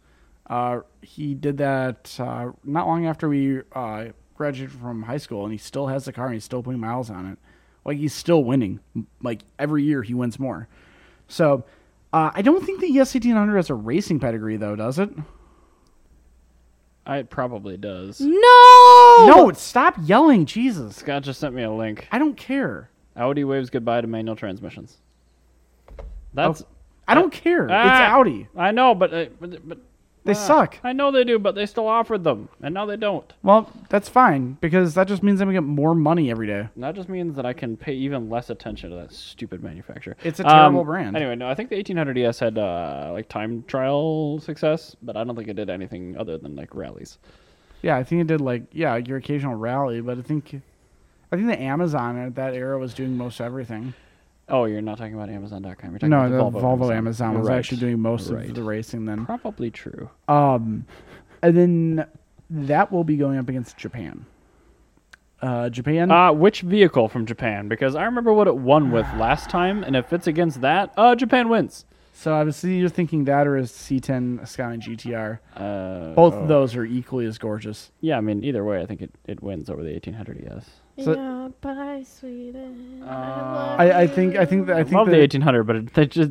Speaker 2: uh he did that uh not long after we uh graduated from high school and he still has the car and he's still putting miles on it like he's still winning like every year he wins more so uh i don't think the es 1800 has a racing pedigree though does it
Speaker 1: I, it probably does.
Speaker 2: Mm.
Speaker 4: No.
Speaker 2: no stop yelling jesus
Speaker 1: Scott just sent me a link.
Speaker 2: i don't care
Speaker 1: Audi waves goodbye to manual transmissions. That's
Speaker 2: i don't care it's
Speaker 1: Ah!
Speaker 2: audi
Speaker 1: I know, but uh, but, but
Speaker 2: they suck
Speaker 1: I know they do, but they still offered them, and now they don't.
Speaker 2: well that's fine because that just means i'm gonna get more money every day
Speaker 1: And that just means that I can pay even less attention to that stupid manufacturer. Um,
Speaker 2: It's a terrible brand.
Speaker 1: Anyway, no, I think the 1800 ES had uh, like time trial success, but I don't think it did anything other than like rallies.
Speaker 2: Yeah, I think it did like yeah your occasional rally, but I think I think the Amazon at that era was doing most everything.
Speaker 1: Oh, you're not talking about Amazon.com. You're talking
Speaker 2: No,
Speaker 1: about
Speaker 2: the Volvo, Amazon,
Speaker 1: You're
Speaker 2: was
Speaker 1: right.
Speaker 2: actually doing most
Speaker 1: Right.
Speaker 2: of the racing then.
Speaker 1: Probably true.
Speaker 2: Um, and then that will be going up against Japan. Uh, Japan.
Speaker 1: Uh, which vehicle from Japan? Because I remember what it won with last time, and if it's against that, uh, Japan wins.
Speaker 2: so I was either thinking that or is C10 Skyline GTR.
Speaker 1: Uh,
Speaker 2: Both of those are equally as gorgeous.
Speaker 1: Yeah, I mean, either way, I think it, it wins over the 1800 ES.
Speaker 2: So-
Speaker 4: yeah, bye, Sweden.
Speaker 1: Uh,
Speaker 2: I, I think I think that I
Speaker 1: I
Speaker 2: think
Speaker 1: love the
Speaker 2: that-
Speaker 1: 1800, but it, it just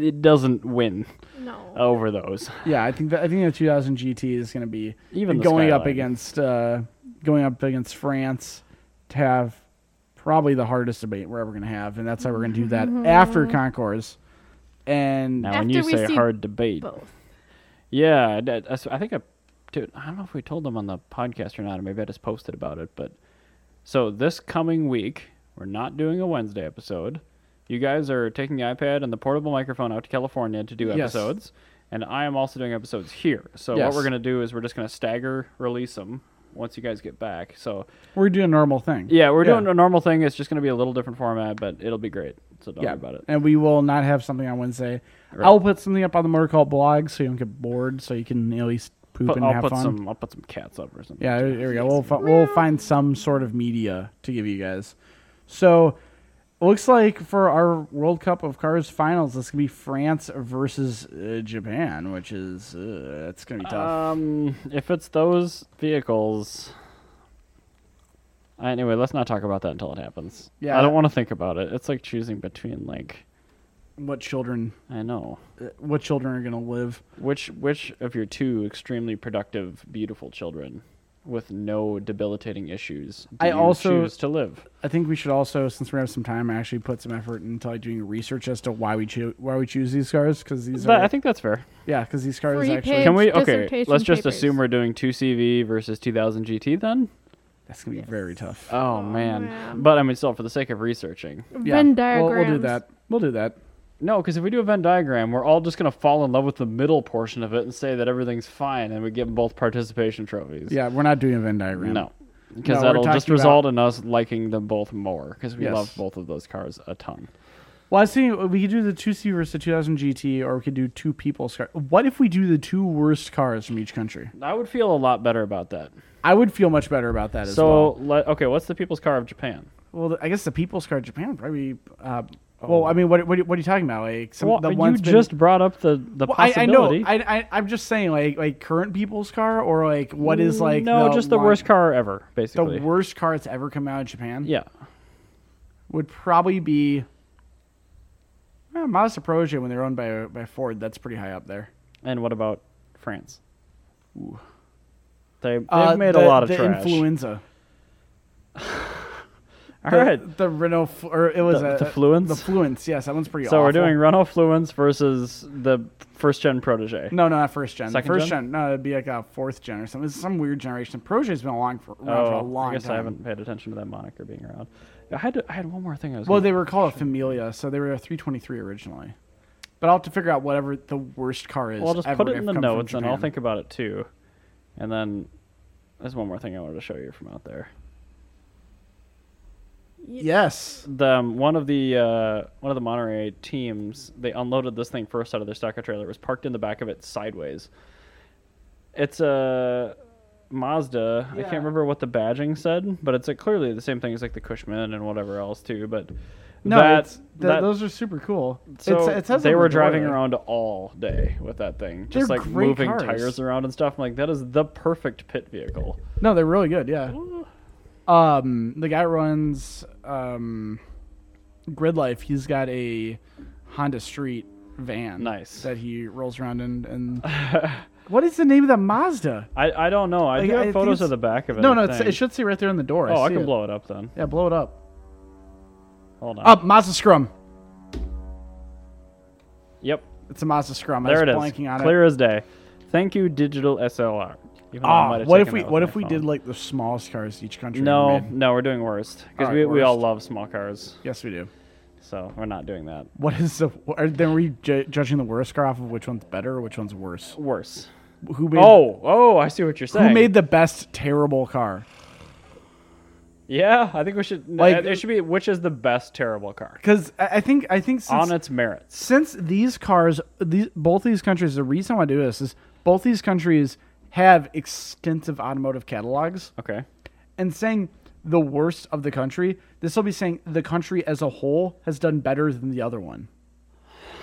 Speaker 1: it doesn't win
Speaker 4: no.
Speaker 1: over those.
Speaker 2: yeah I think that I think the 2000 GT is going to be
Speaker 1: Even the
Speaker 2: going up
Speaker 1: Skyline.
Speaker 2: against uh, going up against France to have probably the hardest debate we're ever going to have, and that's how we're going to do that after Concours. And
Speaker 1: Now, when
Speaker 4: After
Speaker 1: you
Speaker 4: we
Speaker 1: say
Speaker 4: see
Speaker 1: hard debate,
Speaker 4: Both.
Speaker 1: yeah, I, did- I s- I think I, dude, I don't know if we told them on the podcast or not, or maybe I just posted about it. But so this coming week, we're not doing a Wednesday episode. You guys are taking the iPad and the portable microphone out to California to do
Speaker 2: Yes.
Speaker 1: episodes, and I am also doing episodes here. So
Speaker 2: Yes.
Speaker 1: what we're gonna do is we're just gonna stagger release them once you guys get back. So
Speaker 2: we're doing a normal thing.
Speaker 1: yeah, we're doing a normal thing. It's just gonna be a little different format, but it'll be great. So don't
Speaker 2: yeah
Speaker 1: worry about it.
Speaker 2: And we will not have something on Wednesday.
Speaker 1: Right.
Speaker 2: I'll put something up on the Motor Cult blog so you don't get bored, so you can at least poop
Speaker 1: Put-
Speaker 2: and
Speaker 1: I'll
Speaker 2: have
Speaker 1: put
Speaker 2: fun.
Speaker 1: some. I'll put some cats up or something.
Speaker 2: Yeah,
Speaker 1: too.
Speaker 2: there there we go. We'll fi- we'll find some sort of media to give you guys. So, it looks like for our World Cup of Cars finals, this can be France versus uh, Japan, which is uh, that's gonna be tough.
Speaker 1: Um, if it's those vehicles. Anyway, let's not talk about that until it happens.
Speaker 2: Yeah.
Speaker 1: I don't want to think about it. It's like choosing between like
Speaker 2: what children?
Speaker 1: I know
Speaker 2: uh, What children are gonna live?
Speaker 1: which which of your two extremely productive, beautiful children with no debilitating issues do
Speaker 2: I
Speaker 1: you
Speaker 2: also-
Speaker 1: choose to live.
Speaker 2: I think we should also, since we have some time, actually put some effort into like doing research as to why we cho- why we choose these cars because these
Speaker 1: That-
Speaker 2: are
Speaker 1: I think that's fair.
Speaker 2: yeah because these cars
Speaker 4: Free
Speaker 2: actually
Speaker 4: pig.
Speaker 1: Can we?
Speaker 4: It's
Speaker 1: Okay, let's
Speaker 4: dissertation
Speaker 1: just
Speaker 4: papers.
Speaker 1: assume we're doing two CV versus 2000 GT then.
Speaker 2: that's gonna be very tough.
Speaker 1: Oh, man.
Speaker 4: man.
Speaker 1: But I mean, still for the sake of researching.
Speaker 2: Yeah,
Speaker 4: Venn
Speaker 2: we'll-
Speaker 4: diagrams.
Speaker 2: we'll do that. We'll do that.
Speaker 1: No, because if we do a Venn diagram, we're all just gonna fall in love with the middle portion of it and say that everything's fine, and we give 'em both participation trophies.
Speaker 2: Yeah, we're not doing a Venn diagram.
Speaker 1: No, because
Speaker 2: we're
Speaker 1: that'll just
Speaker 2: talking about-
Speaker 1: result in us liking them both more because we
Speaker 2: Yes.
Speaker 1: love both of those cars a ton.
Speaker 2: Well, I was thinking we could do the two C versus the 2000 GT, or we could do two people's cars. What if we do the two worst cars from each country?
Speaker 1: I would feel a lot better about that.
Speaker 2: I would feel much better about that as
Speaker 1: so,
Speaker 2: well.
Speaker 1: let, okay, what's the people's car of Japan?
Speaker 2: Well, the- I guess the people's car Japan would probably. Uh, Well, I mean, what, what, what are you talking about? Like some,
Speaker 1: well,
Speaker 2: the
Speaker 1: you
Speaker 2: one's been-
Speaker 1: just brought up the the
Speaker 2: Well, I, I know.
Speaker 1: possibility.
Speaker 2: I, I I'm just saying, like like current people's car, or like what is like
Speaker 1: no, just the
Speaker 2: one-
Speaker 1: worst car ever,
Speaker 2: the
Speaker 1: basically.
Speaker 2: worst car that's ever come out of Japan.
Speaker 1: Yeah,
Speaker 2: would probably be. Well, Mazda Proje when they're owned by by Ford. That's pretty high up there.
Speaker 1: and what about France? They, they've
Speaker 2: Uh,
Speaker 1: made
Speaker 2: the-
Speaker 1: a lot of
Speaker 2: the
Speaker 1: trash.
Speaker 2: influenza.
Speaker 1: All
Speaker 2: The,
Speaker 1: right,
Speaker 2: the Renault, F- or it was
Speaker 1: The-
Speaker 2: a,
Speaker 1: the Fluence?
Speaker 2: The Fluence, yes, that one's pretty.
Speaker 1: So we're
Speaker 2: awful.
Speaker 1: doing Renault Fluence versus the first gen Protege.
Speaker 2: No, no, not first gen.
Speaker 1: Second
Speaker 2: first
Speaker 1: gen?
Speaker 2: gen? No, it'd be like a fourth gen or something. It's some weird generation. Proje's been along for, around for a long
Speaker 1: Oh, I guess
Speaker 2: time.
Speaker 1: I haven't paid attention to that moniker being around. I had to, I had one more thing. I was
Speaker 2: Well,
Speaker 1: gonna-
Speaker 2: they were called a Familia, so they were a 323 originally. But I'll have to figure out whatever the worst car is.
Speaker 1: Well, I'll just
Speaker 2: ever
Speaker 1: put it
Speaker 2: to
Speaker 1: in
Speaker 2: have
Speaker 1: the
Speaker 2: come from
Speaker 1: notes, and I'll
Speaker 2: Japan.
Speaker 1: think about it too. And then there's one more thing I wanted to show you from out there.
Speaker 2: Yes.
Speaker 1: The um, one of the uh, one of the Monterey teams, they unloaded this thing first out of their stacker trailer. It was parked in the back of it sideways. It's a Mazda. I can't
Speaker 3: Yeah.
Speaker 1: remember what the badging said, but it's like clearly the same thing as like the Cushman and whatever else too. But
Speaker 2: No,
Speaker 1: that,
Speaker 2: it's- th-
Speaker 1: that
Speaker 2: those are super cool.
Speaker 1: So
Speaker 2: it's, it says
Speaker 1: they
Speaker 2: on
Speaker 1: were
Speaker 2: the
Speaker 1: driving
Speaker 2: door.
Speaker 1: around all day with that thing, just
Speaker 2: They're
Speaker 1: like
Speaker 2: great
Speaker 1: moving
Speaker 2: cars.
Speaker 1: tires around and stuff. I'm like, that is the perfect pit vehicle.
Speaker 2: No, they're really good. Yeah. Um, the guy runs um, Grid Life. He's got a Honda Street van.
Speaker 1: Nice.
Speaker 2: That he rolls around in. And what is the name of that Mazda?
Speaker 1: I, I don't know. I
Speaker 2: Like,
Speaker 1: do
Speaker 2: I
Speaker 1: have
Speaker 2: think
Speaker 1: photos
Speaker 2: it's-
Speaker 1: of the back of it.
Speaker 2: No,
Speaker 1: I
Speaker 2: no, it's,
Speaker 1: think.
Speaker 2: it should say right there on the door.
Speaker 1: Oh, I,
Speaker 2: see
Speaker 1: can
Speaker 2: it.
Speaker 1: blow it up then.
Speaker 2: Yeah, blow it up.
Speaker 1: Hold on.
Speaker 2: Up, Mazda Scrum.
Speaker 1: Yep,
Speaker 2: It's a Mazda Scrum. I
Speaker 1: there it
Speaker 2: was
Speaker 1: is.
Speaker 2: blanking on
Speaker 1: Clear
Speaker 2: it.
Speaker 1: as day. Thank you, digital SLR. Even though I might
Speaker 2: Ah,
Speaker 1: have
Speaker 2: what if
Speaker 1: taken
Speaker 2: we
Speaker 1: that with
Speaker 2: what
Speaker 1: my
Speaker 2: if we
Speaker 1: phone.
Speaker 2: did like the smallest cars each country? ever
Speaker 1: No,
Speaker 2: made?
Speaker 1: no, we're doing worst because
Speaker 2: All
Speaker 1: we,
Speaker 2: right,
Speaker 1: we all
Speaker 2: worst.
Speaker 1: love small cars,
Speaker 2: Yes, we do.
Speaker 1: so we're not doing that.
Speaker 2: What is the? Are, then are we ju- judging the worst car off of which one's better or which one's worse?
Speaker 1: Worse.
Speaker 2: Who made?
Speaker 1: Oh, oh, I see what you're saying.
Speaker 2: Who made the best terrible car?
Speaker 1: Yeah, I think we should.
Speaker 2: Like-
Speaker 1: it should be which is the best terrible car
Speaker 2: Because I I think I think since,
Speaker 1: on its merits.
Speaker 2: since these cars, these both these countries, the reason why I do this is both these countries have extensive automotive catalogs,
Speaker 1: Okay.
Speaker 2: and saying the worst of the country, this will be saying the country as a whole has done better than the other one.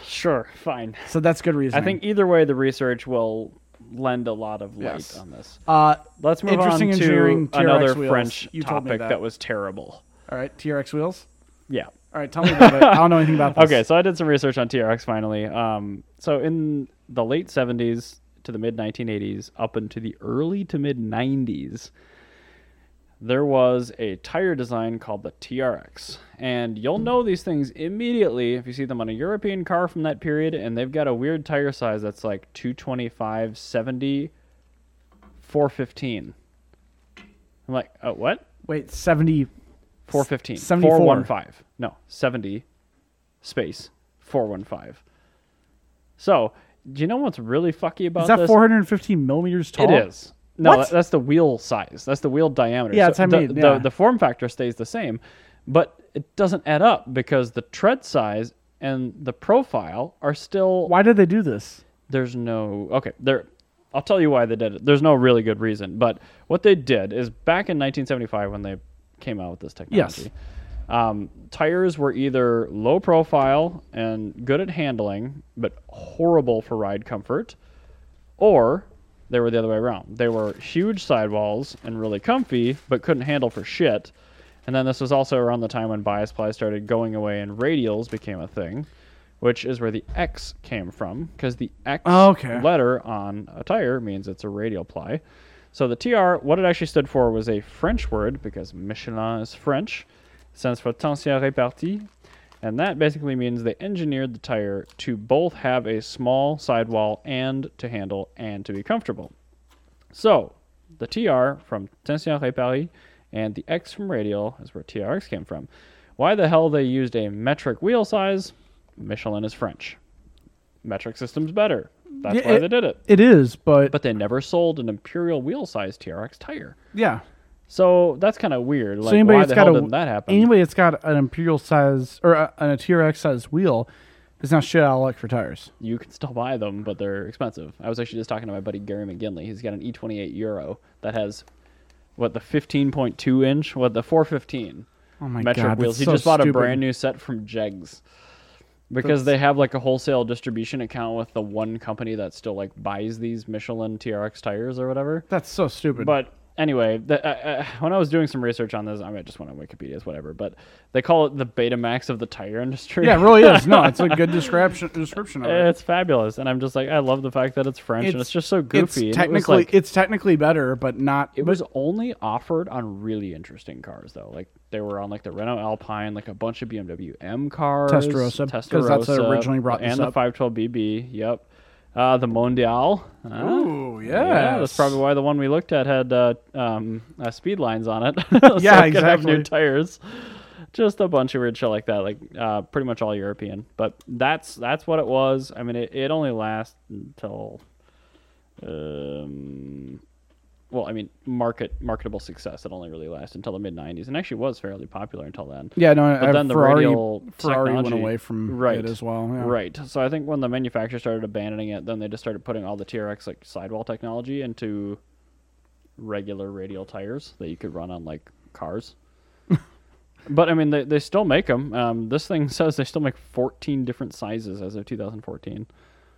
Speaker 1: Sure, fine.
Speaker 2: So that's good reason.
Speaker 1: I think either way, the research will lend a lot of light
Speaker 2: Yes.
Speaker 1: on this.
Speaker 2: Uh,
Speaker 1: Let's move on
Speaker 2: Interesting engineering,
Speaker 1: to
Speaker 2: TRX
Speaker 1: another
Speaker 2: wheels.
Speaker 1: French
Speaker 2: You told me
Speaker 1: topic
Speaker 2: that.
Speaker 1: that. was terrible.
Speaker 2: all right, TRX wheels.
Speaker 1: Yeah.
Speaker 2: All right, tell me about it. I don't know anything about this.
Speaker 1: Okay, so I did some research on TRX finally. Um, so in the late 70s to the mid 1980s, up into the early to mid 90s, there was a tire design called the TRX. And you'll know these things immediately if you see them on a European car from that period, and they've got a weird tire size that's like 225, 70, 415. I'm like, oh, what?
Speaker 2: Wait, seventy.
Speaker 1: 415.
Speaker 2: 74.
Speaker 1: 415. No, 70 space 415. So, do you know what's really fucky about
Speaker 2: Is that
Speaker 1: this?
Speaker 2: four hundred and fifteen millimeters tall?
Speaker 1: It is. No,
Speaker 2: What?
Speaker 1: that- that's the wheel size. That's the wheel diameter.
Speaker 2: Yeah,
Speaker 1: So
Speaker 2: that's what I
Speaker 1: the,
Speaker 2: mean,
Speaker 1: the-
Speaker 2: yeah.
Speaker 1: the form factor stays the same, but it doesn't add up because the tread size and the profile are still
Speaker 2: Why did they do this?
Speaker 1: there's no okay there I'll tell you why they did it. There's no really good reason, but what they did is back in 1975 when they came out with this technology.
Speaker 2: Yes.
Speaker 1: Um, tires were either low profile and good at handling, but horrible for ride comfort, or they were the other way around. They were huge sidewalls and really comfy, but couldn't handle for shit. And then this was also around the time when bias ply started going away and radials became a thing, which is where the X came from, because the X
Speaker 2: Oh, okay.
Speaker 1: letter on a tire means it's a radial ply. So the TR, what it actually stood for was a French word, because Michelin is French, stands for tension répartie, and that basically means they engineered the tire to both have a small sidewall and to handle and to be comfortable. So, the TR from Tension Réparée and the X from Radial is where TRX came from. Why the hell they used a metric wheel size? Michelin is French. Metric system's better. That's
Speaker 2: Yeah,
Speaker 1: why
Speaker 2: it-
Speaker 1: they did it.
Speaker 2: It is, but,
Speaker 1: But they never sold an imperial wheel size TRX tire.
Speaker 2: yeah.
Speaker 1: So that's kind of weird. Like,
Speaker 2: so anybody
Speaker 1: why
Speaker 2: that's
Speaker 1: the
Speaker 2: got
Speaker 1: hell
Speaker 2: a
Speaker 1: did that happen?
Speaker 2: anybody that's got an imperial size or a, a TRX size wheel is now shit out of luck for tires.
Speaker 1: you can still buy them, but they're expensive. I was actually just talking to my buddy Gary McGinley. He's got an E28 Euro that has what the 15.2 inch, what the 415
Speaker 2: Oh my
Speaker 1: metric
Speaker 2: god,
Speaker 1: wheels.
Speaker 2: that's
Speaker 1: He
Speaker 2: so
Speaker 1: just bought a
Speaker 2: stupid.
Speaker 1: brand new set from Jegs because
Speaker 2: That's-
Speaker 1: they have like a wholesale distribution account with the one company that still like buys these Michelin TRX tires or whatever.
Speaker 2: That's so stupid.
Speaker 1: But anyway, the, uh, uh, when I was doing some research on this, I mean, I just went on Wikipedia, it's whatever. But they call it the Betamax of the tire industry.
Speaker 2: yeah, it really is. No, it's a good description description of it.
Speaker 1: It's fabulous, and I'm just like, I love the fact that it's French and it's just so goofy.
Speaker 2: It's
Speaker 1: and it was,
Speaker 2: technically,
Speaker 1: like-
Speaker 2: it's technically better, but not.
Speaker 1: it was only offered on really interesting cars though. Like they were on like the Renault Alpine, like a bunch of BMW M cars,
Speaker 2: Testarossa, 'cause that's what
Speaker 1: Testarossa,
Speaker 2: originally brought this
Speaker 1: and
Speaker 2: up.
Speaker 1: the 512BB. Yep, uh, the Mondial. Uh,
Speaker 2: Ooh,
Speaker 1: yeah,
Speaker 2: yes.
Speaker 1: that's probably why the one we looked at had uh, um, uh, speed lines on it. so
Speaker 2: Yeah,
Speaker 1: it could have
Speaker 2: exactly.
Speaker 1: new tires. Just a bunch of weird shit like that, like uh, pretty much all European. But that's that's what it was. I mean, it, it only lasts until, um, well, I mean, market marketable success. It only really lasts until the mid '90s, and actually was fairly popular until then.
Speaker 2: Yeah, no,
Speaker 1: But
Speaker 2: uh,
Speaker 1: then the
Speaker 2: Ferrari,
Speaker 1: radial
Speaker 2: Ferrari went
Speaker 1: technology-
Speaker 2: away from
Speaker 1: Right.
Speaker 2: it as well. yeah.
Speaker 1: Right. So I think when the manufacturer started abandoning it, then they just started putting all the TRX like sidewall technology into regular radial tires that you could run on like cars. but I mean, they they still make them. Um, this thing says they still make 14 different sizes as of 2014.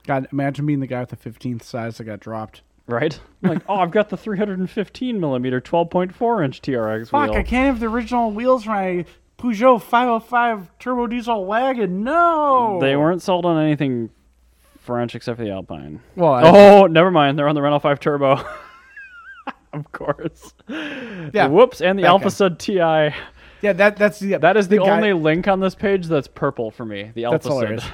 Speaker 2: God, imagine being the guy with the 15th size that got dropped.
Speaker 1: Right? like, oh, I've got the 315 millimeter 12.4 inch TRX wheel.
Speaker 2: can't have the original wheels for my Peugeot 505 turbo diesel wagon. No,
Speaker 1: They weren't sold on anything French except for the Alpine.
Speaker 2: Well, I-
Speaker 1: Oh, never mind. They're on the Renault 5 Turbo. of course.
Speaker 2: Yeah.
Speaker 1: Whoops. And the
Speaker 2: That
Speaker 1: Alpha
Speaker 2: guy.
Speaker 1: Sud TI.
Speaker 2: yeah, that that's the
Speaker 1: That is the,
Speaker 2: guy-
Speaker 1: only link on this page that's purple for me. The
Speaker 2: That's
Speaker 1: Alpha
Speaker 2: hilarious.
Speaker 1: Sud.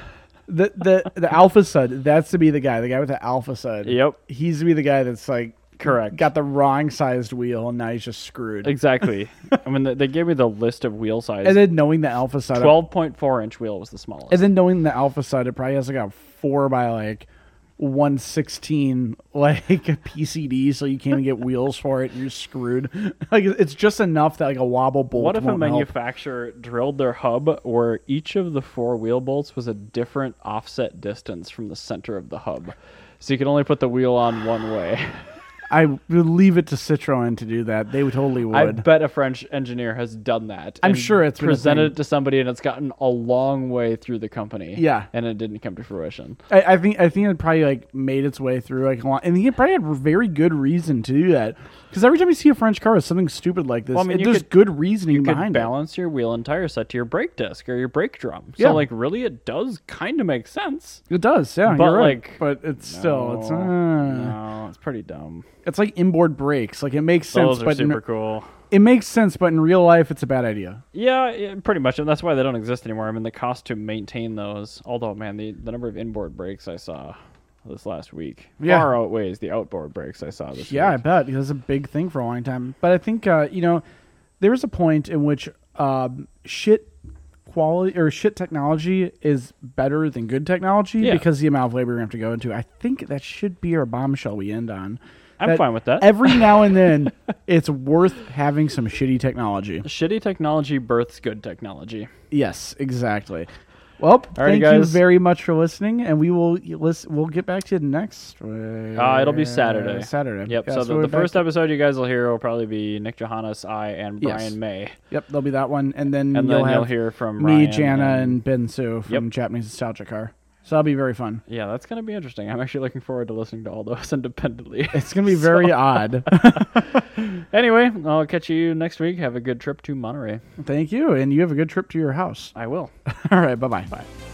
Speaker 2: The the the alpha sud. That's to be the guy. The guy with the alpha sud.
Speaker 1: Yep.
Speaker 2: He's to be the guy that's like
Speaker 1: Correct.
Speaker 2: got the wrong sized wheel and now he's just screwed.
Speaker 1: exactly. I mean, they- they gave me the list of wheel
Speaker 2: And
Speaker 1: sizes.
Speaker 2: then knowing the alpha sud,
Speaker 1: 12.4 inch wheel was the smallest.
Speaker 2: and then knowing the alpha sud, it probably has like a four by like. 116 like PCD, so you can't even get wheels for it. You're screwed. Like it's just enough that like a wobble bolt.
Speaker 1: What if a
Speaker 2: won't help.
Speaker 1: manufacturer drilled their hub where each of the four wheel bolts was a different offset distance from the center of the hub? So you could only put the wheel on one way.
Speaker 2: I would leave it to Citroen to do that. They would totally would.
Speaker 1: I bet a French engineer has done that.
Speaker 2: I'm
Speaker 1: and
Speaker 2: sure it's been a
Speaker 1: presented
Speaker 2: thing.
Speaker 1: it to somebody and it's gotten a long way through the company.
Speaker 2: Yeah.
Speaker 1: And it didn't come to fruition.
Speaker 2: I, I think I think it probably like made its way through like a lot, and he probably had very good reason to do that. Because every time you see a French car with something stupid like this,
Speaker 1: Well, I mean,
Speaker 2: it-
Speaker 1: you
Speaker 2: there's
Speaker 1: could-
Speaker 2: good reasoning
Speaker 1: You could
Speaker 2: behind it.
Speaker 1: balance your wheel and tire set to your brake disc or your brake drum.
Speaker 2: Yeah.
Speaker 1: So like really it does kind of make sense.
Speaker 2: It does, yeah.
Speaker 1: But,
Speaker 2: you're right.
Speaker 1: like,
Speaker 2: but it's still it's uh,
Speaker 1: No, no, it's pretty dumb.
Speaker 2: it's like inboard brakes. Like it makes sense,
Speaker 1: Those are
Speaker 2: but in-
Speaker 1: super cool.
Speaker 2: it makes sense, but in real life, it's a bad idea.
Speaker 1: Yeah, yeah, pretty much, and that's why they don't exist anymore. I mean, the cost to maintain those. Although, man, the, the number of inboard brakes I saw this last week
Speaker 2: Yeah.
Speaker 1: far outweighs the outboard brakes I saw this
Speaker 2: Yeah, I
Speaker 1: week.
Speaker 2: bet it was a big thing for a long time. But I think uh, you know there was a point in which um, shit quality or shit technology is better than good technology
Speaker 1: Yeah.
Speaker 2: because the amount of labor we have to go into. I think that should be our bombshell we end on.
Speaker 1: I'm fine with that.
Speaker 2: Every now and then, it's worth having some shitty technology.
Speaker 1: Shitty technology births good technology.
Speaker 2: Yes, exactly. Well,
Speaker 1: Alrighty,
Speaker 2: thank you
Speaker 1: guys.
Speaker 2: very much for listening, and we will listen. We'll get back to you next.
Speaker 1: Uh, it'll be Saturday.
Speaker 2: Saturday.
Speaker 1: Yep.
Speaker 2: Yeah,
Speaker 1: so the,
Speaker 2: we're
Speaker 1: the
Speaker 2: back-
Speaker 1: first episode you guys will hear will probably be Nick Johannes, I, and
Speaker 2: Yes.
Speaker 1: Brian May,
Speaker 2: Yep, there'll be that one, and then
Speaker 1: and
Speaker 2: Mm, you'll
Speaker 1: then
Speaker 2: have
Speaker 1: you'll hear from
Speaker 2: me,
Speaker 1: Ryan
Speaker 2: Jana, and Ben Sue from
Speaker 1: Yep.
Speaker 2: Japanese Nostalgia Car. So that'll be very fun.
Speaker 1: yeah, that's gonna be interesting. I'm actually looking forward to listening to all those independently.
Speaker 2: It's gonna be very odd.
Speaker 1: anyway, I'll catch you next week. Have a good trip to Monterey.
Speaker 2: Thank you, and you have a good trip to your house.
Speaker 1: I will.
Speaker 2: All right, bye bye.
Speaker 1: Bye.